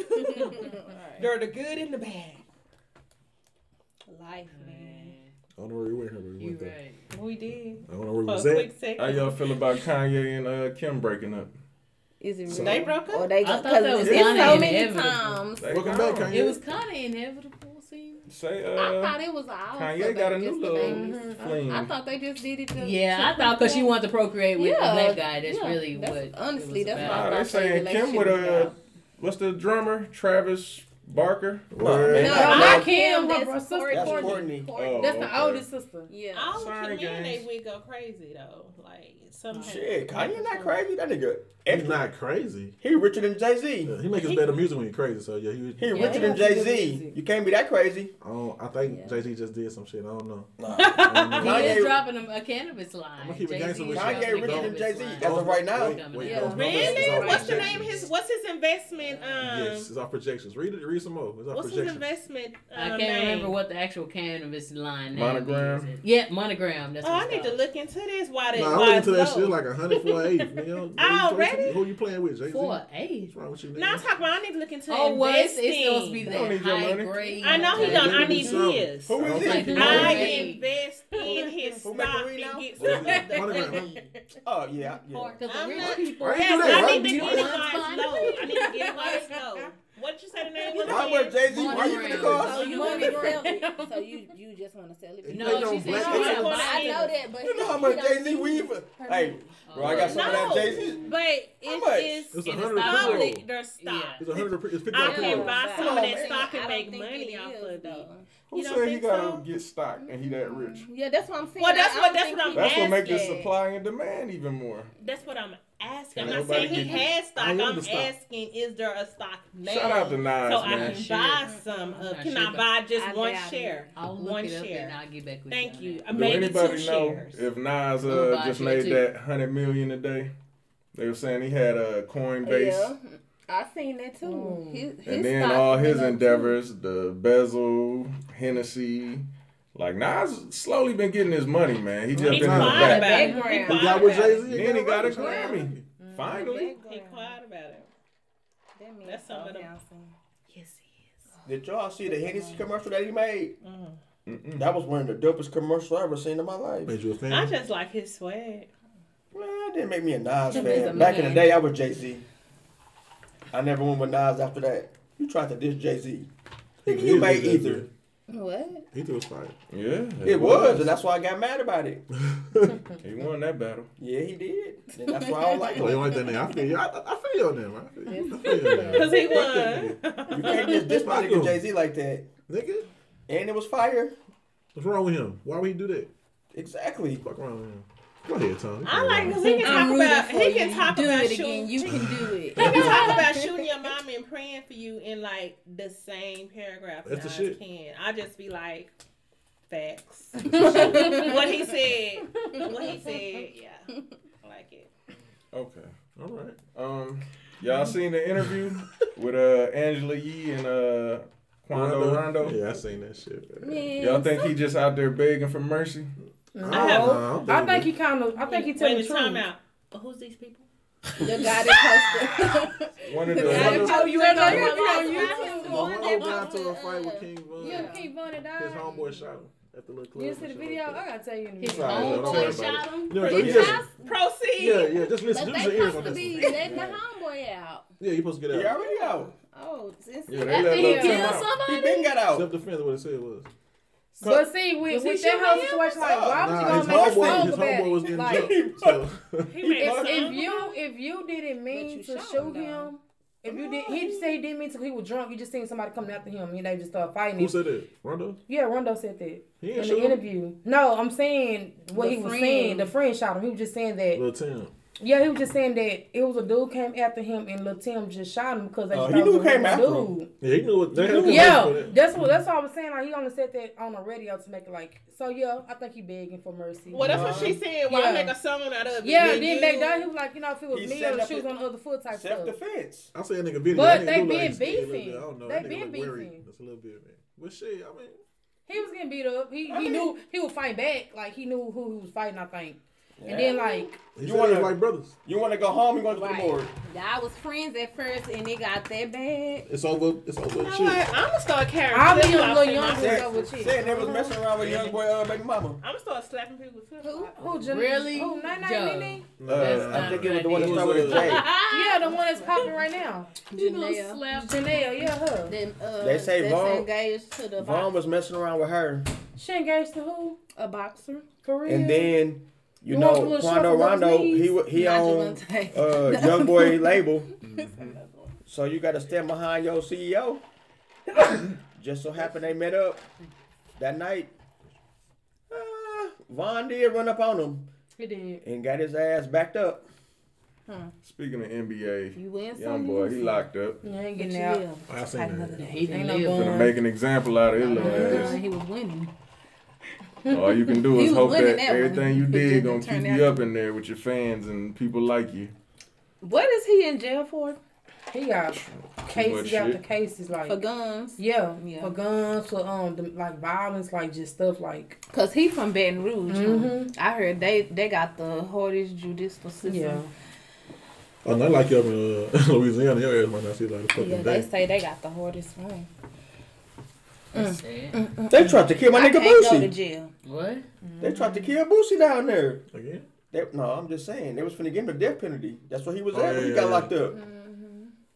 Speaker 5: They're the good and the bad.
Speaker 4: Life, man.
Speaker 6: I don't know where we went here, but we
Speaker 9: You
Speaker 6: went there.
Speaker 9: right.
Speaker 5: We did
Speaker 6: I don't know where we
Speaker 5: for a
Speaker 6: was at.
Speaker 5: quick
Speaker 2: How
Speaker 5: second.
Speaker 2: y'all feel about Kanye and uh, Kim breaking up?
Speaker 4: Is it real?
Speaker 5: They broke up?
Speaker 4: Or they
Speaker 9: I thought
Speaker 4: because
Speaker 9: that was
Speaker 4: it's
Speaker 9: kinda
Speaker 4: so many
Speaker 9: inevitable.
Speaker 4: times.
Speaker 2: They
Speaker 6: Welcome
Speaker 2: gone.
Speaker 6: back, Kanye.
Speaker 9: It was kind of inevitable, see?
Speaker 2: Say,
Speaker 4: I
Speaker 2: uh,
Speaker 4: thought it was all.
Speaker 2: Kanye got a new little fling.
Speaker 4: I thought they just did it. To,
Speaker 9: Yeah, I
Speaker 4: to
Speaker 9: thought because she
Speaker 4: protect-
Speaker 9: wanted to procreate with
Speaker 4: Yeah,
Speaker 9: the black guy. That's
Speaker 4: yeah,
Speaker 9: really
Speaker 4: that's-
Speaker 9: what.
Speaker 4: honestly,
Speaker 9: it was
Speaker 4: that's
Speaker 9: about.
Speaker 2: Nah,
Speaker 4: I
Speaker 2: they
Speaker 4: thought
Speaker 2: saying
Speaker 4: they
Speaker 2: Kim with uh,
Speaker 4: relationship
Speaker 2: what's the drummer? Travis Barker.
Speaker 6: Word.
Speaker 4: No,
Speaker 7: Nah,
Speaker 4: not
Speaker 7: that's-
Speaker 4: Kim.
Speaker 3: Kim, her
Speaker 4: That's
Speaker 3: bro-
Speaker 4: Courtney.
Speaker 7: That's Courtney.
Speaker 2: Oh,
Speaker 3: That's
Speaker 2: okay.
Speaker 3: the oldest sister.
Speaker 4: Yeah.
Speaker 5: All
Speaker 2: Sorry,
Speaker 5: the men they
Speaker 2: guys.
Speaker 5: would go crazy though. Like some
Speaker 7: Shit, Kanye not crazy. That nigga,
Speaker 6: He's
Speaker 7: extra-
Speaker 6: not crazy.
Speaker 7: he richer than Jay Z.
Speaker 6: Yeah, he makes better music when he's crazy. So yeah, he.
Speaker 7: He
Speaker 6: I
Speaker 7: richer
Speaker 3: he
Speaker 7: than
Speaker 3: got some
Speaker 7: Jay
Speaker 3: good
Speaker 7: Z.
Speaker 3: music.
Speaker 7: You can't be that crazy.
Speaker 6: don't. I think
Speaker 4: Yeah.
Speaker 6: Jay Z just did some shit. I don't
Speaker 2: *laughs*
Speaker 6: know.
Speaker 9: He
Speaker 7: Kanye-
Speaker 9: is dropping a, a cannabis line.
Speaker 6: I'ma keep it gangsta with
Speaker 7: Kanye richer than Jay-Z as of right now.
Speaker 4: Yeah.
Speaker 6: those numbers is
Speaker 5: Really?
Speaker 6: all
Speaker 5: What's the name? of
Speaker 6: projections.
Speaker 5: His what's his investment? Um,
Speaker 6: Yes, it's our projections. Read it. Read some more. It's our
Speaker 5: what's his
Speaker 6: projections.
Speaker 5: investment?
Speaker 9: I
Speaker 5: uh,
Speaker 9: can't
Speaker 5: name?
Speaker 9: remember what the actual cannabis line name
Speaker 2: Monogram.
Speaker 9: is. Yeah, monogram. That's
Speaker 5: Oh,
Speaker 9: what
Speaker 5: I
Speaker 9: it's
Speaker 5: need to
Speaker 9: called.
Speaker 5: look into this. Why they?
Speaker 6: Nah, I'm
Speaker 5: why
Speaker 6: looking
Speaker 5: it's
Speaker 6: to that
Speaker 5: low?
Speaker 6: shit like a hundred for an
Speaker 5: *laughs*
Speaker 6: eighth. nigga.
Speaker 5: Already?
Speaker 6: Who you playing with, Jay Z?
Speaker 9: For
Speaker 6: What's
Speaker 9: an eighth.
Speaker 6: wrong with you,
Speaker 5: no, I'm
Speaker 6: nigga?
Speaker 5: talking about. I need to look into
Speaker 9: Oh, well, it's,
Speaker 5: investing.
Speaker 9: it's supposed to be
Speaker 2: I don't
Speaker 9: that
Speaker 2: need your
Speaker 9: high
Speaker 2: money.
Speaker 9: grade.
Speaker 5: I know he
Speaker 6: Yeah,
Speaker 5: don't.
Speaker 6: you
Speaker 5: I
Speaker 6: do
Speaker 5: need
Speaker 6: something.
Speaker 5: his.
Speaker 7: Who
Speaker 6: I
Speaker 7: is
Speaker 6: don't
Speaker 7: he?
Speaker 6: think he
Speaker 5: I
Speaker 6: knows.
Speaker 9: Hey.
Speaker 5: invest in his
Speaker 7: Who making
Speaker 5: stock
Speaker 7: weed now?
Speaker 5: and get
Speaker 6: What
Speaker 5: some *laughs*
Speaker 6: is it?
Speaker 5: of
Speaker 6: Monogram,
Speaker 5: the.
Speaker 6: huh?
Speaker 7: Oh yeah, yeah.
Speaker 9: Because the
Speaker 5: I'm
Speaker 9: rich
Speaker 5: not-
Speaker 9: people.
Speaker 6: Why you do
Speaker 5: Yes,
Speaker 6: that?
Speaker 5: I
Speaker 6: Why
Speaker 5: need to
Speaker 6: you do
Speaker 5: get
Speaker 6: that?
Speaker 5: why it's low. I need to get why it's low. What you say the name was?
Speaker 7: Why
Speaker 5: again?
Speaker 7: would Jay Z? Why you in the
Speaker 4: So
Speaker 7: car?
Speaker 4: you want to sell it? So you you just want to sell it?
Speaker 6: You
Speaker 9: No,
Speaker 6: ain't
Speaker 9: she
Speaker 6: no
Speaker 9: said
Speaker 6: black-
Speaker 9: she
Speaker 5: It's
Speaker 4: But
Speaker 9: wanted
Speaker 4: I
Speaker 5: Money.
Speaker 4: know that, but
Speaker 7: You know
Speaker 4: he-
Speaker 7: how
Speaker 4: he
Speaker 7: much
Speaker 4: don't
Speaker 7: Jay Z weave? Hey, bro, I got some of that
Speaker 5: No.
Speaker 7: Jay Z.
Speaker 5: But it
Speaker 7: much?
Speaker 5: is
Speaker 6: It's
Speaker 5: it's
Speaker 6: a hundred
Speaker 5: public
Speaker 6: dollars.
Speaker 5: their stock.
Speaker 9: Yeah.
Speaker 6: It's a hundred. It's fifty.
Speaker 5: I
Speaker 4: Yeah.
Speaker 5: can buy some of
Speaker 7: Come on,
Speaker 5: that
Speaker 7: man.
Speaker 4: I
Speaker 5: stock and
Speaker 4: don't
Speaker 5: make
Speaker 4: think
Speaker 5: money
Speaker 4: it
Speaker 5: off
Speaker 4: is,
Speaker 5: of it.
Speaker 4: though.
Speaker 2: Who
Speaker 5: You don't
Speaker 2: said he
Speaker 5: think
Speaker 2: gotta
Speaker 5: so?
Speaker 2: get stock and he that rich?
Speaker 4: Yeah, that's what I'm saying.
Speaker 5: Well, that's
Speaker 4: I
Speaker 5: what-
Speaker 4: don't
Speaker 5: that's
Speaker 4: think
Speaker 5: what I'm
Speaker 4: he-
Speaker 2: That's what make the
Speaker 5: Asking.
Speaker 2: supply and demand even more.
Speaker 5: That's what I'm asking. I'm
Speaker 2: Ain't
Speaker 5: not saying
Speaker 2: nobody
Speaker 5: he
Speaker 2: getting-
Speaker 5: has stock.
Speaker 6: I
Speaker 5: I'm
Speaker 6: love the stock.
Speaker 5: asking, is there a stock now?
Speaker 2: Shout out to Nas,
Speaker 5: so I
Speaker 2: man.
Speaker 5: can
Speaker 9: Sure.
Speaker 5: buy some
Speaker 9: I'm
Speaker 5: of.
Speaker 9: not
Speaker 5: Can
Speaker 9: sure,
Speaker 5: I
Speaker 9: but
Speaker 5: buy just
Speaker 4: I
Speaker 5: one
Speaker 4: doubt it.
Speaker 5: share?
Speaker 9: I'll look
Speaker 5: one
Speaker 9: it up and
Speaker 5: share.
Speaker 9: I'll get back with
Speaker 5: Thank
Speaker 9: you.
Speaker 5: you.
Speaker 9: on
Speaker 5: Uh,
Speaker 2: Do
Speaker 5: Maybe two
Speaker 2: anybody know
Speaker 5: shares.
Speaker 2: if Nas
Speaker 9: I'ma
Speaker 2: uh,
Speaker 9: buy
Speaker 2: just
Speaker 9: two,
Speaker 2: made
Speaker 9: too.
Speaker 2: that hundred million a day? They were saying he had a Coinbase,
Speaker 4: Yeah, I seen that too. His, his
Speaker 2: and then
Speaker 4: stock
Speaker 2: all
Speaker 4: went
Speaker 2: his
Speaker 4: up, too.
Speaker 2: endeavors, the bezel, Hennessy, like Nas slowly been getting his money, man. He just
Speaker 5: He
Speaker 2: been in the
Speaker 5: quiet
Speaker 2: back.
Speaker 5: about it. He
Speaker 4: Background.
Speaker 5: quiet
Speaker 6: He got with
Speaker 5: about it.
Speaker 6: Jay Z.
Speaker 2: Then he got a Grammy.
Speaker 4: Mm-hmm.
Speaker 2: Finally,
Speaker 5: He quiet about it.
Speaker 4: That means
Speaker 5: That's some
Speaker 4: so
Speaker 5: of them.
Speaker 4: handsome.
Speaker 5: Yes, he is.
Speaker 7: Did y'all see the Hennessy commercial that he made?
Speaker 5: Mhm.
Speaker 7: That was one of the dopest commercials I ever seen in my life. Man,
Speaker 6: Made you a
Speaker 5: I
Speaker 6: fan.
Speaker 5: just like his swag.
Speaker 7: it didn't make me a Nas
Speaker 9: made
Speaker 7: fan.
Speaker 9: the
Speaker 7: Back in the
Speaker 9: man.
Speaker 7: day, I was Jay Z. I never went with Nas after that. You tried to diss Jay Z. Nigga, you made either.
Speaker 4: What?
Speaker 6: He threw his fire.
Speaker 2: yeah,
Speaker 7: It was, and that's why I got mad about it.
Speaker 2: He won that battle.
Speaker 7: Yeah, he did. And that's why I don't like
Speaker 6: Oh, they
Speaker 7: him.
Speaker 6: like that name. I feel you. I, I feel your name, man. I feel you. I feel your name.
Speaker 5: Because he
Speaker 6: Fuck that
Speaker 5: won.
Speaker 7: You can't just diss my nigga Jay Z like that.
Speaker 6: nigga. Nigga,
Speaker 7: And it was fire.
Speaker 6: what's wrong with him? Why would he do that?
Speaker 7: Exactly.
Speaker 6: Fuck wrong with him. Go ahead, Tom.
Speaker 5: I like because he can
Speaker 8: I'm
Speaker 5: talk
Speaker 8: rooting
Speaker 5: about
Speaker 8: for
Speaker 5: he
Speaker 8: you.
Speaker 5: can talk
Speaker 8: Do
Speaker 5: about
Speaker 8: it
Speaker 5: shooting.
Speaker 8: again. You can do it.
Speaker 5: He can
Speaker 3: *laughs*
Speaker 5: talk about shooting your mom and praying for you in like the same paragraph.
Speaker 6: That's the
Speaker 5: Nas
Speaker 6: shit.
Speaker 5: Can I just be like facts?
Speaker 3: *laughs*
Speaker 6: That's the shit.
Speaker 5: what he said. What he said. Yeah. like it.
Speaker 2: Okay. All right. Um, y'all seen the interview with uh Angela Yee and uh Quando Rondo?
Speaker 6: Yeah, I seen that shit.
Speaker 5: Man,
Speaker 2: Y'all think he just out there begging for mercy?
Speaker 3: No,
Speaker 12: I have-
Speaker 6: No,
Speaker 3: I think he kind of. I think he telling the
Speaker 12: Wait,
Speaker 3: truth.
Speaker 12: time out. But who's these people?
Speaker 5: the guy that posted. *laughs*
Speaker 2: One of
Speaker 5: The guy that
Speaker 2: the
Speaker 3: Oh, you ain't
Speaker 5: posted
Speaker 3: know you
Speaker 5: the-
Speaker 3: on YouTube.
Speaker 5: the
Speaker 6: Well,
Speaker 5: one that
Speaker 6: Rondo got into a fight with
Speaker 5: posted,
Speaker 6: King Von.
Speaker 5: Yeah.
Speaker 6: His
Speaker 5: King
Speaker 3: Von and
Speaker 6: homeboy shot him at the little club.
Speaker 3: You see the
Speaker 6: and shit
Speaker 3: video?
Speaker 6: like
Speaker 3: I
Speaker 6: that.
Speaker 3: gotta tell you in a minute.
Speaker 8: His
Speaker 6: Sorry,
Speaker 8: own
Speaker 6: don't worry
Speaker 8: boy
Speaker 6: about it.
Speaker 8: shot him.
Speaker 6: Yeah,
Speaker 8: His
Speaker 6: don't- yeah,
Speaker 8: house-
Speaker 12: Proceed.
Speaker 6: yeah, yeah. Just listen.
Speaker 5: But they
Speaker 6: Use your ears on
Speaker 5: supposed to
Speaker 6: this.
Speaker 5: be
Speaker 6: one.
Speaker 5: letting the homeboy out.
Speaker 6: Yeah, you supposed to get
Speaker 7: He
Speaker 6: out.
Speaker 7: already out.
Speaker 5: Oh, since
Speaker 2: Yeah, they
Speaker 8: After
Speaker 2: let
Speaker 8: he
Speaker 2: little Tim
Speaker 8: killed
Speaker 2: out.
Speaker 7: He
Speaker 8: somebody.
Speaker 7: been got out.
Speaker 6: Self defense. What it said was.
Speaker 3: But see, with, with that whole situation, like, why would
Speaker 6: Nah,
Speaker 3: you
Speaker 6: his
Speaker 3: gonna make a
Speaker 6: homeboy,
Speaker 3: song
Speaker 6: his
Speaker 3: about
Speaker 6: homeboy was
Speaker 3: it?
Speaker 6: getting
Speaker 3: Like,
Speaker 6: jumped. So
Speaker 12: He made
Speaker 3: if,
Speaker 12: fun
Speaker 3: if
Speaker 12: of him.
Speaker 3: you if you didn't mean
Speaker 5: you
Speaker 3: to
Speaker 5: shot
Speaker 3: shoot
Speaker 5: him, though.
Speaker 3: him, if you did, he said he didn't mean to. He was drunk. You just seen somebody coming after him, and they just started fighting.
Speaker 6: who said that? Rondo.
Speaker 3: Yeah, Rondo said that in
Speaker 6: He ain't
Speaker 3: the
Speaker 6: shoot him.
Speaker 3: interview. No, I'm saying what
Speaker 8: The
Speaker 3: he was
Speaker 8: friend.
Speaker 3: saying. The friend shot him. He was just saying that.
Speaker 6: Little Tim.
Speaker 3: Yeah, he was just saying that it was a dude came after him, and Lil Tim just shot him because they
Speaker 7: Oh,
Speaker 3: thought
Speaker 7: he
Speaker 3: it
Speaker 7: knew
Speaker 3: was
Speaker 7: who came
Speaker 3: a
Speaker 7: after him.
Speaker 3: dude.
Speaker 6: Yeah, he knew what. They had a good reason
Speaker 3: Yeah,
Speaker 6: for that.
Speaker 3: that's what that's what I was saying. Like he only said that on the radio to make it like so. Yeah, I think he begging for mercy.
Speaker 12: Well, that's what she said. Why
Speaker 3: Yeah.
Speaker 12: make a song out of it?
Speaker 3: Yeah,
Speaker 7: Yeah,
Speaker 3: then
Speaker 7: you-
Speaker 3: back down he was like, you know, if it was
Speaker 7: He
Speaker 3: me
Speaker 7: set
Speaker 3: or the
Speaker 7: up
Speaker 3: shoes
Speaker 7: the-
Speaker 3: on the other foot type
Speaker 7: Self
Speaker 3: stuff.
Speaker 7: defense.
Speaker 6: I seen that nigga video.
Speaker 3: But
Speaker 6: That nigga
Speaker 3: they
Speaker 6: look
Speaker 3: been
Speaker 6: like skinny little bit.
Speaker 3: beefing.
Speaker 6: I don't know.
Speaker 3: They
Speaker 6: That nigga
Speaker 3: been
Speaker 6: look worried.
Speaker 3: beefing.
Speaker 6: That's a little bit, man. But shit, I mean,
Speaker 3: He was getting beat up. He he
Speaker 7: mean-
Speaker 3: knew he would fight back. Like he knew who he was fighting. I think. And then like
Speaker 6: he
Speaker 7: You
Speaker 6: said
Speaker 7: wanna-
Speaker 6: they like brothers.
Speaker 7: You want to go home? You going to the
Speaker 5: Right.
Speaker 7: morgue?
Speaker 5: Y'all was friends at first, and it got that bad.
Speaker 6: It's over. It's over.
Speaker 12: You know what?
Speaker 6: shit.
Speaker 12: I'm gonna start carrying.
Speaker 3: I'll be
Speaker 12: flip-flops
Speaker 3: a little
Speaker 12: in my-
Speaker 3: younger
Speaker 7: Said,
Speaker 3: though with
Speaker 7: said
Speaker 3: you.
Speaker 7: they was messing around with young boy uh, baby mama.
Speaker 12: I'm gonna start slapping people with flip
Speaker 5: Who?
Speaker 12: flops.
Speaker 3: Who Jen-
Speaker 8: Really?
Speaker 3: Who Nene
Speaker 8: Joe.
Speaker 3: Nene?
Speaker 8: That's
Speaker 2: Uh,
Speaker 8: not
Speaker 7: I think it was the one that
Speaker 8: right.
Speaker 6: was,
Speaker 7: started with
Speaker 6: uh,
Speaker 7: a J.
Speaker 3: Yeah, the one that's popping right now.
Speaker 8: You gonna
Speaker 5: Janelle.
Speaker 8: slap
Speaker 3: Janelle, yeah, her.
Speaker 5: Them, uh,
Speaker 7: They say
Speaker 5: that's
Speaker 7: Vaughn-
Speaker 5: engaged
Speaker 4: *laughs*
Speaker 5: to the
Speaker 7: Vaughn
Speaker 5: box,
Speaker 7: was messing around with her,
Speaker 3: She engaged to who?
Speaker 5: a boxer.
Speaker 3: For real?
Speaker 7: and then you
Speaker 3: You want a
Speaker 7: know
Speaker 3: little
Speaker 7: Quando
Speaker 3: shuffle on
Speaker 7: Rondo,
Speaker 3: his knees?
Speaker 7: he wa- he
Speaker 5: Nigel
Speaker 7: owned
Speaker 5: Montaigne.
Speaker 7: uh, young boy label. So you got to stand behind your CEO. Just so happened they met up that night. Uh, Von did run up on him
Speaker 3: He did.
Speaker 7: and got his ass backed up.
Speaker 2: speaking of NBA,
Speaker 5: You win some,
Speaker 2: young
Speaker 5: you
Speaker 2: boy,
Speaker 5: lose
Speaker 2: he
Speaker 5: some.
Speaker 2: locked up.
Speaker 3: You ain't
Speaker 5: But
Speaker 3: getting
Speaker 5: you
Speaker 3: out.
Speaker 5: live.
Speaker 6: I seen
Speaker 5: Like
Speaker 6: that.
Speaker 5: another day.
Speaker 8: He didn't
Speaker 3: Ain't
Speaker 8: live.
Speaker 3: no
Speaker 2: Gonna
Speaker 3: bun.
Speaker 2: make an example out of his little
Speaker 5: Uh,
Speaker 2: ass.
Speaker 5: he was winning.
Speaker 2: All you can
Speaker 5: *laughs*
Speaker 2: do
Speaker 5: He
Speaker 2: is
Speaker 5: was
Speaker 2: hope
Speaker 5: winning
Speaker 2: that,
Speaker 5: that one.
Speaker 2: everything you
Speaker 5: It
Speaker 2: did
Speaker 5: didn't
Speaker 2: gonna
Speaker 5: turn
Speaker 2: keep you
Speaker 5: out.
Speaker 2: up in there with your fans and people like you.
Speaker 5: What is he in jail for?
Speaker 3: He got
Speaker 2: much
Speaker 3: cases after
Speaker 2: shit.
Speaker 3: cases like
Speaker 5: For guns?
Speaker 3: yeah,
Speaker 5: Yeah.
Speaker 3: for guns, for um, the, like violence, like just stuff like
Speaker 5: Cause he from Baton Rouge. huh?
Speaker 3: Mhm.
Speaker 5: I heard they they got the hardest judicial system.
Speaker 3: yeah.
Speaker 6: Oh, not like you up in uh, *laughs* Louisiana. Your ass might not see like the fucking
Speaker 5: Yeah, they
Speaker 6: day.
Speaker 5: say they got the hardest one.
Speaker 8: That's sad.
Speaker 7: They tried to kill my
Speaker 5: I
Speaker 7: nigga
Speaker 5: can't go to
Speaker 7: Boosie.
Speaker 5: jail.
Speaker 8: What?
Speaker 7: They tried to kill Boosie down there.
Speaker 6: Again?
Speaker 7: They, no, I'm just saying they was finna give him the death penalty. That's what he was
Speaker 6: Oh,
Speaker 7: at when he
Speaker 6: yeah,
Speaker 7: got
Speaker 6: yeah.
Speaker 7: locked up.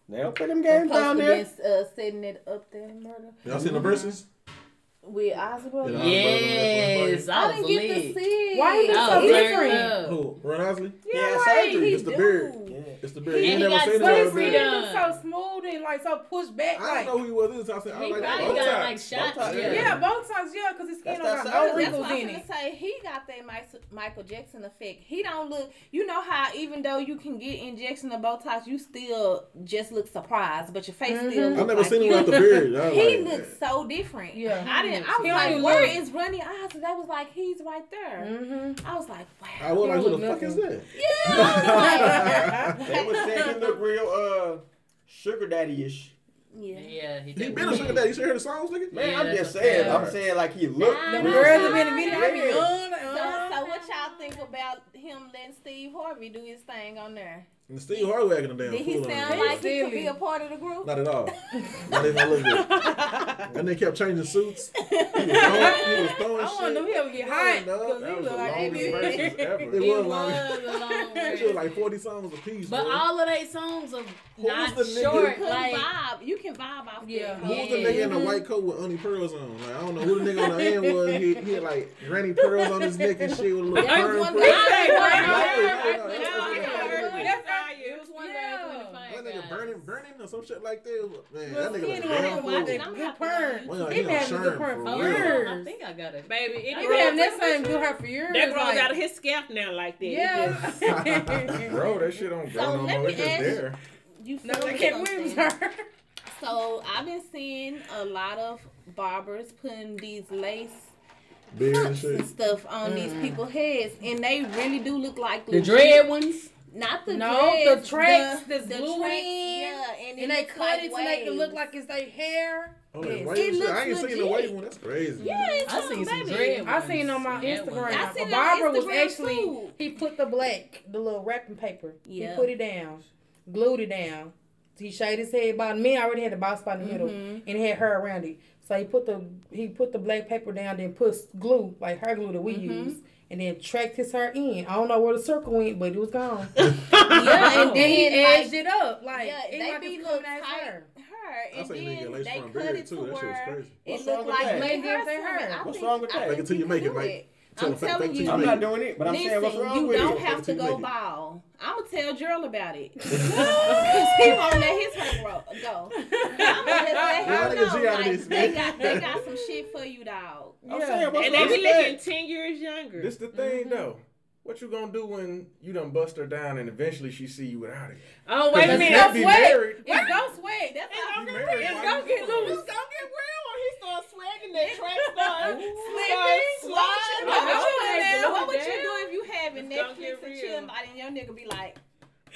Speaker 7: They don't play them
Speaker 5: Supposed
Speaker 7: games down
Speaker 5: to
Speaker 7: there.
Speaker 5: been, uh, setting it up there murder
Speaker 6: Y'all seen the verses?
Speaker 5: with Oswald.
Speaker 6: Yeah.
Speaker 8: Yes, I,
Speaker 5: I didn't
Speaker 8: was
Speaker 5: get
Speaker 8: lit.
Speaker 5: to see. it.
Speaker 3: Why is it
Speaker 7: Oh,
Speaker 8: I
Speaker 3: so
Speaker 8: was
Speaker 3: different?
Speaker 8: turned up.
Speaker 6: Who? Ron Osley?
Speaker 7: Yeah,
Speaker 5: right,
Speaker 7: surgery.
Speaker 5: he
Speaker 6: It's the
Speaker 5: do.
Speaker 6: beard. It's the beard.
Speaker 8: And
Speaker 6: You
Speaker 8: he
Speaker 6: never
Speaker 8: got
Speaker 6: seen
Speaker 8: skin
Speaker 6: it.
Speaker 3: But
Speaker 8: free.
Speaker 6: beard.
Speaker 3: he was so smooth and like so pushed back,
Speaker 6: I
Speaker 3: like
Speaker 6: didn't know who he was. This I said, I
Speaker 8: He
Speaker 6: like
Speaker 8: probably
Speaker 6: that.
Speaker 8: got
Speaker 7: Botox.
Speaker 8: like shots.
Speaker 7: Botox,
Speaker 8: yeah.
Speaker 3: yeah, Botox, yeah, because his skin don't
Speaker 7: That's
Speaker 3: got
Speaker 7: that
Speaker 3: no
Speaker 7: side.
Speaker 5: That's why
Speaker 3: wrinkles in
Speaker 5: I was
Speaker 3: it.
Speaker 5: gonna say he got that Mis- Michael Jackson effect. He don't look. You know how even though you can get injection of Botox, you still just look surprised, but your face still.
Speaker 6: Mm-hmm. I
Speaker 5: Look
Speaker 6: never
Speaker 5: like
Speaker 6: seen him
Speaker 5: you.
Speaker 6: without the beard. I
Speaker 5: *laughs* He
Speaker 6: like,
Speaker 5: looks so different.
Speaker 3: Yeah.
Speaker 5: I didn't.
Speaker 3: He
Speaker 5: I was like,
Speaker 3: only
Speaker 5: where
Speaker 3: look-
Speaker 5: is Ronnie Oz? They was like, he's right there. *laughs*
Speaker 3: Mm-hmm.
Speaker 5: I was like, wow.
Speaker 6: I was like,
Speaker 3: don't
Speaker 6: who
Speaker 3: look
Speaker 6: the fuck is
Speaker 3: nothing.
Speaker 6: that? *laughs*
Speaker 5: Yeah.
Speaker 7: They was saying he look real uh sugar daddy ish.
Speaker 5: yeah.
Speaker 8: Yeah, he
Speaker 6: He
Speaker 8: did.
Speaker 6: been a sugar daddy. You should hear the songs, nigga.
Speaker 7: Man,
Speaker 8: Yeah,
Speaker 7: I'm
Speaker 8: that's
Speaker 7: just
Speaker 8: what-
Speaker 7: saying.
Speaker 8: yeah.
Speaker 7: I'm saying like he look.
Speaker 8: Nah,
Speaker 3: The
Speaker 8: nah,
Speaker 3: girls
Speaker 8: nah.
Speaker 3: have been in the video. they be,
Speaker 7: Yeah.
Speaker 5: So,
Speaker 3: uh, uh.
Speaker 5: so what y'all think about him letting Steve Harvey do his thing on there?
Speaker 6: And Steve Harvey acting a damn
Speaker 5: Did he
Speaker 6: fool on
Speaker 5: sound
Speaker 6: that.
Speaker 5: like he could be
Speaker 3: Silly.
Speaker 5: a part of the group?
Speaker 6: Not at all. Not even a little bit. And they kept changing suits. He was
Speaker 5: *laughs*
Speaker 4: *laughs*
Speaker 6: throwing, he was throwing
Speaker 3: I want him
Speaker 6: shit.
Speaker 3: to ever get
Speaker 6: Yeah,
Speaker 3: hot
Speaker 6: dog,
Speaker 3: because
Speaker 6: that
Speaker 3: he
Speaker 6: was
Speaker 3: look
Speaker 6: the
Speaker 3: like *laughs* that.
Speaker 6: longest
Speaker 2: Versus ever.
Speaker 6: It
Speaker 8: It
Speaker 6: was long.
Speaker 8: was a long
Speaker 6: *laughs* It was
Speaker 8: verse.
Speaker 6: like 40 songs apiece.
Speaker 8: But
Speaker 6: bro.
Speaker 8: all of their songs are not
Speaker 6: the nigga-
Speaker 8: short.
Speaker 5: Couldn't
Speaker 8: Like,
Speaker 5: vibe. You can vibe off
Speaker 3: Yeah.
Speaker 5: that.
Speaker 6: Who was the nigga in the white coat with only pearls on? Like I don't know who the nigga on the end was. He, he had like granny pearls on his neck and shit with a little
Speaker 5: That
Speaker 6: pearl.
Speaker 5: was one
Speaker 6: pearl.
Speaker 5: thing.
Speaker 6: No, no, no,
Speaker 8: It
Speaker 6: that's-
Speaker 8: was
Speaker 3: That's
Speaker 8: one
Speaker 3: Yeah.
Speaker 8: guy that couldn't
Speaker 6: That
Speaker 8: find
Speaker 6: nigga
Speaker 8: guys.
Speaker 6: burning, burning or some shit like that. Man,
Speaker 3: Well,
Speaker 6: that nigga
Speaker 3: he
Speaker 6: was
Speaker 3: the one that
Speaker 6: damn
Speaker 3: was watching
Speaker 6: fool.
Speaker 5: I'm
Speaker 3: good
Speaker 5: not
Speaker 3: perm.
Speaker 6: Well,
Speaker 3: They
Speaker 6: he
Speaker 3: been
Speaker 6: on
Speaker 3: having good
Speaker 6: Sherm,
Speaker 3: perm
Speaker 6: for
Speaker 3: for
Speaker 6: real.
Speaker 3: years.
Speaker 8: I think I got it.
Speaker 12: Baby, it
Speaker 3: They
Speaker 12: grows-
Speaker 3: been having that same good hair for years.
Speaker 12: That grows
Speaker 3: like-
Speaker 12: out of his scalp now like that.
Speaker 3: *laughs* Yes.
Speaker 5: *laughs*
Speaker 2: Bro, that shit don't
Speaker 5: So
Speaker 2: grow no
Speaker 5: let
Speaker 2: more.
Speaker 5: me
Speaker 2: It's just
Speaker 5: ask-
Speaker 2: there.
Speaker 5: You
Speaker 3: no,
Speaker 5: feel
Speaker 3: they can't
Speaker 5: something.
Speaker 3: win her.
Speaker 5: So I've been seeing a lot of barbers putting these lace
Speaker 6: Beard and
Speaker 4: cups
Speaker 6: shit.
Speaker 4: and stuff on these people's heads, and they really do look like
Speaker 3: Mm. The dread ones.
Speaker 4: Not the
Speaker 3: No,
Speaker 4: dreads,
Speaker 3: the tracks that's
Speaker 4: the
Speaker 3: blue
Speaker 4: tracks,
Speaker 3: in,
Speaker 4: yeah, and,
Speaker 3: And they cut it to make it look like it's their hair.
Speaker 6: Oh, that
Speaker 3: Yes.
Speaker 4: It
Speaker 6: wave shit. I
Speaker 4: looks
Speaker 6: ain't seen the
Speaker 4: legit.
Speaker 6: wave one. That's crazy.
Speaker 4: Yeah, it's
Speaker 9: I
Speaker 4: on,
Speaker 9: seen some
Speaker 4: baby.
Speaker 9: dread
Speaker 3: I seen on my
Speaker 9: That one.
Speaker 3: Instagram.
Speaker 4: I seen it on
Speaker 3: Barbara was
Speaker 4: Instagram,
Speaker 3: actually
Speaker 4: too.
Speaker 3: he put the black, the little wrapping paper.
Speaker 4: Yeah.
Speaker 3: He put it down, glued it down. He shaved his head bottom. Me already had the bob spot in the middle
Speaker 4: Mm-hmm.
Speaker 3: and had hair around it. So he put the he put the black paper down, then put s- glue like hair glue that we
Speaker 4: Mm-hmm.
Speaker 3: use, and then tracked his hair in. I don't know where the circle went, but it was gone.
Speaker 4: *laughs* Yeah,
Speaker 3: Oh. and then he
Speaker 4: like,
Speaker 3: edged it up like
Speaker 4: yeah,
Speaker 3: it
Speaker 4: they
Speaker 3: like
Speaker 4: be
Speaker 3: it's
Speaker 4: look tight.
Speaker 3: coming out his hair.
Speaker 4: Her
Speaker 6: I
Speaker 4: and
Speaker 6: seen nigga
Speaker 4: then
Speaker 6: lace
Speaker 4: they
Speaker 6: front
Speaker 4: cut
Speaker 6: beard
Speaker 4: it to
Speaker 6: too. That shit was
Speaker 4: where
Speaker 6: crazy.
Speaker 4: it
Speaker 7: What's
Speaker 4: looked
Speaker 7: wrong with
Speaker 4: like
Speaker 7: that?
Speaker 4: lady
Speaker 3: Lady up there
Speaker 4: hair.
Speaker 3: hurt.
Speaker 4: I
Speaker 7: What's
Speaker 4: think-
Speaker 7: wrong with
Speaker 4: I
Speaker 7: that?
Speaker 4: think
Speaker 6: Fake it till you make it,
Speaker 4: do
Speaker 6: Mike. Tell
Speaker 4: I'm
Speaker 6: them, fake-
Speaker 4: telling
Speaker 6: fake it till
Speaker 4: you,
Speaker 6: you
Speaker 7: I'm not doing it, but I'm saying what's
Speaker 4: Listen,
Speaker 7: wrong
Speaker 4: you
Speaker 7: with
Speaker 4: don't
Speaker 7: it.
Speaker 4: have to
Speaker 6: Fake it till
Speaker 4: go
Speaker 6: you make it.
Speaker 4: ball. I'm gonna tell Gerald about it. 'Cause he won't let his hair grow go. I'm gonna just let
Speaker 6: Yeah, I
Speaker 4: him
Speaker 6: think it's
Speaker 4: know.
Speaker 6: you out of
Speaker 4: Like,
Speaker 6: this,
Speaker 4: they
Speaker 6: man.
Speaker 4: got they got some shit for you, dog.
Speaker 2: I'm saying, what's
Speaker 5: And
Speaker 2: wrong
Speaker 5: they
Speaker 2: with
Speaker 5: be
Speaker 2: that?
Speaker 5: looking ten years younger.
Speaker 2: This the thing though. What you gonna do when you done bust her down and eventually she see you without it?
Speaker 5: oh wait a
Speaker 2: Let's
Speaker 5: minute.
Speaker 2: not be married.
Speaker 4: It's ghost sweat. That's how
Speaker 2: Be married. Why you
Speaker 5: get
Speaker 2: doing
Speaker 5: loose.
Speaker 2: this?
Speaker 4: Don't get real when he starts sweating that track starts
Speaker 5: Slipping,
Speaker 4: What would you,
Speaker 5: sliding.
Speaker 4: do?
Speaker 5: What
Speaker 4: What
Speaker 5: would
Speaker 4: would
Speaker 5: you
Speaker 4: you do if you have
Speaker 5: It's gonna get
Speaker 4: Netflix and
Speaker 5: real.
Speaker 4: chill body and your nigga be like,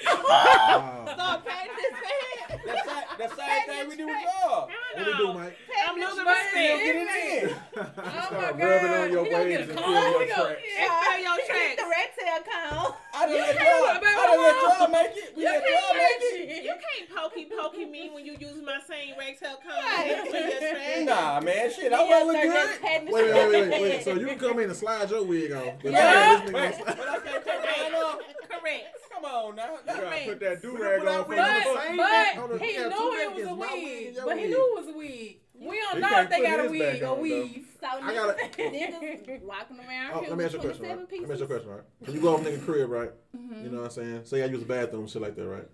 Speaker 4: *laughs* start patting his head?
Speaker 7: That's not- that's the same thing we do with y'all.
Speaker 6: What we do, Mike?
Speaker 5: I'm losing
Speaker 7: Still
Speaker 5: my
Speaker 7: get
Speaker 5: skin.
Speaker 7: it in.
Speaker 6: *laughs*
Speaker 4: Oh
Speaker 2: Start rubbing on your waves and feel your track.
Speaker 5: Expel your
Speaker 4: Get the
Speaker 5: tracks.
Speaker 4: rat tail comb.
Speaker 7: I done
Speaker 5: can't
Speaker 7: let y'all.
Speaker 5: rub it
Speaker 7: I done let
Speaker 5: along.
Speaker 7: y'all make it. We let y'all make it.
Speaker 5: You can't pokey pokey me when you use my same rag tail comb.
Speaker 4: Right.
Speaker 5: With *laughs* your trash.
Speaker 7: Nah, man, shit,
Speaker 4: Yeah,
Speaker 7: I want to look
Speaker 4: start
Speaker 7: good.
Speaker 4: just patting his
Speaker 6: Wait, wait,
Speaker 4: head.
Speaker 6: wait, wait, wait. So you can come in and slide your wig off. But
Speaker 7: Yeah.
Speaker 6: you got this nigga on slide.
Speaker 5: Correct. Correct.
Speaker 7: Come on now.
Speaker 2: You gotta put that do
Speaker 6: Put
Speaker 2: rag
Speaker 6: that
Speaker 2: on
Speaker 6: wig
Speaker 2: for
Speaker 6: on.
Speaker 2: you.
Speaker 6: same back on the-
Speaker 3: But he
Speaker 6: yeah,
Speaker 3: knew
Speaker 6: two
Speaker 3: it was
Speaker 6: back
Speaker 3: a
Speaker 6: is my wig
Speaker 3: wig.
Speaker 6: and your
Speaker 3: But he
Speaker 6: wig.
Speaker 3: knew it was a wig. We don't
Speaker 2: They
Speaker 3: know if
Speaker 2: can't
Speaker 3: they
Speaker 2: put
Speaker 3: got a
Speaker 2: his back
Speaker 3: wig *laughs* or
Speaker 2: on, though.
Speaker 3: weave.
Speaker 4: So
Speaker 6: I
Speaker 4: niggas, *laughs*
Speaker 6: gotta-
Speaker 4: niggas walking around
Speaker 6: Oh,
Speaker 4: here
Speaker 6: let me
Speaker 4: with
Speaker 6: ask you a question,
Speaker 4: 27
Speaker 6: right? Let
Speaker 4: pieces.
Speaker 6: me ask you a question, right? When you go over nigga crib, right? You know what I'm saying? Say I use a bathroom, shit like that, right?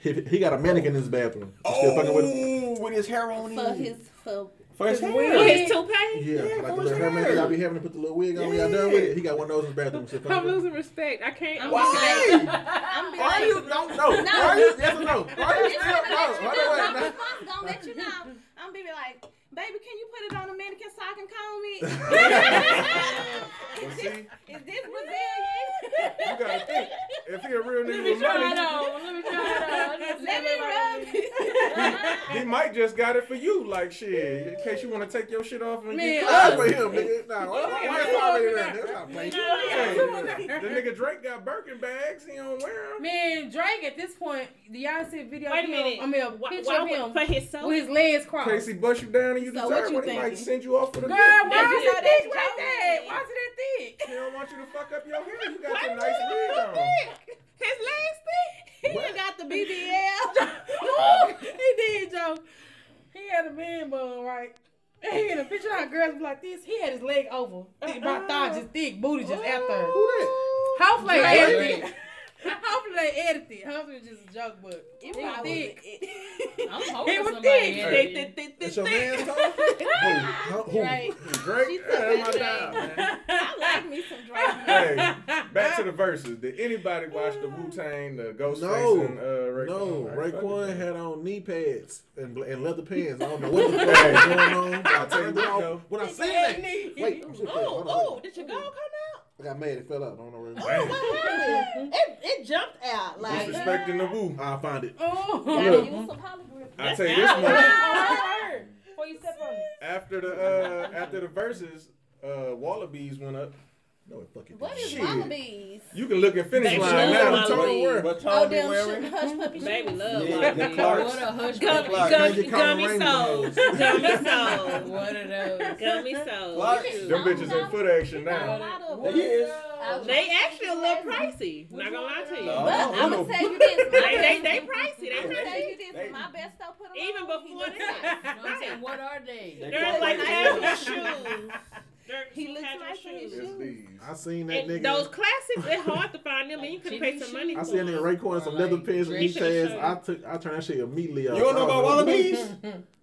Speaker 6: He, he got a mannequin in his bathroom. You still fucking with him?
Speaker 7: Ooh, with his hair on
Speaker 4: For
Speaker 7: him.
Speaker 4: his, for
Speaker 7: For his
Speaker 5: For
Speaker 7: hair.
Speaker 5: his toupee.
Speaker 6: Yeah, like
Speaker 7: for his
Speaker 6: the little hair
Speaker 7: hair.
Speaker 6: mannequin y'all be having to put the little wig on when y'all done with it. He got one of those in his bathroom. Shit fucking
Speaker 5: I'm
Speaker 6: with him.
Speaker 5: losing respect. I can't. I'm
Speaker 7: Why?
Speaker 4: *laughs* I'm be
Speaker 6: Why
Speaker 4: like,
Speaker 6: you don't know? Why you yes or no? Why you
Speaker 4: This gonna
Speaker 6: still
Speaker 4: let you know. Don't
Speaker 6: no? Why the
Speaker 4: be
Speaker 6: way?
Speaker 4: fucked, gonna let you know. I'm be like, baby, can you put it on a mannequin so I can
Speaker 6: *laughs*
Speaker 4: comb it? *laughs* is, this, is this Brazilian?
Speaker 2: You gotta think. If he a real nigga with
Speaker 9: Try it
Speaker 2: money,
Speaker 9: on. Let me try it on.
Speaker 4: Let me rub it.
Speaker 6: *laughs*
Speaker 2: *laughs* he might just got it for you, like shit, in case you wanna take your shit off and
Speaker 3: Man,
Speaker 2: get
Speaker 6: That's *laughs* for
Speaker 2: caught.
Speaker 6: him, nigga. Nah, why why is already there? Nigga, stop playing.
Speaker 2: Hey, the nigga Drake got Birkin bags, he don't wear them.
Speaker 3: Man, Drake at this point, do y'all see a video
Speaker 5: Wait a
Speaker 3: of him?
Speaker 5: minute.
Speaker 3: I mean, a
Speaker 5: Why-
Speaker 3: picture
Speaker 5: why
Speaker 3: of
Speaker 5: would-
Speaker 3: him
Speaker 5: for himself?
Speaker 3: with his legs crossed.
Speaker 2: Casey bust you down and you
Speaker 4: So
Speaker 2: deserve
Speaker 4: what you
Speaker 2: what he might
Speaker 4: thinking?
Speaker 2: send you off with a
Speaker 3: Girl,
Speaker 2: gift.
Speaker 3: why
Speaker 4: you
Speaker 3: is
Speaker 4: know
Speaker 3: it
Speaker 4: that's
Speaker 3: thick like that?
Speaker 4: Drake.
Speaker 3: Why is it that thick?
Speaker 2: He don't want you to fuck up your hair. You got the nice wig on.
Speaker 3: *laughs*
Speaker 4: His legs thick. He done got the
Speaker 2: *laughs*
Speaker 4: BBL.
Speaker 3: Ooh, he did, Joe. He had a man bun, right? And he in a picture of how girls be like this. He had his leg over. Thick- My thigh
Speaker 5: Oh.
Speaker 3: just thick, booty just out there.
Speaker 6: Who that?
Speaker 3: Hopefully they
Speaker 6: Drake.
Speaker 3: edited *laughs* it. Hopefully they edited it. Hopefully it's just a joke, but
Speaker 4: It
Speaker 3: He was
Speaker 4: probably-
Speaker 3: *laughs*
Speaker 4: it-
Speaker 9: I'm
Speaker 3: It
Speaker 9: hoping
Speaker 3: was
Speaker 9: somebody
Speaker 3: thick.
Speaker 9: had
Speaker 5: They,
Speaker 9: it.
Speaker 5: they, they, they,
Speaker 6: That's your man's toe? Who? Huh? Who?
Speaker 4: Right.
Speaker 2: Drake, yeah, that's my dog, man.
Speaker 4: I like me some Drake.
Speaker 2: Hey, back to the verses. Did anybody watch the Wu Tang, the Ghostface,
Speaker 6: No.
Speaker 2: and uh, Raekwon?
Speaker 6: No,
Speaker 2: Like, fuck it,
Speaker 6: Raekwon
Speaker 2: man.
Speaker 6: had on knee pads and, bl- and leather pants. I don't know what the fuck was going on. I turned it
Speaker 2: though.
Speaker 6: off. When I seen that, wait, I'm just
Speaker 5: oh, oh,
Speaker 6: oh,
Speaker 5: did your gold come
Speaker 6: I got mad. It fell out. I don't know where it
Speaker 2: Damn.
Speaker 6: was.
Speaker 4: It, it jumped out like.
Speaker 2: Disrespecting the Wu.
Speaker 6: I'll find it.
Speaker 3: Oh,
Speaker 4: Gotta
Speaker 3: *laughs*
Speaker 4: use some polygrip.
Speaker 2: I
Speaker 5: That's
Speaker 2: tell you this
Speaker 5: out.
Speaker 2: much.
Speaker 3: before you step on it.
Speaker 2: After the uh, after the verses, uh, Wallabies went up.
Speaker 6: No, it fucking
Speaker 4: What is
Speaker 6: didn't.
Speaker 2: Shit.
Speaker 4: wallabies?
Speaker 2: You can look at finish
Speaker 5: They
Speaker 2: line
Speaker 5: love
Speaker 2: now.
Speaker 5: Wallabies.
Speaker 2: Tony Ware.
Speaker 7: What
Speaker 4: Oh,
Speaker 7: Tom be
Speaker 4: damn,
Speaker 7: wearing?
Speaker 4: sh- hush puppy
Speaker 5: out? Baby
Speaker 4: shoes.
Speaker 5: love.
Speaker 7: Yeah,
Speaker 5: like
Speaker 7: the
Speaker 5: me.
Speaker 7: Clarks.
Speaker 9: What a hush
Speaker 5: Gummy,
Speaker 9: puppy.
Speaker 3: *laughs*
Speaker 7: Clark.
Speaker 5: gummy,
Speaker 6: Can't get Colin
Speaker 5: gummy
Speaker 6: Rainbow.
Speaker 5: souls. Gummy souls.
Speaker 9: What are those?
Speaker 5: Gummy souls.
Speaker 7: Clark.
Speaker 2: Them bitches in foot action
Speaker 4: Not a
Speaker 2: now.
Speaker 4: lot of
Speaker 7: They
Speaker 4: them.
Speaker 7: is.
Speaker 4: I was-
Speaker 5: They actually a little pricey. Not gonna lie to
Speaker 4: But
Speaker 5: you.
Speaker 7: No.
Speaker 4: I'm gonna tell you this.
Speaker 5: They, they, they pricey. They
Speaker 4: I'm gonna
Speaker 5: pricey.
Speaker 4: tell you this.
Speaker 7: They-
Speaker 4: my best I put on.
Speaker 5: Even before
Speaker 9: You know what I'm
Speaker 5: that.
Speaker 9: saying? What are they?
Speaker 7: They
Speaker 5: They're
Speaker 7: call
Speaker 5: like
Speaker 7: it-
Speaker 5: casual shoes. They're
Speaker 4: *laughs* He looks
Speaker 5: casual
Speaker 4: nice in his
Speaker 5: shoes.
Speaker 2: It's these.
Speaker 6: I seen that
Speaker 5: And
Speaker 6: nigga.
Speaker 5: those classics, they're hard to find them, and you can
Speaker 9: Like
Speaker 5: pay some
Speaker 9: chicken
Speaker 5: money
Speaker 6: I
Speaker 5: for
Speaker 6: seen that
Speaker 5: them.
Speaker 6: nigga Raekwon some
Speaker 9: Or like
Speaker 6: leather pants and knee
Speaker 9: Drake
Speaker 5: and
Speaker 6: pads. I took, I turned that shit immediately off.
Speaker 7: You don't know about Wallabies?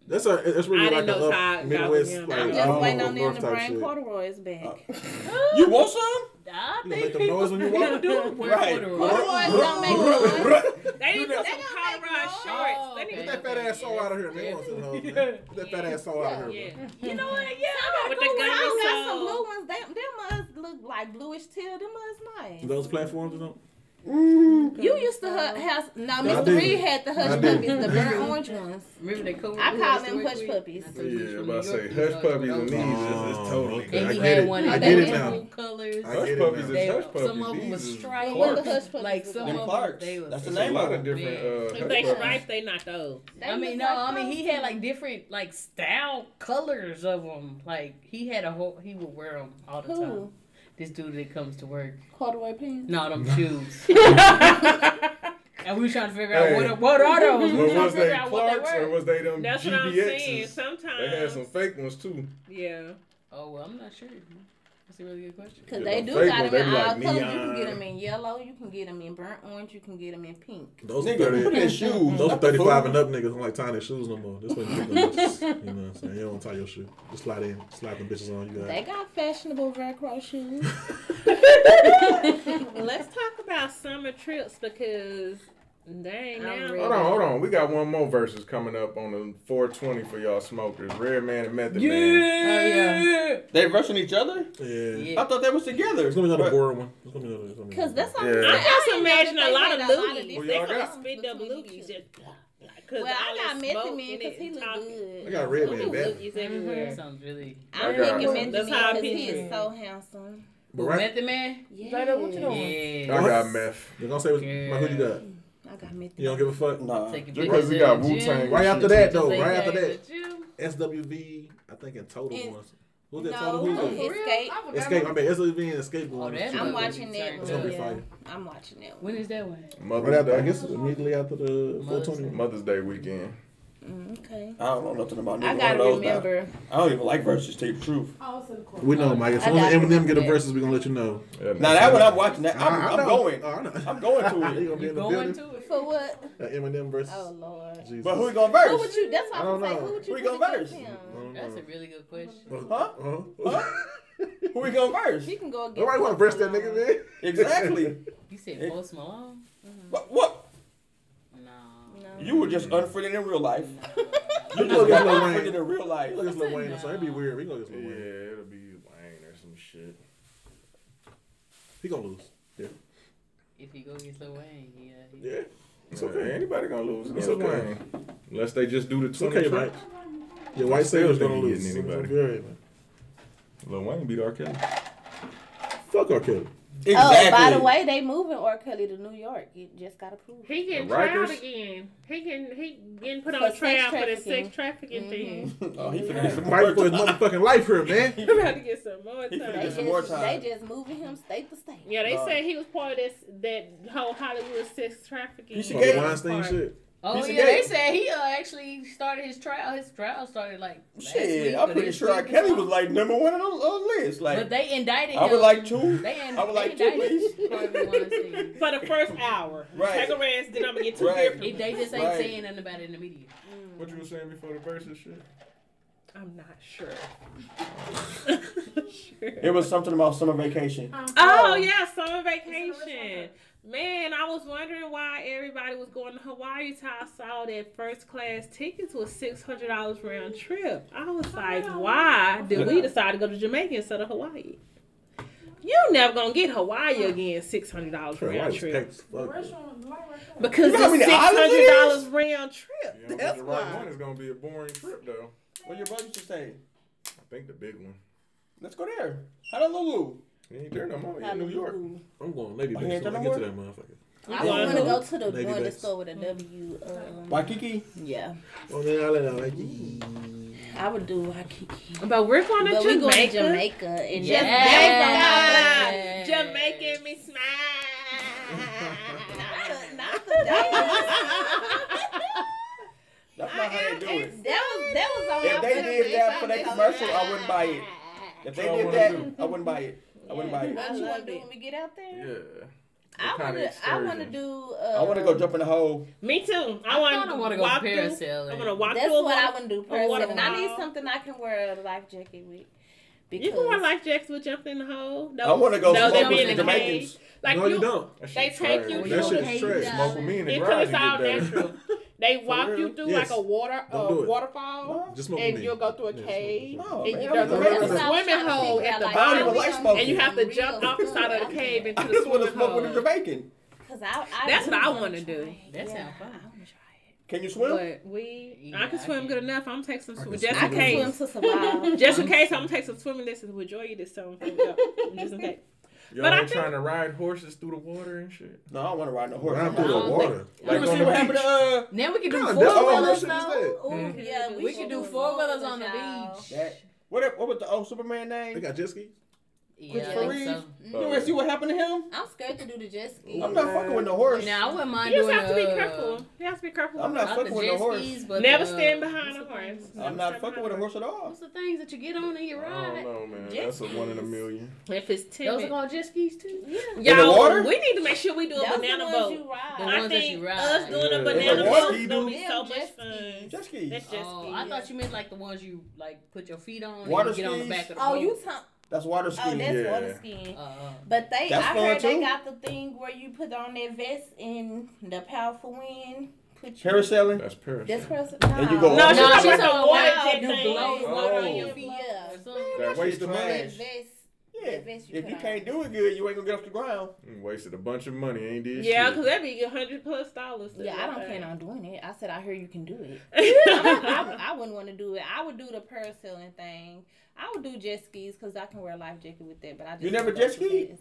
Speaker 6: That's a, that's really
Speaker 5: I
Speaker 6: like
Speaker 5: didn't
Speaker 6: a
Speaker 5: know
Speaker 6: up
Speaker 5: Ty got with
Speaker 6: Midwest,
Speaker 5: him.
Speaker 6: like
Speaker 4: I'm
Speaker 6: I
Speaker 4: just
Speaker 6: don't
Speaker 4: waiting
Speaker 6: know,
Speaker 4: on them
Speaker 6: North
Speaker 4: to
Speaker 6: type
Speaker 4: bring
Speaker 6: oh, shit.
Speaker 4: corduroys back.
Speaker 7: You want some?
Speaker 9: I
Speaker 6: You gonna make
Speaker 9: think
Speaker 6: them
Speaker 9: people
Speaker 6: noise when you walk?
Speaker 9: do wear
Speaker 7: Right.
Speaker 9: corduroys.
Speaker 4: corduroys don't make noise.
Speaker 6: *laughs*
Speaker 5: They need to put some
Speaker 4: They don't make
Speaker 5: Colorado
Speaker 4: noise.
Speaker 5: shorts.
Speaker 9: Oh,
Speaker 5: they need to
Speaker 9: okay.
Speaker 6: Get that fat
Speaker 5: *laughs*
Speaker 6: ass soul out of here, man. Get that fat ass soul out of here,
Speaker 5: Yeah.
Speaker 6: man.
Speaker 5: You know what? Yeah.
Speaker 4: I
Speaker 5: With
Speaker 4: gotta
Speaker 5: the
Speaker 4: go
Speaker 5: gummy
Speaker 4: out, got some
Speaker 5: soles.
Speaker 4: Why?
Speaker 6: Those platforms or something?
Speaker 4: You used to her house. No,
Speaker 6: No, I
Speaker 4: Mr.
Speaker 6: do.
Speaker 4: Reed had the
Speaker 6: I
Speaker 4: hush
Speaker 6: do.
Speaker 4: puppies, the burnt
Speaker 2: *laughs*
Speaker 4: orange ones.
Speaker 9: Remember they covered
Speaker 4: I
Speaker 9: who
Speaker 4: call
Speaker 9: was
Speaker 4: them
Speaker 9: the
Speaker 4: hush
Speaker 9: week?
Speaker 4: puppies.
Speaker 2: Yeah, I'm about to say hush puppies and these is, is
Speaker 6: Oh,
Speaker 2: totally.
Speaker 6: okay.
Speaker 2: I
Speaker 6: I
Speaker 2: get
Speaker 6: get
Speaker 2: it.
Speaker 6: it.
Speaker 8: one
Speaker 6: I
Speaker 8: of
Speaker 6: get
Speaker 8: them
Speaker 6: it now.
Speaker 9: Cool colors.
Speaker 6: I
Speaker 2: Hush
Speaker 6: get it
Speaker 2: puppies is
Speaker 6: now.
Speaker 8: They-
Speaker 2: hush puppies.
Speaker 8: some of them
Speaker 2: These
Speaker 8: was
Speaker 2: is
Speaker 4: Right,
Speaker 8: striped.
Speaker 4: what the
Speaker 2: Clarks.
Speaker 4: hush puppies
Speaker 8: Like
Speaker 4: look
Speaker 8: some
Speaker 4: like.
Speaker 7: Them
Speaker 8: of
Speaker 7: Clarks.
Speaker 8: They was-
Speaker 7: That's the
Speaker 2: There's a
Speaker 7: name of
Speaker 2: lot
Speaker 7: them.
Speaker 2: of different. Uh,
Speaker 5: If
Speaker 2: hush
Speaker 5: they
Speaker 2: puppies.
Speaker 5: striped, they not those.
Speaker 4: They
Speaker 8: I
Speaker 4: look
Speaker 8: mean, no,
Speaker 4: like
Speaker 8: I mean
Speaker 4: those.
Speaker 8: he had like different like style colors of them. Like he had a whole, he would wear them all the time.
Speaker 4: Who?
Speaker 8: This dude that comes to work,
Speaker 4: Corduroy pants.
Speaker 8: no, them shoes. and we trying to figure out
Speaker 2: Hey.
Speaker 8: what what are those? We
Speaker 2: But
Speaker 8: trying to
Speaker 2: was
Speaker 8: figure
Speaker 2: they
Speaker 8: out what they
Speaker 2: Clarks or
Speaker 8: were.
Speaker 2: was they them
Speaker 5: That's
Speaker 2: GBXs?
Speaker 5: what I'm saying.
Speaker 2: They
Speaker 5: Sometimes,
Speaker 2: had some fake ones too.
Speaker 5: yeah.
Speaker 8: Oh well, I'm not sure. That's a really good question.
Speaker 4: Cause
Speaker 2: Yeah,
Speaker 4: they
Speaker 2: them
Speaker 4: do
Speaker 2: fake
Speaker 4: got
Speaker 2: ones,
Speaker 4: them in
Speaker 2: they be
Speaker 4: all
Speaker 2: like
Speaker 4: colors. You can get
Speaker 2: neon.
Speaker 4: them in yellow. You can get them in burnt orange. You can get them in pink.
Speaker 6: Those are
Speaker 7: Nigga, put
Speaker 6: 30,
Speaker 7: in shoes.
Speaker 6: those are
Speaker 7: What the
Speaker 6: 35 and
Speaker 7: fuck?
Speaker 6: up niggas don't like tying their shoes no more. That's when you get them bitches. You know what I'm saying? You don't tie your shoe. Just slide in, slide them bitches on. You got
Speaker 4: They
Speaker 6: it.
Speaker 4: got fashionable Velcro shoes.
Speaker 5: Let's talk about summer trips because dang
Speaker 8: I'm
Speaker 5: now.
Speaker 8: ready.
Speaker 2: Hold on, hold on. We got one more verses coming up on the 420 for y'all smokers. Red Man and Method
Speaker 3: Oh,
Speaker 2: Man.
Speaker 8: yeah.
Speaker 7: They rushing each other?
Speaker 6: Yeah.
Speaker 7: I thought they was together.
Speaker 6: It's gonna be another
Speaker 7: But-
Speaker 6: boring one. It's gonna be another. it's gonna be
Speaker 4: Cause
Speaker 6: another
Speaker 4: that's all.
Speaker 2: Yeah.
Speaker 5: I
Speaker 2: I
Speaker 5: also
Speaker 4: didn't know
Speaker 5: imagine
Speaker 4: that
Speaker 5: a
Speaker 4: they
Speaker 5: lot
Speaker 4: had a
Speaker 5: of
Speaker 4: lot of
Speaker 5: loogies.
Speaker 4: different
Speaker 5: They
Speaker 2: Well, y'all
Speaker 5: gonna
Speaker 2: got-
Speaker 5: spit them
Speaker 4: Between you
Speaker 5: loogies.
Speaker 4: two.
Speaker 5: Just,
Speaker 4: Well, I got
Speaker 5: messy
Speaker 4: Method Man because he look good.
Speaker 6: I got Red Man
Speaker 5: Loogies
Speaker 6: back.
Speaker 5: everywhere.
Speaker 8: sounds really.
Speaker 4: I'm
Speaker 2: I got
Speaker 4: picking Method
Speaker 2: it.
Speaker 4: Man
Speaker 5: That's how I
Speaker 4: because he
Speaker 5: picture
Speaker 4: is
Speaker 5: it.
Speaker 4: so handsome.
Speaker 6: But right,
Speaker 8: Method Man.
Speaker 4: Yeah.
Speaker 3: Jada, what you doing?
Speaker 8: Yeah.
Speaker 2: I got meth.
Speaker 6: you're gonna say, what, like, who you got?
Speaker 4: I got Method
Speaker 6: You don't give a fuck?
Speaker 7: Nah.
Speaker 8: Taking
Speaker 2: Just
Speaker 8: pictures
Speaker 2: because we
Speaker 8: at
Speaker 2: got
Speaker 8: the gym.
Speaker 2: Wu-Tang.
Speaker 6: Right after that, though,
Speaker 8: Taking
Speaker 6: right after
Speaker 8: pictures
Speaker 6: that,
Speaker 8: at the gym.
Speaker 6: SWV, I think in total
Speaker 4: And-
Speaker 6: was. Who's that total?
Speaker 4: No,
Speaker 6: Who's
Speaker 4: his
Speaker 6: that?
Speaker 4: skate.
Speaker 9: I forgot
Speaker 6: Escape, I mean, SWV and Escape
Speaker 8: Oh,
Speaker 6: going.
Speaker 8: that
Speaker 4: I'm
Speaker 8: might
Speaker 6: It's
Speaker 4: watching
Speaker 8: be
Speaker 4: that
Speaker 8: turn
Speaker 6: gonna be
Speaker 4: one.
Speaker 6: fire.
Speaker 4: I'm watching that one.
Speaker 8: When is that one?
Speaker 6: Right
Speaker 2: Mother's
Speaker 6: after,
Speaker 2: Day.
Speaker 6: I guess immediately after the
Speaker 8: Mother's
Speaker 6: 420.
Speaker 2: Mother's Day weekend.
Speaker 4: Mm, okay.
Speaker 7: I don't know nothing about neither
Speaker 4: I
Speaker 7: one of
Speaker 4: gotta
Speaker 7: those. Now.
Speaker 4: remember. Oh.
Speaker 7: I don't even like verses. Tell you the truth.
Speaker 6: We know, Mike. As
Speaker 4: I
Speaker 6: soon as
Speaker 4: got it.
Speaker 6: Eminem get a versus, we're gonna let you know.
Speaker 2: Yeah,
Speaker 7: Now that one I'm watching. That I'm,
Speaker 6: I- I
Speaker 7: I'm
Speaker 6: know.
Speaker 7: going.
Speaker 6: Oh, I know.
Speaker 7: I'm going to
Speaker 6: *laughs* They
Speaker 7: it.
Speaker 6: gonna be
Speaker 8: You
Speaker 6: in the
Speaker 8: going
Speaker 6: building.
Speaker 8: to it?
Speaker 4: For what?
Speaker 6: Uh, Eminem versus.
Speaker 4: Oh Lord.
Speaker 6: Jesus.
Speaker 7: But who you gonna verse?
Speaker 4: Who would you? That's why
Speaker 6: I
Speaker 4: I'm
Speaker 6: don't
Speaker 4: saying.
Speaker 6: know.
Speaker 4: Who would you
Speaker 7: We go
Speaker 4: really
Speaker 7: first.
Speaker 4: give him?
Speaker 6: Mm.
Speaker 8: That's a really good question.
Speaker 7: Huh?
Speaker 6: Huh?
Speaker 7: Who we gonna verse?
Speaker 4: He can go against.
Speaker 6: Nobody want to verse that
Speaker 4: *laughs*
Speaker 6: nigga, man.
Speaker 7: Exactly.
Speaker 8: You said
Speaker 7: It-
Speaker 8: Post Malone?
Speaker 7: what, what?
Speaker 8: No.
Speaker 4: No.
Speaker 7: You were just unfriended in real
Speaker 6: *laughs*
Speaker 7: life.
Speaker 6: You
Speaker 7: You
Speaker 6: know
Speaker 7: just
Speaker 6: this
Speaker 7: got
Speaker 6: Lil Wayne.
Speaker 7: unfriended in real life.
Speaker 6: You know this Lil Wayne. or something. It'd be weird. We go this
Speaker 2: Yeah,
Speaker 6: Lil Wayne.
Speaker 2: it'll be Wayne or some shit.
Speaker 6: He gonna lose. Yeah.
Speaker 8: If you go get Lil Wayne, yeah. he-
Speaker 6: Yeah. It's
Speaker 2: Yeah,
Speaker 6: okay.
Speaker 2: Anybody gonna lose?
Speaker 6: It's
Speaker 2: It's
Speaker 6: okay.
Speaker 2: okay. Unless they just do the
Speaker 6: It's
Speaker 2: 20
Speaker 6: okay, Mike.
Speaker 2: tracks.
Speaker 6: Your white
Speaker 2: Still
Speaker 6: sailor's
Speaker 2: think
Speaker 6: gonna
Speaker 2: he
Speaker 6: lose.
Speaker 2: getting
Speaker 6: It's gonna
Speaker 2: anybody.
Speaker 6: be all right, man.
Speaker 2: Lil Wayne beat R. Kelly.
Speaker 6: Fuck R.
Speaker 2: *laughs*
Speaker 6: Kelly.
Speaker 7: Exactly.
Speaker 4: Oh, by the way, they moving R. Kelly to New York. You just got approved.
Speaker 5: He getting
Speaker 7: Mm-hmm.
Speaker 2: The
Speaker 5: tried
Speaker 2: Rikers?
Speaker 5: again. He can he getting put
Speaker 4: For
Speaker 5: on
Speaker 4: sex
Speaker 5: trial for the
Speaker 4: trafficking. Mm-hmm.
Speaker 5: sex trafficking thing.
Speaker 7: *laughs* oh, he finna get some
Speaker 6: Fight for his
Speaker 7: more.
Speaker 6: motherfucking life here,
Speaker 7: *laughs*
Speaker 6: man.
Speaker 5: I'm *laughs* about to get some more
Speaker 7: He finna
Speaker 4: They
Speaker 7: get
Speaker 5: time.
Speaker 7: some more
Speaker 4: just, they
Speaker 7: time.
Speaker 4: just moving him state to state.
Speaker 5: Yeah, they
Speaker 7: Nah.
Speaker 5: said he was part of this that whole Hollywood sex trafficking.
Speaker 7: You should
Speaker 6: Fucking
Speaker 7: get-
Speaker 6: Weinstein
Speaker 5: part.
Speaker 6: shit.
Speaker 8: Oh,
Speaker 7: Piece of
Speaker 8: yeah. They
Speaker 7: cake.
Speaker 8: said he uh, actually started his trial. His trial started like. last week
Speaker 7: Shit,
Speaker 8: or
Speaker 7: I'm pretty
Speaker 8: this
Speaker 7: sure R.
Speaker 8: week or
Speaker 7: Kelly was
Speaker 8: something.
Speaker 7: like number one on the on the list.
Speaker 8: But
Speaker 7: Like,
Speaker 8: they indicted him.
Speaker 7: I would like two.
Speaker 8: They, ind-
Speaker 7: I would like
Speaker 8: they
Speaker 7: two,
Speaker 8: *laughs* indicted Harvey
Speaker 7: please.
Speaker 8: Weinstein.
Speaker 5: For the first hour.
Speaker 7: Right.
Speaker 5: Take a rest, then I'm gonna get two
Speaker 7: Right.
Speaker 5: different.
Speaker 8: If they just ain't
Speaker 7: Right.
Speaker 8: saying nothing about it in the media.
Speaker 2: What you were saying before the verses shit?
Speaker 5: I'm not sure.
Speaker 7: It was something about summer vacation.
Speaker 5: Oh yeah, summer vacation. Man, I was wondering why everybody was going to Hawaii till I saw that first class tickets was six hundred dollars round trip. I was like, why did we decide to go to Jamaica instead of Hawaii? You never gonna get Hawaii again six hundred dollars
Speaker 6: Bro,
Speaker 5: round
Speaker 6: Weinstein's
Speaker 5: trip
Speaker 6: packed as fuck.
Speaker 5: because
Speaker 7: You know how
Speaker 5: it's
Speaker 7: many
Speaker 5: six
Speaker 7: islands
Speaker 5: hundred
Speaker 7: it is?
Speaker 5: dollars round trip.
Speaker 2: You don't get
Speaker 5: That's
Speaker 2: the right
Speaker 5: why.
Speaker 2: one. It's gonna be a boring trip though.
Speaker 7: What your brother used to say?
Speaker 2: I think the big one.
Speaker 7: Let's go there. Honolulu.
Speaker 2: He ain't there no more. He in New York.
Speaker 6: I'm going Navy
Speaker 7: Oh, he
Speaker 6: Base.
Speaker 7: ain't
Speaker 6: I'm
Speaker 7: done
Speaker 6: gonna
Speaker 7: no
Speaker 6: get to that motherfucker.
Speaker 4: I
Speaker 5: Yeah.
Speaker 4: want to go to the
Speaker 6: Lady
Speaker 4: joint the
Speaker 6: Bags.
Speaker 4: store with a W. Um,
Speaker 7: Waikiki.
Speaker 4: yeah,
Speaker 6: On that island, I'm like, yee.
Speaker 4: I would do Waikiki.
Speaker 5: But we're going to
Speaker 4: But we
Speaker 5: Jamaica.
Speaker 4: going to Jamaica and
Speaker 5: Jamaica.
Speaker 4: just
Speaker 8: Yeah.
Speaker 5: Jamaican me
Speaker 7: *laughs*
Speaker 5: smile.
Speaker 4: not the dance. *laughs*
Speaker 7: That's not how they do it.
Speaker 4: That was that was on
Speaker 7: If
Speaker 4: my
Speaker 7: they did that for
Speaker 4: that
Speaker 7: that commercial, I wouldn't buy it. If they
Speaker 2: What I
Speaker 7: did
Speaker 2: wanna
Speaker 7: that,
Speaker 2: do.
Speaker 7: I wouldn't buy it. I wouldn't buy it.
Speaker 4: What you want
Speaker 5: I love
Speaker 4: to do
Speaker 5: it.
Speaker 4: when we get out there?
Speaker 2: Yeah.
Speaker 4: I want
Speaker 2: What kind of
Speaker 4: to. I want to
Speaker 2: excursion?
Speaker 4: do. Uh,
Speaker 7: I want to go jump in the hole.
Speaker 5: Me too. I,
Speaker 8: I
Speaker 5: want
Speaker 8: kinda
Speaker 5: to
Speaker 8: wanna go
Speaker 5: walk through.
Speaker 8: parasailing.
Speaker 5: I'm gonna walk
Speaker 4: That's
Speaker 5: through. a
Speaker 4: what I
Speaker 5: wa-
Speaker 4: want to do.
Speaker 5: a waterfall.
Speaker 4: Person, and I need something I can wear a life jacket with. Because
Speaker 5: You can wear life jackets with jumping in the hole. Those,
Speaker 7: I want to go
Speaker 5: those
Speaker 7: smoke
Speaker 5: that
Speaker 7: with
Speaker 5: be
Speaker 7: the
Speaker 5: in the cage.
Speaker 7: Jamaicans.
Speaker 5: Like
Speaker 6: no, you,
Speaker 5: you,
Speaker 6: don't.
Speaker 2: That
Speaker 5: They take
Speaker 2: shit trash.
Speaker 5: you-
Speaker 2: That
Speaker 6: That
Speaker 2: shit
Speaker 6: shit's trash.
Speaker 2: smoke with me in the
Speaker 5: It comes
Speaker 2: garage.
Speaker 5: all
Speaker 2: and get better.
Speaker 5: natural. They
Speaker 6: For
Speaker 5: walk
Speaker 6: real?
Speaker 5: you through
Speaker 6: Yes.
Speaker 5: like a water
Speaker 6: Don't
Speaker 5: a
Speaker 6: do it.
Speaker 5: waterfall,
Speaker 6: No, just smoke
Speaker 5: and
Speaker 6: with me.
Speaker 5: you'll go through a
Speaker 6: Yeah, smoke
Speaker 5: cave,
Speaker 6: with me.
Speaker 7: No,
Speaker 5: and you
Speaker 7: man,
Speaker 5: go
Speaker 7: I'm
Speaker 5: through
Speaker 7: good.
Speaker 5: a
Speaker 7: That's
Speaker 9: what I was
Speaker 5: swimming
Speaker 9: trying to
Speaker 5: hole
Speaker 9: figure
Speaker 5: at
Speaker 9: out,
Speaker 5: the
Speaker 9: like,
Speaker 7: I don't even
Speaker 5: bottom,
Speaker 7: like
Speaker 5: and
Speaker 7: smoking.
Speaker 5: you have to
Speaker 9: Real
Speaker 5: jump off the
Speaker 9: food.
Speaker 5: side of the cave into
Speaker 7: I
Speaker 5: the
Speaker 7: just want to
Speaker 5: swimming
Speaker 7: smoke with a
Speaker 5: hole.
Speaker 7: Jamaican.
Speaker 4: Cause I, I
Speaker 5: That's
Speaker 4: do
Speaker 5: what I
Speaker 4: wanna
Speaker 5: wanna do.
Speaker 4: try it.
Speaker 8: That
Speaker 4: Yeah.
Speaker 8: sounds fun.
Speaker 7: Can you swim?
Speaker 5: But we, I
Speaker 8: Yeah,
Speaker 5: can
Speaker 8: I
Speaker 5: swim
Speaker 8: can.
Speaker 5: good enough. I'm taking some swim
Speaker 6: can
Speaker 5: just in
Speaker 6: swim
Speaker 4: I
Speaker 6: good Okay.
Speaker 4: can
Speaker 5: case.
Speaker 4: swim to
Speaker 5: *laughs*
Speaker 4: survive.
Speaker 5: Just in case, I'm gonna take some swimming lessons with Joy this summer. Just in case.
Speaker 2: Y'all
Speaker 5: But I
Speaker 2: ain't
Speaker 5: think-
Speaker 2: trying to ride horses through the water and shit.
Speaker 7: No, I don't want to ride no horse.
Speaker 6: Run through the
Speaker 8: don't
Speaker 6: water.
Speaker 7: You ever see what happened to uh?
Speaker 8: Now we can do
Speaker 6: God,
Speaker 8: four
Speaker 6: that's all
Speaker 8: wheelers
Speaker 6: that shit is
Speaker 8: though.
Speaker 6: that.
Speaker 5: Mm-hmm.
Speaker 4: Ooh, yeah,
Speaker 8: We, can do four wheelers on the beach.
Speaker 7: That, uh, what what was the old Superman
Speaker 6: They
Speaker 7: name?
Speaker 6: got jet skis?
Speaker 8: Yeah, I
Speaker 7: Christopher
Speaker 8: think so.
Speaker 7: You ever see what happened to him?
Speaker 4: I'm scared to do the jet ski.
Speaker 7: I'm not fucking with no horse.
Speaker 8: Now I wouldn't mind
Speaker 5: You just
Speaker 8: doing
Speaker 5: have to be
Speaker 8: uh,
Speaker 5: careful. You have to be careful.
Speaker 7: I'm not
Speaker 8: Not the
Speaker 7: fucking with no
Speaker 8: jet
Speaker 7: horse.
Speaker 8: skis, but
Speaker 5: Never
Speaker 8: the, uh,
Speaker 5: stand behind
Speaker 8: what's
Speaker 5: a
Speaker 8: the
Speaker 5: horse.
Speaker 8: things-
Speaker 7: I'm not fucking with a horse at all.
Speaker 8: What's the things that you get on and you
Speaker 5: Oh,
Speaker 2: I don't
Speaker 8: ride?
Speaker 2: know, man.
Speaker 8: Jet
Speaker 2: That's a one in a million.
Speaker 5: If it's
Speaker 8: Those are
Speaker 5: timid,
Speaker 8: called jet skis too.
Speaker 7: In the water?
Speaker 5: y'all, we need to make sure we do a
Speaker 4: Those
Speaker 5: banana
Speaker 4: the ones
Speaker 5: boat.
Speaker 4: you
Speaker 8: The
Speaker 4: ride.
Speaker 5: I
Speaker 8: ones that
Speaker 5: think
Speaker 8: you ride.
Speaker 5: us doing
Speaker 2: Yeah.
Speaker 5: a
Speaker 7: In the
Speaker 5: banana
Speaker 7: water,
Speaker 5: boat
Speaker 7: you
Speaker 5: is gonna be
Speaker 7: do?
Speaker 5: so
Speaker 4: Damn,
Speaker 5: much
Speaker 4: jet
Speaker 5: fun.
Speaker 7: Jet skis.
Speaker 5: That's just
Speaker 8: oh, I thought you meant like the ones you like put your feet on
Speaker 7: Water
Speaker 8: and you get on the
Speaker 7: skis?
Speaker 8: back of the
Speaker 4: Oh, *laughs*
Speaker 8: boat.
Speaker 4: you talk.
Speaker 7: That's water
Speaker 4: Oh,
Speaker 7: skiing.
Speaker 4: that's
Speaker 2: yeah.
Speaker 4: water skiing.
Speaker 8: Uh,
Speaker 4: But they,
Speaker 7: That's
Speaker 4: I
Speaker 7: fun,
Speaker 4: heard they
Speaker 7: too.
Speaker 4: got the thing where you put on that vest and the powerful wind put you.
Speaker 7: Parasailing.
Speaker 2: That's Paris.
Speaker 4: That's person.
Speaker 7: And you go
Speaker 5: No, *laughs*
Speaker 7: up.
Speaker 5: she's
Speaker 8: No,
Speaker 5: talking
Speaker 8: she's
Speaker 5: about
Speaker 8: on
Speaker 5: the water
Speaker 8: wild,
Speaker 5: jet
Speaker 8: you
Speaker 5: thing.
Speaker 8: blow
Speaker 5: Water on your
Speaker 2: Oh.
Speaker 5: feet.
Speaker 4: Yeah.
Speaker 8: or something.
Speaker 2: That waste of money.
Speaker 4: That vest.
Speaker 7: Yeah.
Speaker 4: That vest you
Speaker 7: If
Speaker 4: put
Speaker 7: you
Speaker 4: on.
Speaker 7: can't do it good, you ain't gonna get off the ground.
Speaker 2: You Wasted a bunch of money. Ain't did
Speaker 5: Yeah,
Speaker 2: shit.
Speaker 5: because that'd be a hundred plus dollars. to
Speaker 4: Yeah,
Speaker 5: do
Speaker 4: I don't
Speaker 5: that.
Speaker 4: plan on doing it. I said I hear you can do
Speaker 5: *laughs*
Speaker 4: it. I, I, I wouldn't want to do it. I would do the parasailing thing. I would do jet skis because I can wear a life jacket with that. But I just
Speaker 7: You never
Speaker 4: don't
Speaker 7: jet skied?
Speaker 4: do this.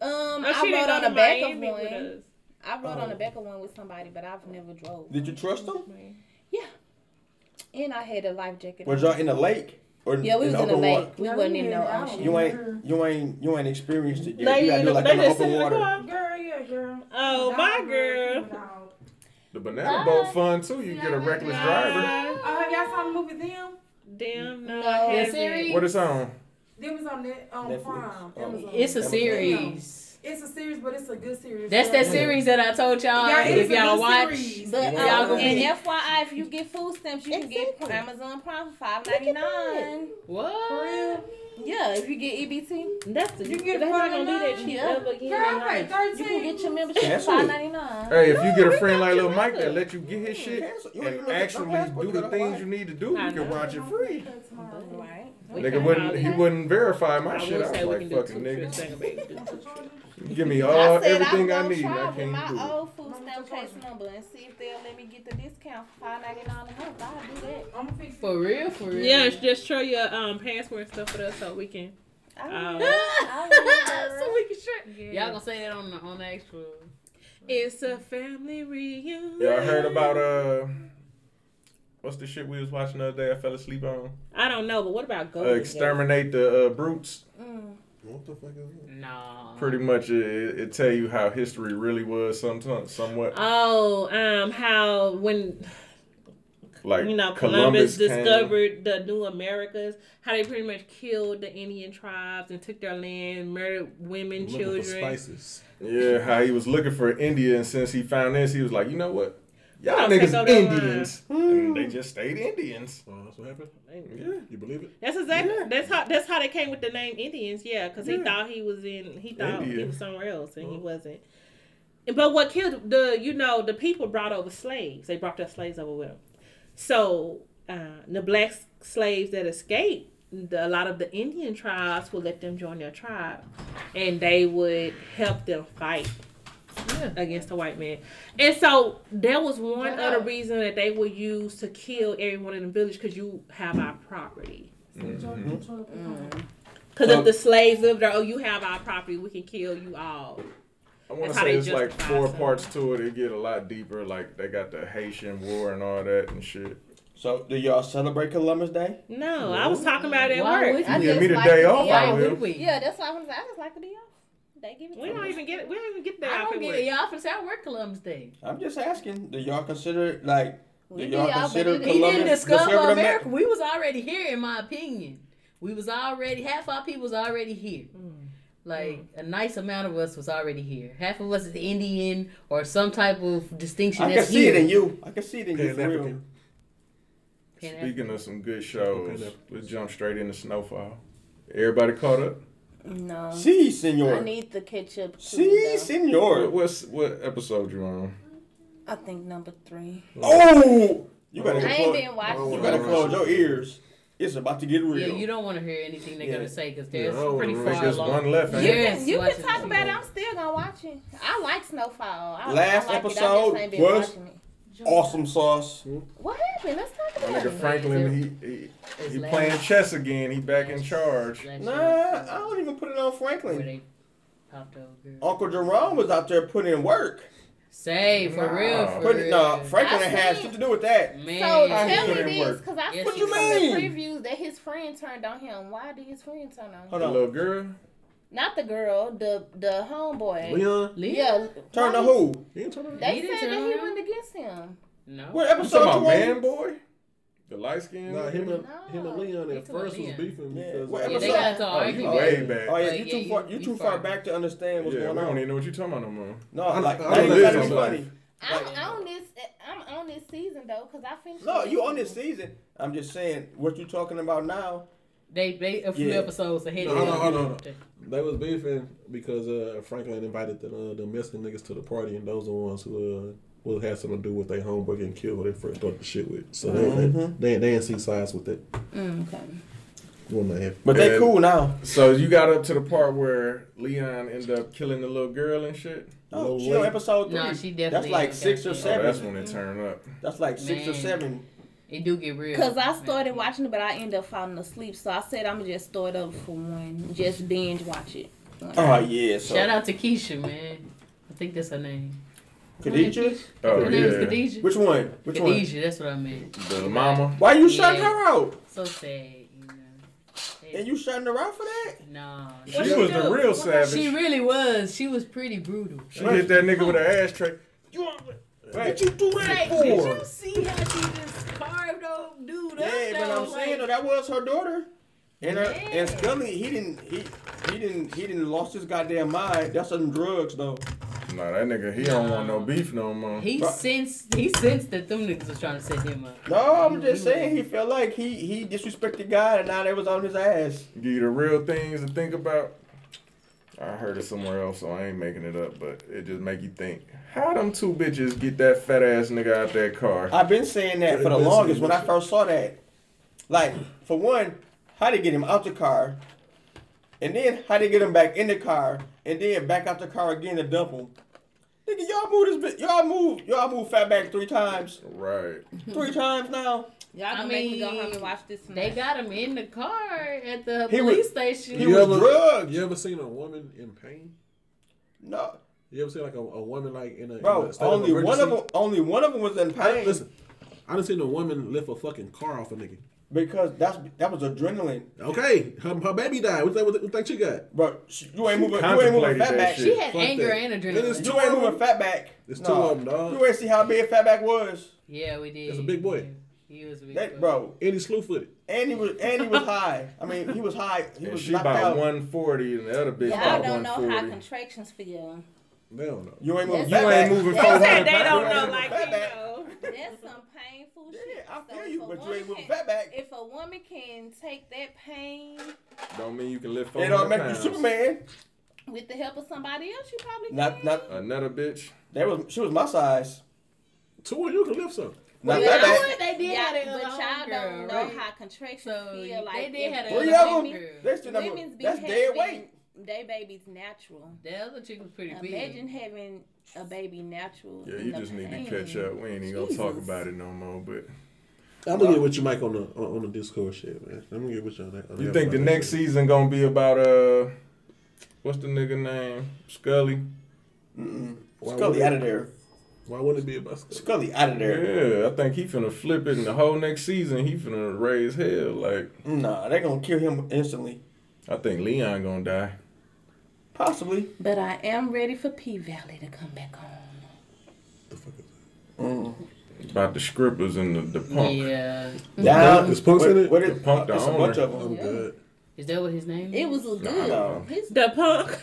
Speaker 4: Um,
Speaker 5: Oh,
Speaker 4: I
Speaker 5: she didn't
Speaker 4: rode
Speaker 5: go
Speaker 4: on
Speaker 5: to
Speaker 4: the back of
Speaker 5: Miami with
Speaker 4: one.
Speaker 5: us.
Speaker 4: I rode
Speaker 2: Um,
Speaker 4: on the back of one with somebody, but I've never drove.
Speaker 7: Did you trust them?
Speaker 4: And I had a life jacket.
Speaker 7: Was
Speaker 4: on.
Speaker 7: y'all in the lake or
Speaker 4: Yeah, we was in the
Speaker 7: open
Speaker 4: lake.
Speaker 7: water?
Speaker 4: We
Speaker 3: No,
Speaker 4: wasn't
Speaker 3: we
Speaker 4: in no
Speaker 3: were out. *laughs*
Speaker 4: ocean.
Speaker 7: You ain't you ain't you ain't experienced it yet.
Speaker 5: They,
Speaker 7: You gotta do it like
Speaker 5: they
Speaker 7: in the
Speaker 5: just
Speaker 7: open
Speaker 5: sit in the
Speaker 7: water.
Speaker 5: car.
Speaker 3: Girl, yeah, girl.
Speaker 5: Oh, my girl.
Speaker 2: The banana boat fun too. You get a reckless driver.
Speaker 3: Oh, have y'all saw the movie Them?
Speaker 5: Damn, no,
Speaker 4: No.
Speaker 5: I
Speaker 4: The
Speaker 5: haven't.
Speaker 8: series?
Speaker 2: What it's on?
Speaker 3: Them is on that on
Speaker 7: Netflix.
Speaker 3: um, Prime.
Speaker 7: Oh.
Speaker 3: Amazon.
Speaker 8: It's a
Speaker 7: That was-
Speaker 8: series.
Speaker 3: It's a series, but it's a good series.
Speaker 8: That's that series uh, that I told y'all
Speaker 3: Yeah, it
Speaker 8: if
Speaker 3: is a
Speaker 8: y'all
Speaker 3: good
Speaker 8: watch.
Speaker 3: series.
Speaker 4: But
Speaker 7: You ain't
Speaker 4: um,
Speaker 7: gonna
Speaker 4: and
Speaker 7: get
Speaker 4: FYI, if you get food stamps, you can get Amazon Prime for five ninety nine.
Speaker 8: What?
Speaker 4: Yeah, if you get EBT,
Speaker 5: That's the,
Speaker 3: You get
Speaker 5: they're not gonna do
Speaker 3: $49?
Speaker 5: that cheap
Speaker 4: Yeah.
Speaker 5: ever again.
Speaker 3: Girl, I paid
Speaker 4: you
Speaker 3: thirteen.
Speaker 4: can get your membership for
Speaker 7: Cancel it.
Speaker 4: five ninety nine.
Speaker 2: Hey, if you get a
Speaker 5: we
Speaker 2: friend
Speaker 5: got
Speaker 2: like
Speaker 5: you
Speaker 2: Lil Mike that
Speaker 5: covered.
Speaker 2: let you get his shit
Speaker 7: Cancel. You ain't
Speaker 2: and
Speaker 7: even got no
Speaker 2: actually
Speaker 7: passport,
Speaker 2: do
Speaker 7: you
Speaker 2: the
Speaker 7: gotta
Speaker 2: things
Speaker 7: lie.
Speaker 2: you need to do, you
Speaker 5: I
Speaker 2: can
Speaker 5: know.
Speaker 2: watch it free.
Speaker 4: Right.
Speaker 2: Nigga wouldn't he wouldn't verify my
Speaker 5: I
Speaker 2: shit.
Speaker 5: would
Speaker 2: I
Speaker 5: say we can
Speaker 2: was like,
Speaker 5: do two
Speaker 2: fucking
Speaker 5: trips.
Speaker 2: nigga,
Speaker 5: ain't gonna be able to do two trips.
Speaker 2: give me
Speaker 4: I
Speaker 2: all
Speaker 4: said I'm
Speaker 2: Uh, everything
Speaker 4: gonna
Speaker 2: I need.
Speaker 4: try
Speaker 2: I
Speaker 4: with my
Speaker 2: can't do it.
Speaker 4: old food stamp case number and see if they'll let me get the discount for five ninety nine a month. I'll do that.
Speaker 3: I'm gonna fix it.
Speaker 8: For real? For
Speaker 5: *laughs*
Speaker 8: real?
Speaker 5: Yeah, just show your um passport and stuff with us so we can.
Speaker 4: *laughs* I
Speaker 5: Um,
Speaker 4: will. I will.
Speaker 8: so we can share.
Speaker 5: yeah.
Speaker 8: Y'all gonna say that on the on the actual.
Speaker 5: It's a family reunion.
Speaker 2: Y'all heard about uh what's the shit we was watching the other day I fell asleep on?
Speaker 5: I don't know, but what about
Speaker 2: Uh,
Speaker 5: Golden? Gate?
Speaker 2: exterminate the uh, brutes.
Speaker 4: Mm.
Speaker 6: What the fuck is that?
Speaker 8: Nah.
Speaker 2: Pretty much it, it tell you how history really was sometimes somewhat.
Speaker 5: Oh, um, how when
Speaker 2: like
Speaker 5: you know Columbus,
Speaker 2: Columbus, came.
Speaker 5: discovered the New Americas, how they pretty much killed the Indian tribes and took their land, murdered women,
Speaker 6: Looking for
Speaker 5: children.
Speaker 6: spices.
Speaker 2: Yeah, how he was looking for India, and since he found this, he was like, you know what, y'all
Speaker 5: I'll take
Speaker 2: niggas
Speaker 5: over the line."
Speaker 2: Indians, and they just stayed Indians.
Speaker 6: Oh, Mm. that's what happened?
Speaker 2: Yeah.
Speaker 6: You believe it?
Speaker 5: That's exactly
Speaker 2: Yeah.
Speaker 5: that's how that's how they came with the name Indians. Yeah, because
Speaker 2: Yeah.
Speaker 5: he thought he was in he thought
Speaker 2: India. Uh-huh.
Speaker 5: he was somewhere else and he
Speaker 6: Mhm.
Speaker 5: wasn't. But what killed the you know the people brought over slaves. They brought their slaves over with them. So uh, the black s- slaves that escaped, the, a lot of the Indian tribes would let them join their tribe, and they would help them fight
Speaker 8: Yeah.
Speaker 5: against the white man. And so that was one
Speaker 8: Wow.
Speaker 5: other reason that they would use to kill everyone in the village because you have our property. Because
Speaker 2: So-
Speaker 8: Um,
Speaker 5: if the slaves live there, oh, you have our property, we can kill you all.
Speaker 2: I want
Speaker 5: That's
Speaker 2: to
Speaker 5: how
Speaker 2: say
Speaker 5: they
Speaker 2: it's like
Speaker 5: justify
Speaker 2: four
Speaker 5: some.
Speaker 2: parts to it. It get a lot deeper. Like they got the Haitian war and all that and shit.
Speaker 7: So do y'all celebrate Columbus Day?
Speaker 5: No, I was talking about it at
Speaker 8: Why
Speaker 5: work.
Speaker 8: would
Speaker 4: I
Speaker 8: we?
Speaker 2: Yeah,
Speaker 4: just
Speaker 2: me the
Speaker 4: like
Speaker 2: day
Speaker 4: to
Speaker 2: off,
Speaker 4: be
Speaker 8: Why
Speaker 7: Oh,
Speaker 2: I
Speaker 4: out.
Speaker 2: will.
Speaker 8: would we?
Speaker 4: Yeah, that's why I was. I just like the day off. They give it. to
Speaker 5: We
Speaker 4: me.
Speaker 5: don't even get we don't even get that
Speaker 8: I
Speaker 5: out
Speaker 8: don't
Speaker 5: of
Speaker 8: get
Speaker 5: work.
Speaker 8: it. Y'all for South work Columbus Day.
Speaker 7: I'm just asking. Do y'all consider like
Speaker 4: We
Speaker 7: do
Speaker 4: do,
Speaker 7: y'all
Speaker 4: y'all, but
Speaker 7: consider
Speaker 4: it-
Speaker 8: He
Speaker 7: Columbus
Speaker 8: didn't discover
Speaker 7: Amer-
Speaker 8: America. We was already here, in my opinion. We was already half our people was already here.
Speaker 5: Mm.
Speaker 8: Like a nice amount of us was already here. Half of us is Indian or some type of distinction
Speaker 7: I can
Speaker 8: that's
Speaker 7: see
Speaker 8: here.
Speaker 7: it in you. I can see it in you
Speaker 6: Pan
Speaker 7: for real.
Speaker 6: African.
Speaker 8: Pan-
Speaker 2: Speaking of some good shows,
Speaker 6: Okay,
Speaker 2: let's jump straight into Snowfall. Everybody caught up.
Speaker 4: No.
Speaker 7: See,
Speaker 4: I
Speaker 7: senor.
Speaker 4: need the ketchup. too,
Speaker 7: See,
Speaker 4: though.
Speaker 2: What,
Speaker 7: senor.
Speaker 2: what's what episode you on?
Speaker 5: I think number three.
Speaker 7: Oh, you better.
Speaker 5: I ain't
Speaker 7: close-
Speaker 5: been watching.
Speaker 7: You better close your ears. It's about to get real.
Speaker 8: Yeah, you don't want to hear anything they're gonna say because
Speaker 2: Yeah,
Speaker 8: they're
Speaker 2: I would've
Speaker 8: pretty
Speaker 2: really
Speaker 8: far
Speaker 2: just
Speaker 8: along.
Speaker 2: one left, ain't it?
Speaker 8: Yes,
Speaker 5: you can
Speaker 8: watching
Speaker 5: talk
Speaker 8: the
Speaker 5: about it.
Speaker 8: show.
Speaker 5: I'm still gonna watch it. I like Snowfall. I,
Speaker 7: Last
Speaker 5: I like
Speaker 7: episode
Speaker 5: it. I just ain't been
Speaker 7: was-
Speaker 5: watching it.
Speaker 7: Awesome sauce.
Speaker 5: What happened? Let's talk
Speaker 2: My
Speaker 5: about
Speaker 2: nigga
Speaker 5: it.
Speaker 2: Franklin, he he,
Speaker 8: It's
Speaker 2: he
Speaker 8: last-
Speaker 2: playing chess again. He back in charge.
Speaker 8: That
Speaker 7: Nah,
Speaker 8: show
Speaker 7: I don't Oh. even put it on
Speaker 8: where
Speaker 7: Franklin.
Speaker 8: they popped old girl.
Speaker 7: Uncle Jerome was out there putting in work.
Speaker 8: Say for real,
Speaker 2: Nah.
Speaker 8: for
Speaker 7: Put
Speaker 8: real. Mm.
Speaker 7: it, nah, Franklin
Speaker 5: I
Speaker 7: had
Speaker 5: seen-
Speaker 7: shit to do with that.
Speaker 8: Man,
Speaker 5: So
Speaker 7: I
Speaker 5: tell
Speaker 7: hear
Speaker 5: me
Speaker 7: it
Speaker 5: this,
Speaker 7: work.
Speaker 5: because I
Speaker 8: Yes,
Speaker 5: seen
Speaker 8: you
Speaker 5: some of the
Speaker 7: mean.
Speaker 5: previews that his friend turned on him. Why did his friend turn on him?
Speaker 7: Hold
Speaker 2: The
Speaker 7: on.
Speaker 2: little girl.
Speaker 5: Not the girl, the the homeboy.
Speaker 6: Leon,
Speaker 8: Leon?
Speaker 5: Yeah,
Speaker 7: Turn to
Speaker 5: why
Speaker 7: who?
Speaker 6: he ain't talking
Speaker 5: he-
Speaker 6: about
Speaker 5: They
Speaker 8: He didn't
Speaker 5: said that
Speaker 8: turn
Speaker 5: he
Speaker 8: on
Speaker 5: went against him.
Speaker 8: No.
Speaker 7: What
Speaker 2: You
Speaker 7: episode
Speaker 2: talking about
Speaker 7: two on?
Speaker 2: man boy? The light skin.
Speaker 6: Nah, him and
Speaker 5: No.
Speaker 6: him and Leon
Speaker 8: They talking
Speaker 6: at
Speaker 8: about
Speaker 6: first was
Speaker 8: Leon.
Speaker 6: beefing
Speaker 7: Yeah.
Speaker 6: because
Speaker 7: What
Speaker 8: Yeah, they
Speaker 7: episode?
Speaker 8: got into an
Speaker 7: Oh,
Speaker 2: oh, you
Speaker 8: argument.
Speaker 2: way back.
Speaker 7: Oh yeah,
Speaker 8: But
Speaker 7: you
Speaker 8: yeah,
Speaker 7: too
Speaker 8: you-
Speaker 7: far. You,
Speaker 8: you
Speaker 7: too
Speaker 8: far
Speaker 7: far,
Speaker 8: back.
Speaker 7: back to understand what's
Speaker 2: yeah, we
Speaker 7: going on.
Speaker 2: don't even know what you're talking about no more.
Speaker 7: no, like
Speaker 6: I
Speaker 7: that
Speaker 6: don't
Speaker 7: ain't
Speaker 6: know.
Speaker 7: gotta be funny.
Speaker 5: I'm on this. I'm on this season though, because I finished.
Speaker 7: No,
Speaker 5: it.
Speaker 7: you on this season. I'm just saying what you talking about now.
Speaker 8: They they a few
Speaker 7: Yeah. Uh-huh.
Speaker 8: episodes ahead
Speaker 6: No,
Speaker 8: of
Speaker 6: hold on,
Speaker 8: them.
Speaker 6: hold on, hold They was beefing because uh, Franklin invited the uh, the Mexican niggas to the party, and those are the ones who uh, will had something to do with their homeboy getting killed when they first started the shit with. So they
Speaker 7: Mm-hmm.
Speaker 6: they, they, they didn't see sides with it.
Speaker 8: Mm,
Speaker 5: okay.
Speaker 6: Wouldn't they have-
Speaker 7: But they
Speaker 2: Yeah.
Speaker 7: cool now.
Speaker 2: So you got up to the part where Leon ended up killing the little girl and shit.
Speaker 7: Oh,
Speaker 6: No
Speaker 7: she
Speaker 6: way.
Speaker 7: on episode three.
Speaker 8: No, she definitely
Speaker 7: That's like
Speaker 8: ain't
Speaker 7: six
Speaker 8: got
Speaker 7: or
Speaker 8: shit.
Speaker 2: Oh,
Speaker 7: seven.
Speaker 2: that's
Speaker 7: that's,
Speaker 2: when it turned up.
Speaker 7: like six or
Speaker 8: Man.
Speaker 7: seven.
Speaker 8: It do get real.
Speaker 5: Cause I started watching it, but I ended up falling asleep. So I said I'm gonna just throw it up for one, just binge watch it.
Speaker 7: Oh yeah. So
Speaker 8: Shout out to Keisha, man. I think that's her name.
Speaker 7: Khadijah.
Speaker 2: Oh
Speaker 8: her name is
Speaker 2: yeah,
Speaker 8: Khadijah.
Speaker 7: Which one? Which one?
Speaker 8: Khadijah, that's what I meant.
Speaker 2: the mama.
Speaker 7: Why you shutting
Speaker 8: Yeah.
Speaker 7: her out?
Speaker 8: So sad, you know.
Speaker 7: And you shutting her out for that?
Speaker 8: No.
Speaker 2: She was the real savage.
Speaker 8: She really was. She was pretty brutal.
Speaker 2: She hit that nigga with her ashtray.
Speaker 7: What you do that for?
Speaker 8: see how she just carved old dude
Speaker 7: Yeah, but I'm saying though, that was her daughter. And her,
Speaker 8: Yeah.
Speaker 7: and Scully, he didn't he he didn't he didn't lost his goddamn mind. That's some drugs though.
Speaker 2: Nah, that nigga, he don't want no beef no more.
Speaker 8: He
Speaker 7: Bruh.
Speaker 8: sensed he sensed that them niggas was trying to set him up.
Speaker 7: No, I'm
Speaker 8: He-
Speaker 7: just
Speaker 8: he was-
Speaker 7: saying he felt like he he disrespected God and now they was on his ass.
Speaker 2: Give you the real things to think about. I heard it somewhere else, so I ain't making it up, but it just make you think. How them two bitches get that fat ass nigga out that car?
Speaker 7: I've been saying that for the
Speaker 6: Been saying
Speaker 7: longest when
Speaker 6: that
Speaker 7: I
Speaker 6: shit.
Speaker 7: first saw that. Like, for one, how they get him out the car, and then how they get him back in the car, and then back out the car again to dump him. Nigga, y'all move this bit. Y'all move. Y'all move fat back three times.
Speaker 2: Right.
Speaker 7: Three times now.
Speaker 5: Y'all gonna
Speaker 8: I
Speaker 5: make me go
Speaker 8: mean,
Speaker 5: home and watch this tonight.
Speaker 8: They got him in the car at the
Speaker 7: He
Speaker 8: police
Speaker 7: was-
Speaker 8: station.
Speaker 7: He
Speaker 6: You
Speaker 7: was
Speaker 6: ever-
Speaker 7: drugged.
Speaker 6: You ever seen a woman in pain?
Speaker 7: No,
Speaker 6: You ever seen like a, a woman like in a in
Speaker 7: bro.
Speaker 6: a state
Speaker 7: Only one of
Speaker 6: emergency?
Speaker 7: them. Only one of them was in
Speaker 6: I,
Speaker 7: pain
Speaker 6: listen, I done seen a woman lift a fucking car off a nigga.
Speaker 7: because that's that was adrenaline.
Speaker 6: Okay, her, her baby died. What you think- what you think she got?
Speaker 7: Bro, sh- you ain't moving. You ain't moving
Speaker 2: contemplated
Speaker 7: fat
Speaker 2: that
Speaker 7: back.
Speaker 2: shit.
Speaker 8: she had
Speaker 6: Fuck
Speaker 8: anger
Speaker 6: that.
Speaker 8: and
Speaker 6: It is
Speaker 8: adrenaline.
Speaker 6: too-
Speaker 7: You ain't moving fat back.
Speaker 6: There's two of 'em, dog.
Speaker 7: You ain't see how big fat back was.
Speaker 8: yeah, we did.
Speaker 6: That's a big boy.
Speaker 8: He was a big
Speaker 7: That
Speaker 8: boy.
Speaker 7: bro.
Speaker 6: And he slew footed.
Speaker 7: And he was and he was high. I mean, he was high. He
Speaker 2: And
Speaker 7: was
Speaker 2: she
Speaker 7: knocked
Speaker 2: about
Speaker 7: out.
Speaker 2: 140, and the other bitch
Speaker 5: Y'all
Speaker 2: about
Speaker 5: don't know how
Speaker 2: 140.
Speaker 5: contractions feel.
Speaker 6: They don't know.
Speaker 7: You ain't moving.
Speaker 2: You ain't moving 400
Speaker 13: Said they don't
Speaker 2: pounds.
Speaker 13: know like
Speaker 7: Fat
Speaker 13: he
Speaker 7: back.
Speaker 5: *laughs*
Speaker 13: know.
Speaker 5: That's some painful
Speaker 7: Yeah,
Speaker 5: shit.
Speaker 7: I
Speaker 5: So
Speaker 7: feel
Speaker 5: if
Speaker 7: you,
Speaker 5: a
Speaker 7: but you
Speaker 5: woman
Speaker 7: ain't moving
Speaker 5: can-
Speaker 7: fat back.
Speaker 5: If a woman can take that pain
Speaker 2: Don't mean you can lift
Speaker 7: It
Speaker 2: 400
Speaker 7: don't make you
Speaker 2: pounds.
Speaker 7: Superman.
Speaker 5: with the help of somebody else, you probably
Speaker 7: Not
Speaker 5: can.
Speaker 7: not.
Speaker 2: Another bitch.
Speaker 7: They was she was my size.
Speaker 6: Two of you can lift some.
Speaker 7: Not
Speaker 8: You
Speaker 7: fat
Speaker 8: know
Speaker 7: back.
Speaker 8: what? They did
Speaker 5: Y'all,
Speaker 8: have
Speaker 5: but y'all don't know how contractions
Speaker 8: So,
Speaker 5: feel.
Speaker 8: they
Speaker 5: Like
Speaker 8: did
Speaker 5: if
Speaker 8: have
Speaker 7: Three
Speaker 8: Other
Speaker 7: of them.
Speaker 8: women-
Speaker 7: They still not
Speaker 5: women's
Speaker 7: moving.
Speaker 5: be
Speaker 7: That's dead weight.
Speaker 5: having they babies natural.
Speaker 8: The other chick was pretty big.
Speaker 5: Imagine having a baby natural.
Speaker 2: Yeah,
Speaker 5: and
Speaker 2: you
Speaker 5: the
Speaker 2: just need to
Speaker 5: pain.
Speaker 2: catch up. We ain't even gonna talk
Speaker 5: Jesus.
Speaker 2: about it no more. But
Speaker 6: I'm gonna get with you, Mike, on the on, on the Discord shit, man. I'm gonna get with you on that. on
Speaker 2: you
Speaker 6: that
Speaker 2: think the
Speaker 6: about
Speaker 2: next
Speaker 6: that.
Speaker 2: season gonna be about uh, what's the nigga name? Scully.
Speaker 6: Why
Speaker 7: Scully
Speaker 6: would-
Speaker 7: out of there.
Speaker 6: Why wouldn't it be about Scully?
Speaker 7: Scully out of there.
Speaker 2: Yeah, I think he finna flip it, and the whole next season he finna raise hell. Like
Speaker 7: Nah, they gonna kill him instantly.
Speaker 2: I think Leon gonna die.
Speaker 7: Possibly.
Speaker 5: But I am ready for P Valley to come back on.
Speaker 6: The fuck is that?
Speaker 2: About the scribblers and the, the punk.
Speaker 8: Yeah.
Speaker 7: Down.
Speaker 6: Is Punk's
Speaker 7: what-
Speaker 6: in it?
Speaker 7: What is,
Speaker 2: The Punk, the
Speaker 7: it's a bunch of them.
Speaker 6: I'm good.
Speaker 8: Is that what his name
Speaker 5: It
Speaker 8: is?
Speaker 5: was good.
Speaker 2: know.
Speaker 5: His-
Speaker 13: The punk.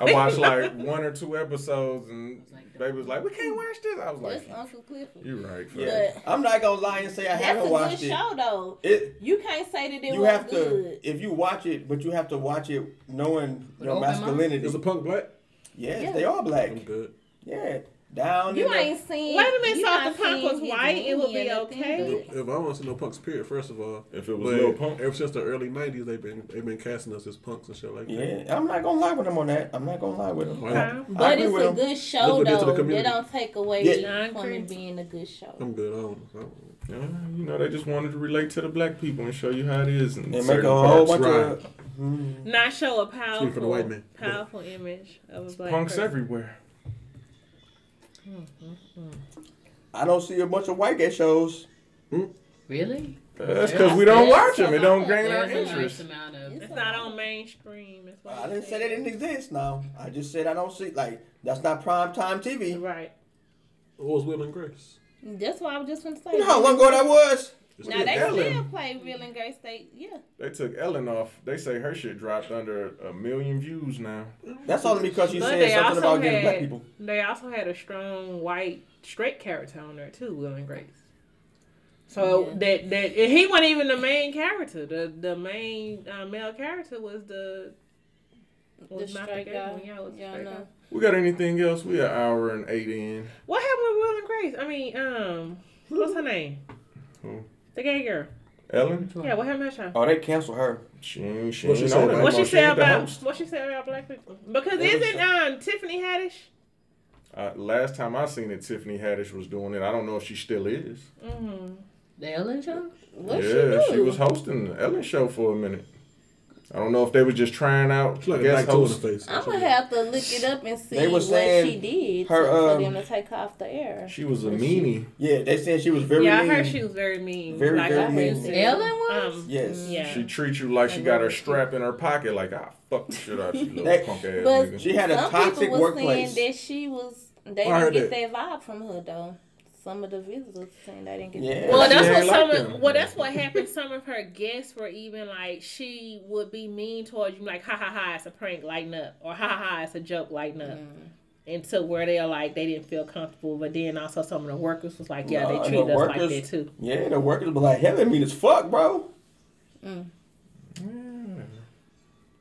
Speaker 2: I watched like one or two episodes, and they was like, "We can't watch this." I was
Speaker 5: That's
Speaker 4: uh,
Speaker 2: like,
Speaker 5: Uncle Clifford.
Speaker 2: "You right." fuck
Speaker 7: Yeah. I'm not gonna lie and say I
Speaker 5: That's
Speaker 7: haven't
Speaker 5: a good
Speaker 7: watched it.
Speaker 5: show though.
Speaker 7: It
Speaker 5: You can't say that it
Speaker 7: you
Speaker 5: was
Speaker 7: have
Speaker 5: good.
Speaker 7: to if you watch it, but you have to watch it knowing your
Speaker 8: open mind?
Speaker 7: masculinity.
Speaker 6: Is the Punk black?
Speaker 7: Yes,
Speaker 5: Yeah.
Speaker 7: they are black.
Speaker 6: I'm good.
Speaker 7: Yeah, Down
Speaker 4: You
Speaker 7: in the-
Speaker 4: ain't seen.
Speaker 5: Wait a minute,
Speaker 4: you
Speaker 5: so if
Speaker 4: not
Speaker 5: the punk
Speaker 4: seen
Speaker 5: was
Speaker 4: his
Speaker 5: white, it would be
Speaker 4: lineage or
Speaker 5: okay?
Speaker 4: nothing.
Speaker 6: If I don't see no punks, period. First of all,
Speaker 14: If it was
Speaker 6: but
Speaker 14: Lil Pump.
Speaker 6: ever since the early '90s, they've been they've been casting us as punks and shit like that.
Speaker 7: Yeah, I'm not gonna lie with him on that. I'm not gonna lie with him.
Speaker 6: Why not?
Speaker 7: I
Speaker 4: But
Speaker 7: agree
Speaker 4: it's
Speaker 7: with
Speaker 4: a
Speaker 7: him.
Speaker 4: good show
Speaker 6: what they did to the
Speaker 4: though. They
Speaker 6: community.
Speaker 4: don't take away
Speaker 7: Yeah.
Speaker 4: from it being a good show.
Speaker 6: I'm good. I don't, I don't
Speaker 2: Yeah, you know, they just wanted to relate to the black people and show you how it is. And
Speaker 7: And make a whole bunch of
Speaker 5: *laughs* Not show a powerful,
Speaker 6: Speak for the white man.
Speaker 5: powerful image of a black
Speaker 2: punks
Speaker 5: person.
Speaker 2: everywhere.
Speaker 7: I don't see a bunch of white gay shows.
Speaker 8: Really?
Speaker 2: that's because we don't watch them. It don't gain our
Speaker 8: There's a nice
Speaker 2: interest.
Speaker 8: amount of.
Speaker 5: It's not on mainstream. That's
Speaker 8: Ah,
Speaker 5: what
Speaker 7: I
Speaker 5: I'm
Speaker 7: didn't say
Speaker 5: saying.
Speaker 7: they didn't exist. Now I just said I don't see like that's not prime time TV.
Speaker 5: Right.
Speaker 6: What was Will and Grace?
Speaker 4: That's why I'm just gonna say.
Speaker 7: You know how long ago that was?
Speaker 6: It's
Speaker 4: Now
Speaker 6: good.
Speaker 4: they
Speaker 2: Ellen.
Speaker 4: still play Real and Grace State. Yeah.
Speaker 2: They took Ellen off. They say her shit dropped under a million views now.
Speaker 7: That's only because she
Speaker 5: But
Speaker 7: said
Speaker 5: they
Speaker 7: something
Speaker 5: also
Speaker 7: about getting black
Speaker 5: had-
Speaker 7: people.
Speaker 5: They also had a strong white straight character on there too, Will and Grace. So that that and he wasn't even the main character. The the main uh, male character was the was
Speaker 4: The
Speaker 5: not
Speaker 4: straight
Speaker 5: forgetting-
Speaker 4: guy.
Speaker 5: Yeah, it was the
Speaker 4: Yeah, I
Speaker 5: straight
Speaker 4: know.
Speaker 5: guy.
Speaker 2: We got anything else? We an hour and eight in.
Speaker 5: What happened with Will and Grace? I mean, um, what's her name?
Speaker 2: Who?
Speaker 5: The gay girl.
Speaker 2: Ellen?
Speaker 5: Yeah, what happened to her?
Speaker 7: Oh, they canceled her.
Speaker 2: She ain't, she
Speaker 6: What
Speaker 2: ain't
Speaker 6: she said
Speaker 2: on that
Speaker 6: about-
Speaker 2: no
Speaker 5: What she
Speaker 2: more.
Speaker 5: said
Speaker 2: ain't the
Speaker 5: about
Speaker 2: host.
Speaker 5: what she said about black people? Because
Speaker 7: They was
Speaker 5: isn't um Tiffany Haddish?
Speaker 2: Uh, last time I seen it, Tiffany Haddish was doing it. I don't know if she still is.
Speaker 5: Mm-hmm.
Speaker 8: The Ellen show?
Speaker 4: What
Speaker 2: yeah,
Speaker 4: she
Speaker 2: she,
Speaker 4: do?
Speaker 2: was hosting the Ellen show for a minute. I don't know if they was just trying out
Speaker 6: Look, like
Speaker 2: guest
Speaker 6: two in the
Speaker 2: hosts.
Speaker 6: face.
Speaker 4: I'm gonna have to look it up and see
Speaker 7: They were
Speaker 4: what she
Speaker 7: saying
Speaker 4: did
Speaker 7: her,
Speaker 4: to, for
Speaker 7: um,
Speaker 4: them to take her off the air.
Speaker 2: She was a meanie.
Speaker 7: Yeah, they said she was very
Speaker 5: yeah, I
Speaker 7: mean.
Speaker 5: heard she was very mean.
Speaker 7: Very,
Speaker 5: like,
Speaker 7: very
Speaker 5: I
Speaker 7: mean.
Speaker 5: said,
Speaker 8: Ellen was?
Speaker 5: Um,
Speaker 7: Yes.
Speaker 5: yeah.
Speaker 2: She treats you like she got her strap in her pocket, like I fuck the shit out
Speaker 8: *laughs*
Speaker 2: you, little
Speaker 7: That-
Speaker 2: punk ass
Speaker 4: but-
Speaker 2: nigga.
Speaker 7: She had a
Speaker 4: Some
Speaker 7: toxic
Speaker 4: people were
Speaker 7: workplace.
Speaker 4: saying that she was. They
Speaker 6: I heard
Speaker 4: didn't get that vibe from her though. Some of the visitors saying they didn't get
Speaker 7: Yeah.
Speaker 4: that.
Speaker 5: Well,
Speaker 2: She
Speaker 5: that's
Speaker 2: ain't
Speaker 5: what some.
Speaker 2: like
Speaker 5: Of,
Speaker 2: them.
Speaker 5: well, that's what happened. Some of her guests were even like she would be mean towards you, like ha ha ha, it's a prank, lighten up, or ha ha ha, it's a joke, lighten up. And to where they're like they didn't feel comfortable, but then also some of the workers was like, yeah,
Speaker 7: No,
Speaker 5: they
Speaker 7: the
Speaker 5: treated us like that
Speaker 7: workers-
Speaker 5: too.
Speaker 7: Yeah, the workers were like, hell, I mean, as fuck, bro.
Speaker 5: Mm.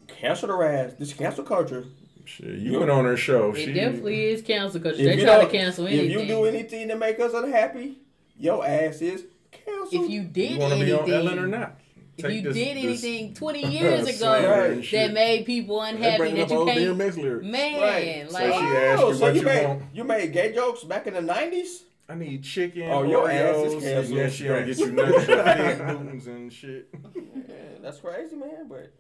Speaker 7: Cancel her ass. This cancel culture.
Speaker 2: Shit, you went on her show.
Speaker 8: It
Speaker 2: She
Speaker 8: definitely is cancel because
Speaker 7: If
Speaker 8: they
Speaker 7: you
Speaker 8: try to
Speaker 7: don't-
Speaker 8: cancel
Speaker 7: if
Speaker 8: anything.
Speaker 7: you do anything to make us unhappy, your ass is canceled.
Speaker 8: if you did
Speaker 2: you want to
Speaker 8: anything,
Speaker 2: be on Ellen or not?
Speaker 8: if
Speaker 2: Take
Speaker 8: you
Speaker 2: this-
Speaker 8: did
Speaker 2: this
Speaker 8: anything 20 years
Speaker 2: *laughs*
Speaker 8: ago
Speaker 2: slander
Speaker 7: Right.
Speaker 2: and
Speaker 8: that
Speaker 2: shit.
Speaker 8: made people
Speaker 6: They
Speaker 8: unhappy
Speaker 6: bringing
Speaker 8: that
Speaker 6: up
Speaker 8: you
Speaker 6: old
Speaker 8: can't,
Speaker 6: DMX lyrics.
Speaker 8: man,
Speaker 7: Right. Oh,
Speaker 8: like
Speaker 2: So she asked you
Speaker 7: so
Speaker 2: what
Speaker 7: you,
Speaker 2: you
Speaker 7: made
Speaker 2: want.
Speaker 7: you made gay jokes back in the nineties?
Speaker 2: I need chicken.
Speaker 7: Oh, your ass is
Speaker 2: Oreos,
Speaker 7: canceled.
Speaker 2: and Yeah, she don't get you nothing. Big Newtons and shit.
Speaker 7: Yeah, that's crazy, man. But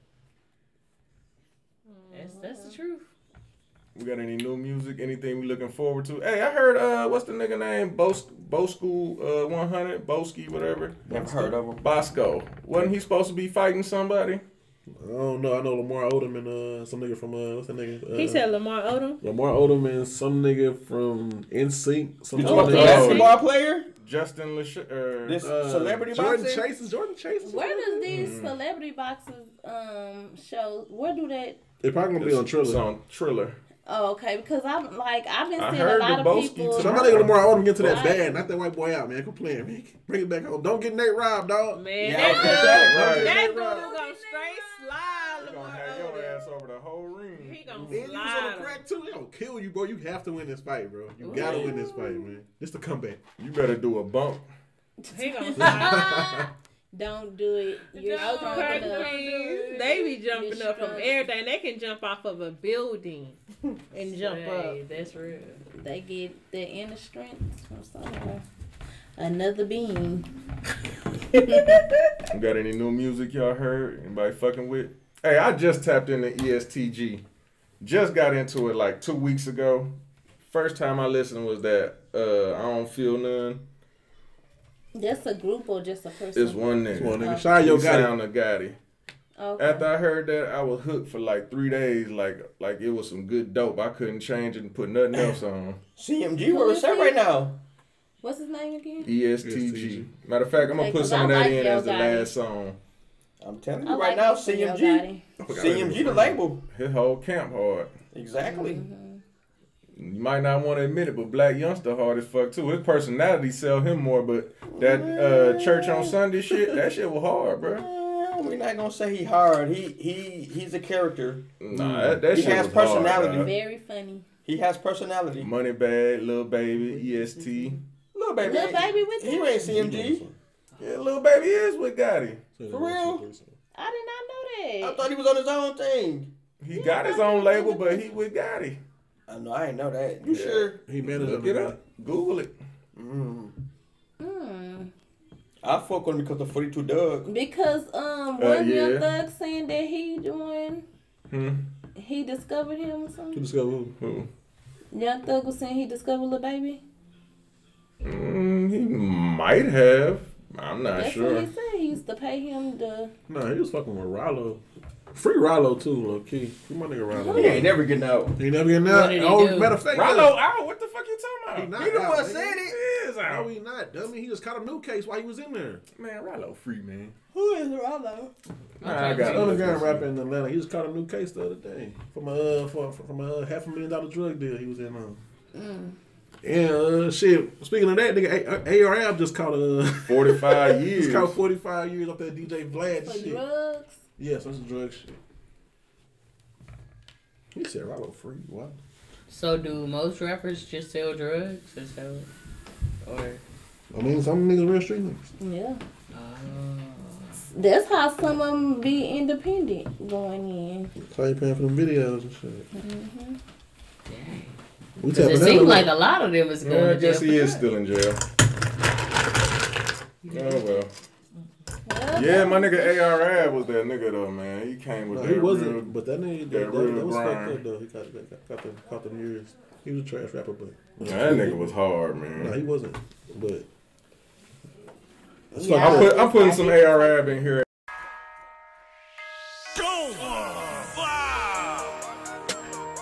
Speaker 8: that's, that's the truth.
Speaker 2: We got any new music? Anything we looking forward to? Hey, I heard uh, what's the nigga name? Bos Bo School uh, one hundred Boski whatever.
Speaker 7: never heard of them.
Speaker 2: Bosco. Wasn't he supposed to be fighting somebody?
Speaker 6: I don't know. I know Lamar Odom and uh, some nigga from uh, what's that nigga? Uh,
Speaker 5: He said Lamar Odom.
Speaker 6: Lamar Odom and some nigga from NSYNC. Some
Speaker 2: Oh,
Speaker 7: You talking about
Speaker 6: other
Speaker 7: the
Speaker 6: nigga.
Speaker 7: basketball player?
Speaker 2: Justin Lish- er,
Speaker 7: This
Speaker 6: Uh,
Speaker 7: celebrity
Speaker 6: Jordan
Speaker 7: boxing?
Speaker 6: Chase is Jordan Chase. is-
Speaker 4: Where does these
Speaker 7: Mm.
Speaker 4: celebrity boxes um show? Where do that?
Speaker 6: They probably gonna be on
Speaker 2: It's
Speaker 6: Triller.
Speaker 2: on Triller.
Speaker 4: Oh, okay. Because I'm like I've been
Speaker 2: I
Speaker 4: seeing a
Speaker 2: heard
Speaker 4: lot
Speaker 2: the
Speaker 4: of
Speaker 2: Boski
Speaker 4: people.
Speaker 2: tonight.
Speaker 6: Somebody Lamar Odom get to that
Speaker 4: Right.
Speaker 6: bad, not that white boy out, man. Quit playing, man. Bring it back home. Don't get Nate robbed, dog.
Speaker 5: Man,
Speaker 7: Yeah, I was gonna
Speaker 5: that
Speaker 7: say,
Speaker 2: Right.
Speaker 5: dude,
Speaker 7: right.
Speaker 5: that dude is gonna straight slide
Speaker 2: He gonna
Speaker 5: Lamar
Speaker 2: have your
Speaker 5: Odom.
Speaker 2: ass over the whole
Speaker 5: He
Speaker 2: ring.
Speaker 5: gonna
Speaker 6: Man, you was on the
Speaker 5: slide. him.
Speaker 6: crack too. They gonna kill you, bro. You have to win this fight, bro. You gotta win this fight, man. This the comeback.
Speaker 2: You better do a bump.
Speaker 5: He gonna slide.
Speaker 4: Don't do it. You're
Speaker 5: Those
Speaker 4: strong
Speaker 5: crack
Speaker 4: enough.
Speaker 5: queens, they be jumping up from
Speaker 4: Mistrust.
Speaker 5: everything. They can jump off of a building and jump up.
Speaker 8: Hey, that's real.
Speaker 4: They get their inner strength from somewhere. Another being.
Speaker 2: You Got any new music y'all heard? Anybody fucking with? Hey, I just tapped into E ESTG. Just got into it like two weeks ago. First time I listened was that uh I don't feel none.
Speaker 4: That's a group or just a person?
Speaker 2: It's one nigga.
Speaker 6: Come on, nigga.
Speaker 4: Uh,
Speaker 6: Shy, yo,
Speaker 2: He
Speaker 6: got it.
Speaker 2: sound a Gotti.
Speaker 4: Okay.
Speaker 2: After I heard that, I was hooked for like three days. Like like it was some good dope. I couldn't change it and put nothing else on. *laughs*
Speaker 7: CMG, where it's at right now?
Speaker 4: What's his name again?
Speaker 2: E ESTG. Matter of fact, I'm gonna
Speaker 4: Okay,
Speaker 2: put
Speaker 4: 'cause
Speaker 2: some of
Speaker 4: I
Speaker 2: that
Speaker 4: like
Speaker 2: in
Speaker 4: Yo
Speaker 2: as the
Speaker 4: Gotti.
Speaker 2: last song.
Speaker 7: I'm telling you
Speaker 4: I like
Speaker 7: right now,
Speaker 4: him for Yo
Speaker 7: CMG,
Speaker 4: Gotti.
Speaker 7: CMG the label.
Speaker 2: His whole camp hard.
Speaker 7: Exactly.
Speaker 4: Mm-hmm.
Speaker 2: You might not want to admit it, but Black Youngster hard as fuck too. His personality sell him more, but that uh, church on Sunday shit, that shit was hard, bro.
Speaker 7: Eh, we're not gonna say he hard. He he he's a character.
Speaker 2: Nah, that, that
Speaker 7: He
Speaker 6: Mm.
Speaker 2: shit
Speaker 7: has
Speaker 2: was hard,
Speaker 7: personality.
Speaker 2: dog.
Speaker 4: Very funny.
Speaker 7: He has personality.
Speaker 2: Money Bag, Lil Baby, E EST.
Speaker 7: Little baby.
Speaker 4: Lil Baby with
Speaker 7: You
Speaker 4: them?
Speaker 7: ain't CMG.
Speaker 2: Yeah, Lil Baby is with Gotti.
Speaker 7: For real?
Speaker 4: I did
Speaker 7: I
Speaker 4: not know that.
Speaker 7: thought he was on his own thing.
Speaker 2: He got his own label, but he with Gotti.
Speaker 7: I know. I ain't know that. You
Speaker 2: Yeah.
Speaker 7: sure?
Speaker 6: He managed
Speaker 2: Look it up. Google it.
Speaker 7: I fuck with him because of 42 Doug.
Speaker 4: Because um,
Speaker 2: Uh,
Speaker 4: wasn't
Speaker 2: yeah.
Speaker 4: Young Thug saying that he doing?
Speaker 2: Hmm.
Speaker 4: He discovered him or
Speaker 6: To
Speaker 4: something.
Speaker 6: discover who?
Speaker 2: Who?
Speaker 4: Young Thug was saying he discovered Lil Baby.
Speaker 2: Mm, he might have. I'm not
Speaker 4: That's
Speaker 2: sure.
Speaker 4: what he said. He used to pay him the.
Speaker 6: Nah, he was fucking with Rollo. Free Rollo too, low key. Free my nigga Rollo.
Speaker 7: He ain't never getting out.
Speaker 6: He never getting
Speaker 8: What
Speaker 6: out.
Speaker 8: did he
Speaker 6: Oh,
Speaker 8: do?
Speaker 6: matter of fact,
Speaker 2: Rollo out. What the fuck you talking about?
Speaker 6: He the one
Speaker 7: said it.
Speaker 2: He is
Speaker 6: No,
Speaker 2: out.
Speaker 6: he not, dummy. He just caught a milk case while he was in there.
Speaker 2: Man, Rollo free man.
Speaker 4: Who is Rollo?
Speaker 2: Nah, I
Speaker 6: Got
Speaker 2: got
Speaker 6: an underground rapper in Atlanta. He just caught a new case the other day from a uh, for, from a half a million dollar drug deal he was in on.
Speaker 8: Mm.
Speaker 6: And uh, shit. Speaking of that, nigga, a- A- ARM just caught *laughs* a.
Speaker 2: Forty
Speaker 4: *laughs*
Speaker 2: five
Speaker 6: He's
Speaker 2: years.
Speaker 6: caught 45 years off that DJ Vlad
Speaker 4: For
Speaker 6: shit.
Speaker 4: drugs.
Speaker 6: Yeah, so it's drug shit. He said Rollo free. Wow.
Speaker 8: So do most rappers just sell drugs or sell, or
Speaker 6: I mean, some niggas real street niggas.
Speaker 4: Yeah.
Speaker 8: uh,
Speaker 4: That's how some of them be independent going in.
Speaker 6: That's how you paying for them videos and shit.
Speaker 8: dang.
Speaker 6: We
Speaker 8: 'Cause it
Speaker 6: tapping
Speaker 8: seems
Speaker 6: in.
Speaker 8: like a lot of them is going
Speaker 2: Yeah, I
Speaker 8: to
Speaker 2: guess
Speaker 8: jail
Speaker 2: he
Speaker 8: for
Speaker 2: is
Speaker 8: that.
Speaker 2: still in jail. Oh well.
Speaker 4: Well,
Speaker 2: Yeah, my nigga ARI was that nigga though, man. He came with
Speaker 6: No,
Speaker 2: that
Speaker 6: he wasn't,
Speaker 2: real-
Speaker 6: but that nigga,
Speaker 2: that
Speaker 6: that, that,
Speaker 2: real
Speaker 6: was
Speaker 2: grind.
Speaker 6: fucked up though. He got, got, got, the, got them years. He was a trash rapper, but
Speaker 2: That nigga was hard,
Speaker 6: No, he
Speaker 2: man.
Speaker 6: wasn't. But
Speaker 4: yeah,
Speaker 2: I'm, put, I'm putting some ARI in here.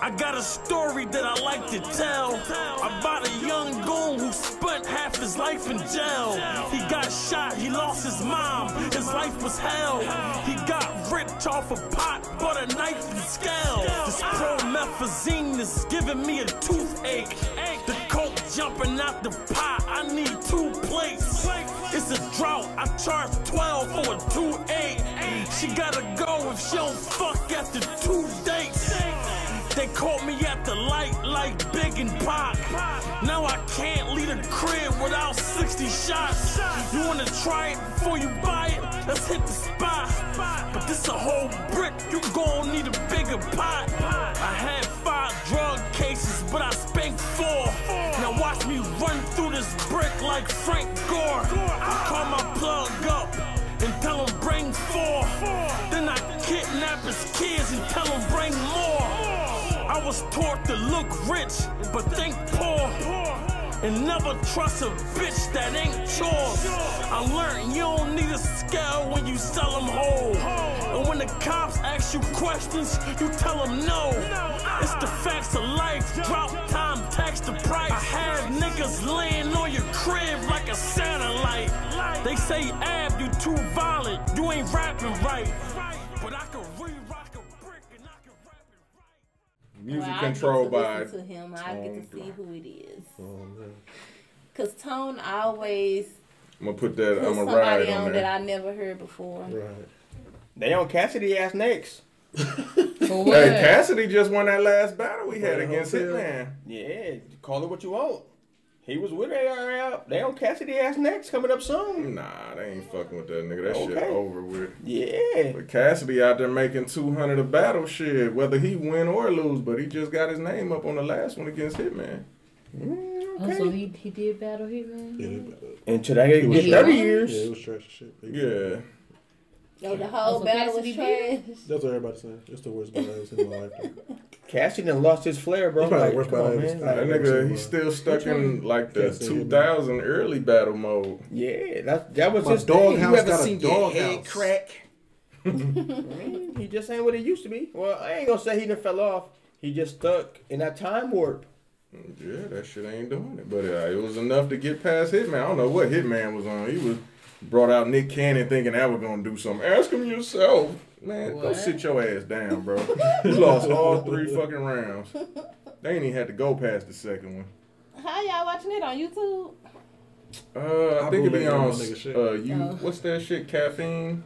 Speaker 15: I got a story that I like to tell about a young goon who spent half his life in jail. He got shot, he lost his mom, his life was hell. He got ripped off a pot, bought a knife and scale. This promethazine is giving me a toothache. The coke jumping out the pot, I need two plates. It's a drought, I charge 12 for a 2-8. She gotta go if she don't fuck after two dates. They caught me at the light like Big and Pac. Now I can't leave the crib without 60 shots. You wanna try it before you buy it? Let's hit the spot. But this a whole brick, you gon' need a bigger pot. I had five drug cases, but I spanked four. Now watch me run through this brick like Frank Gore. I call my plug up and tell him bring four. Then I kidnap his kids and tell him bring more. I was taught to look rich, but think poor. And never trust a bitch that ain't yours. I learned you don't need a scale when you sell them whole. And when the cops ask you questions, you tell them no. It's the facts of life. Drop time, tax the price. I had niggas laying on your crib like a satellite. They say, Ab, you too violent. You ain't rapping right. But I can re-rock a brick and I can rap it right.
Speaker 2: Music
Speaker 4: I get
Speaker 2: controlled
Speaker 4: to
Speaker 2: by.
Speaker 4: listen to him. I
Speaker 2: Tone
Speaker 4: get to see
Speaker 2: Black.
Speaker 4: who it is.
Speaker 6: oh man,
Speaker 4: Cause Tone always
Speaker 2: I'm gonna put that.
Speaker 4: put
Speaker 2: I'm gonna ride
Speaker 4: somebody
Speaker 2: on
Speaker 4: on
Speaker 2: there.
Speaker 4: that I never heard before.
Speaker 6: right.
Speaker 7: They on Cassidy ass next.
Speaker 8: For what?
Speaker 2: Hey, Cassidy just won that last battle we had
Speaker 6: Right,
Speaker 2: against
Speaker 6: hotel.
Speaker 2: Hitman.
Speaker 7: Yeah, call it what you want. He was with ARL. They on Cassidy ass next coming up soon.
Speaker 2: Nah, they ain't fucking with that nigga. That shit
Speaker 7: Okay.
Speaker 2: over with.
Speaker 7: Yeah.
Speaker 2: But Cassidy out there making 200 a battle shit, whether he win or lose. But he just got his name up on the last one against Hitman.
Speaker 8: Oh, so he, he did battle Hitman?
Speaker 6: Yeah, it, uh,
Speaker 7: And today it was
Speaker 8: Yeah.
Speaker 7: 30
Speaker 6: yeah, it
Speaker 7: years.
Speaker 6: was trash as shit.
Speaker 2: Yeah.
Speaker 4: Yo, Oh, the whole
Speaker 8: Also
Speaker 4: battle was
Speaker 8: Cassidy
Speaker 4: trash.
Speaker 8: Beer?
Speaker 6: That's what everybody's saying. It's the worst battle I've ever seen in my life. though.
Speaker 7: Cassidy done lost his flair, bro.
Speaker 6: He's probably
Speaker 7: Like,
Speaker 6: the worst
Speaker 7: come
Speaker 6: battle
Speaker 7: on,
Speaker 6: I've ever
Speaker 7: man.
Speaker 6: seen.
Speaker 2: That
Speaker 6: I've
Speaker 2: nigga,
Speaker 6: never
Speaker 2: he's
Speaker 6: seen
Speaker 2: still stuck in like the
Speaker 6: Cassidy, man.
Speaker 2: 2000 early battle mode.
Speaker 7: Yeah, that's that was
Speaker 6: My
Speaker 7: his
Speaker 6: dog
Speaker 7: thing.
Speaker 6: house
Speaker 7: you ever
Speaker 6: got a
Speaker 7: seen
Speaker 6: dog
Speaker 7: your head
Speaker 6: house.
Speaker 7: crack? Mm, he just ain't what he used to be. Well, I ain't gonna say he done fell off. He just stuck in that time warp.
Speaker 2: Yeah, that shit ain't doing it. But uh, it was enough to get past Hitman. I don't know what Hitman was on. He was brought out Nick Cannon thinking that was gonna do something. Ask him yourself. Man, go
Speaker 8: What?
Speaker 2: sit your ass down, bro. *laughs* you lost all three fucking rounds. They ain't even had to go past the second one.
Speaker 4: How y'all watching it on YouTube?
Speaker 2: Uh, I,
Speaker 6: I
Speaker 2: think it be
Speaker 6: bootleg
Speaker 2: on
Speaker 6: that nigga shit.
Speaker 2: uh, you.
Speaker 4: Oh.
Speaker 2: What's that shit? Caffeine,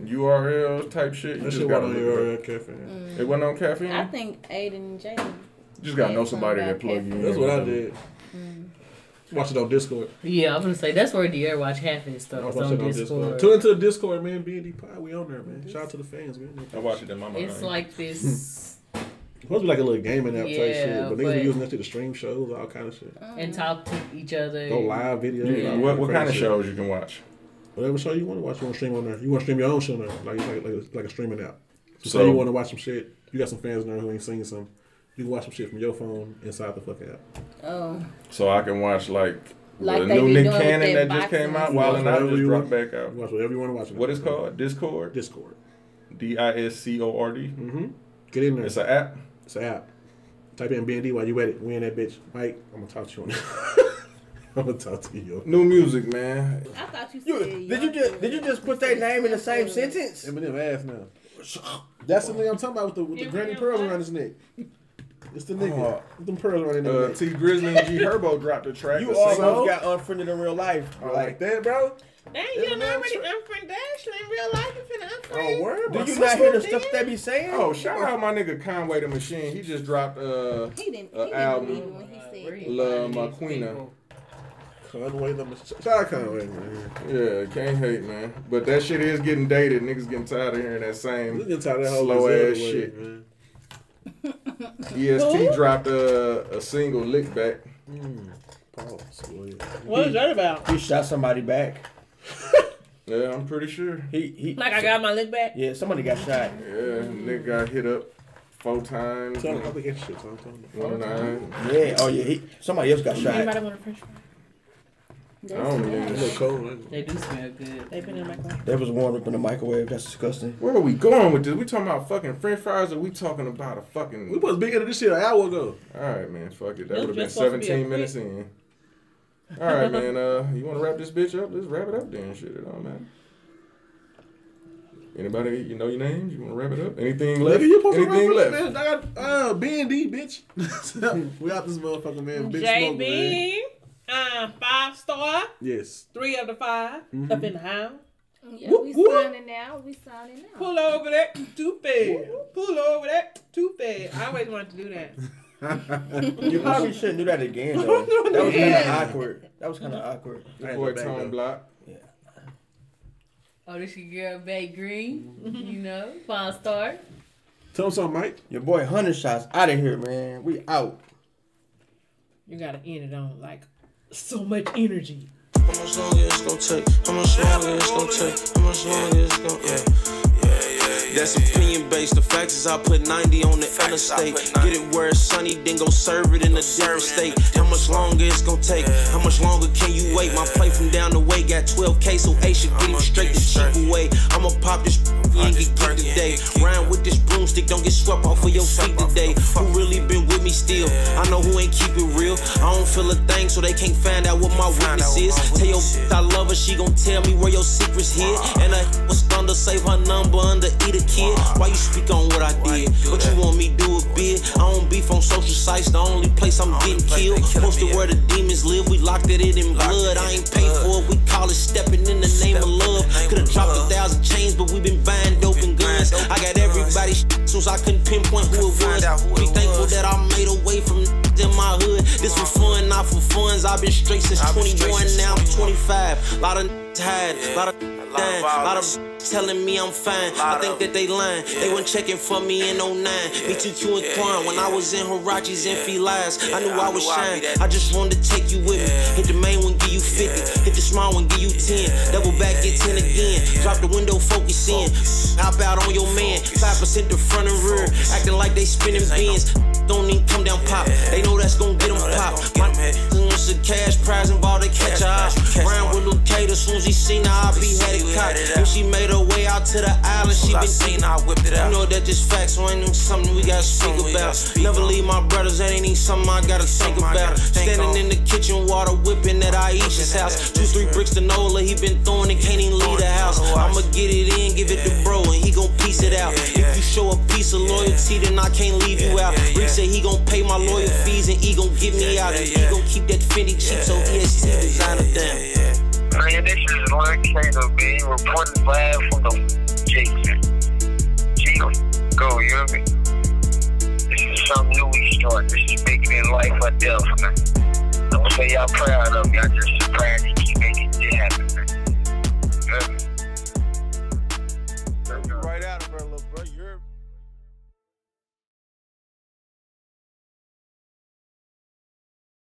Speaker 2: URL type shit. You
Speaker 6: That
Speaker 2: just
Speaker 6: shit went
Speaker 2: gotta
Speaker 6: on
Speaker 2: look
Speaker 6: your
Speaker 2: it
Speaker 6: uh, caffeine.
Speaker 2: up. It wasn't on caffeine.
Speaker 4: I think Aiden and Jaden.
Speaker 2: You just gotta know somebody
Speaker 4: Somebody
Speaker 2: that plug you in.
Speaker 6: That's what I did. Watch it on Discord.
Speaker 8: Yeah, I'm gonna say that's where the Airwatch half of his
Speaker 6: I
Speaker 8: stuff is
Speaker 6: watch it
Speaker 8: on
Speaker 6: on
Speaker 8: Discord.
Speaker 6: Discord. Tune into the Discord, man. BND Pie, we on there, man. Shout out to the fans, man.
Speaker 2: I watch it in my mind.
Speaker 8: It's
Speaker 14: *laughs*
Speaker 8: like this
Speaker 6: Supposed to be like a little gaming app type
Speaker 8: Yeah,
Speaker 6: shit, but niggas
Speaker 8: but-
Speaker 6: be using that shit to stream shows, all kind of shit.
Speaker 8: and talk to each other.
Speaker 6: Go live videos.
Speaker 2: Mm. Yeah,
Speaker 6: all
Speaker 2: what what kind of
Speaker 6: crazy shit.
Speaker 2: shows you can watch?
Speaker 6: Whatever show you want to watch, you want to stream on there. You want to stream your own show on there, like like like a, like a streaming app. So,
Speaker 2: So-
Speaker 6: say you want to watch some shit, you got some fans in there who ain't seen some. You can watch some shit from your phone inside the fucking app.
Speaker 4: Oh,
Speaker 2: So I can watch like,
Speaker 4: Like
Speaker 2: the
Speaker 4: they
Speaker 2: new
Speaker 4: be
Speaker 2: Nick
Speaker 4: doing with
Speaker 2: Cannon
Speaker 4: that
Speaker 2: that just
Speaker 4: boxing
Speaker 2: came out.
Speaker 4: and
Speaker 2: While
Speaker 6: stuff.
Speaker 2: and I
Speaker 6: Whatever
Speaker 2: just
Speaker 6: you want.
Speaker 2: dropped back out.
Speaker 6: You watch whatever you want to watch. on
Speaker 2: What
Speaker 6: that
Speaker 2: is
Speaker 6: fucking
Speaker 2: called? Discord.
Speaker 6: Discord.
Speaker 2: D i s c o r d.
Speaker 6: Mm-hmm. Get in there.
Speaker 2: It's an app.
Speaker 6: It's an app. Type in BND while you at it. We in that bitch. Mike, I'm gonna talk to you on that. *laughs* I'm gonna talk to you.
Speaker 2: New music, man.
Speaker 4: I thought you said
Speaker 7: You, did you just did you just put their name in the same sentence?
Speaker 6: Eminem ass now. That's the thing I'm talking about with the, with the granny pearls around his neck. It's the nigga.
Speaker 2: Oh.
Speaker 6: With them pearls around his
Speaker 2: Uh,
Speaker 6: neck.
Speaker 2: T
Speaker 4: *laughs*
Speaker 2: Grizzly and G Herbo dropped a track.
Speaker 7: You
Speaker 2: that same-
Speaker 7: almost got unfriended in real life.
Speaker 6: I
Speaker 7: Like,
Speaker 6: like that, bro.
Speaker 5: Dang, you
Speaker 6: Eminem
Speaker 5: know already
Speaker 6: tra-
Speaker 5: unfriend Dashley in real life. You finna unfriend.
Speaker 6: Oh, word.
Speaker 7: do
Speaker 6: My
Speaker 7: you
Speaker 6: sister-
Speaker 7: not hear the
Speaker 5: did.
Speaker 7: stuff they be saying?
Speaker 2: Oh, shout out my nigga Conway the Machine. He just dropped uh,
Speaker 4: He didn't. He
Speaker 2: a
Speaker 4: didn't
Speaker 2: album.
Speaker 4: believe it when he said.
Speaker 8: Where
Speaker 4: that.
Speaker 8: you
Speaker 2: Love
Speaker 8: finding
Speaker 2: my
Speaker 8: these
Speaker 2: queen.
Speaker 8: people?
Speaker 6: Conway the Mach- Shout out Conway, man.
Speaker 2: Yeah, can't hate, man. But that shit is getting dated. Niggas getting tired of hearing that
Speaker 6: We
Speaker 2: same.
Speaker 6: get tired of that whole
Speaker 2: Slow
Speaker 6: Griselda wave,
Speaker 2: ass shit.
Speaker 6: man.
Speaker 2: EST dropped uh, a, a single lick back.
Speaker 6: Pause. Well, yeah.
Speaker 5: What is that about?
Speaker 7: He shot somebody back.
Speaker 2: Yeah, I'm pretty sure.
Speaker 7: He he.
Speaker 5: Like I got my lick back.
Speaker 7: Yeah, somebody got shot.
Speaker 2: Yeah, nigga got hit up four times.
Speaker 6: Tell him how they get shit. Tell him, tell him.
Speaker 2: One of nine.
Speaker 7: Yeah. Oh yeah. He, somebody else got shot.
Speaker 5: Anybody want a French fry?
Speaker 2: I don't even.
Speaker 6: It's a little cold, ain't it?
Speaker 8: They do smell good.
Speaker 5: They been in my car.
Speaker 7: That was warmed up in the microwave. That's disgusting.
Speaker 2: Where are we going with this? We talking about fucking French fries, or we talking about a fucking?
Speaker 6: We supposed to be into this shit an hour ago.
Speaker 2: All right, man. Fuck it. That
Speaker 5: This
Speaker 2: would have been
Speaker 5: just supposed to be a
Speaker 2: 17
Speaker 5: quick-
Speaker 2: minutes in. All right, man. Uh, you want to wrap this bitch up? Let's wrap it up then. Shit, it don't matter. Anybody, you know your names? You want to wrap it up? Anything left?
Speaker 6: Nigga, you supposed
Speaker 2: Anything
Speaker 6: to rap
Speaker 2: left?
Speaker 6: with me, bitch. I got uh, B and D, bitch. *laughs* we out this motherfucker, man. Big smoke, man.
Speaker 5: JB, uh, five star,
Speaker 6: Yes.
Speaker 5: three of the 5
Speaker 8: Mm-hmm.
Speaker 5: up in the house.
Speaker 4: Yeah,
Speaker 6: Whoop,
Speaker 4: we
Speaker 6: whoop.
Speaker 4: signing now. We signing now.
Speaker 5: Pull over that too fed. Pull over that too fed. I always wanted to do that.
Speaker 7: You probably shouldn't do that again. Though. That was kind of awkward. That was kind of awkward. I had
Speaker 2: Boy,
Speaker 7: to back
Speaker 2: Tone
Speaker 7: up.
Speaker 2: Block.
Speaker 8: Oh, this your girl Bay Green. You know, five star.
Speaker 6: Tell him something, Mike.
Speaker 7: Your boy Hunter shots out of here, man. We out.
Speaker 5: You gotta end it on like so much energy.
Speaker 14: How much longer it's gonna take? How much longer it's gonna take? How much longer it's gonna yeah. yeah. That's opinion based. The facts is I put 90 on the interstate. Get it where it's sunny, then go serve it in a different state. How much longer it's gonna take? How much longer can you wait? My play from down the way got 12k, so A should get him straight the cheap away. I'ma pop this and get kicked today. Ryan with this broomstick, don't get swept off of your feet today. Who really been with me still? I know who ain't keep it real. I don't feel a thing, so they can't find out what my weakness is. Tell your bitch I love her, she gon' tell me where your secrets hid. And I was thunder, save her number under either kid. Why you speak on what I did? What you want me do a bid? I don't beef on social sites, the only place I'm getting killed. Posted where the demons live, we locked it in blood. I ain't paid for it, we call it stepping in the name of love. Could've dropped a thousand chains, but we been buying dope and guns. I got everybody sh- since I couldn't pinpoint who it was. Be thankful that I made a way from in my hood. This for fun, not for funds. I've been straight since 21, now I'm 25. Lot of tired, lot of dying, lot of telling me I'm fine. I think that they lying. They weren't checking for me in 09. Me too Q and Quan when I was in Harachis and Felines. I knew I was shine. I just wanted to take you with me. Hit the main one, give you 50. Hit the small one, give you 10. Double back, get 10 again. Drop the window, focus in. Hop out on your man. 5% the front and rear. Acting like they spinning beans. Don't even come down pop. They know that's gonna get them pop. My mm, it's a cash prize involved, they catch her eye. Round with Luke Cade, as soon as he seen her, I be had it cocked. When she made her way out to the island, she been seen, I whipped it out. You know that just facts, so ain't even something we gotta speak about. Never leave my brothers, that ain't even something I gotta think about. Standing in the kitchen, water whipping at Aisha's house. Two, three bricks to Nola, he been throwing and can't even leave the house. I'ma get it in, give it to bro, and he gon' piece it out. If you show a piece of loyalty, then I can't leave you out. Reese said he gon' pay my lawyer fees, and he gon' get me out. And he gon' keep that Fendi cheap, so EST designer down.
Speaker 15: Man, this is Lord Cato being reported live from the Jason. G go, you hear me? This is something new we start. This is bigger than life or death, man. Don't say y'all proud of me. I just praying to keep making it happen.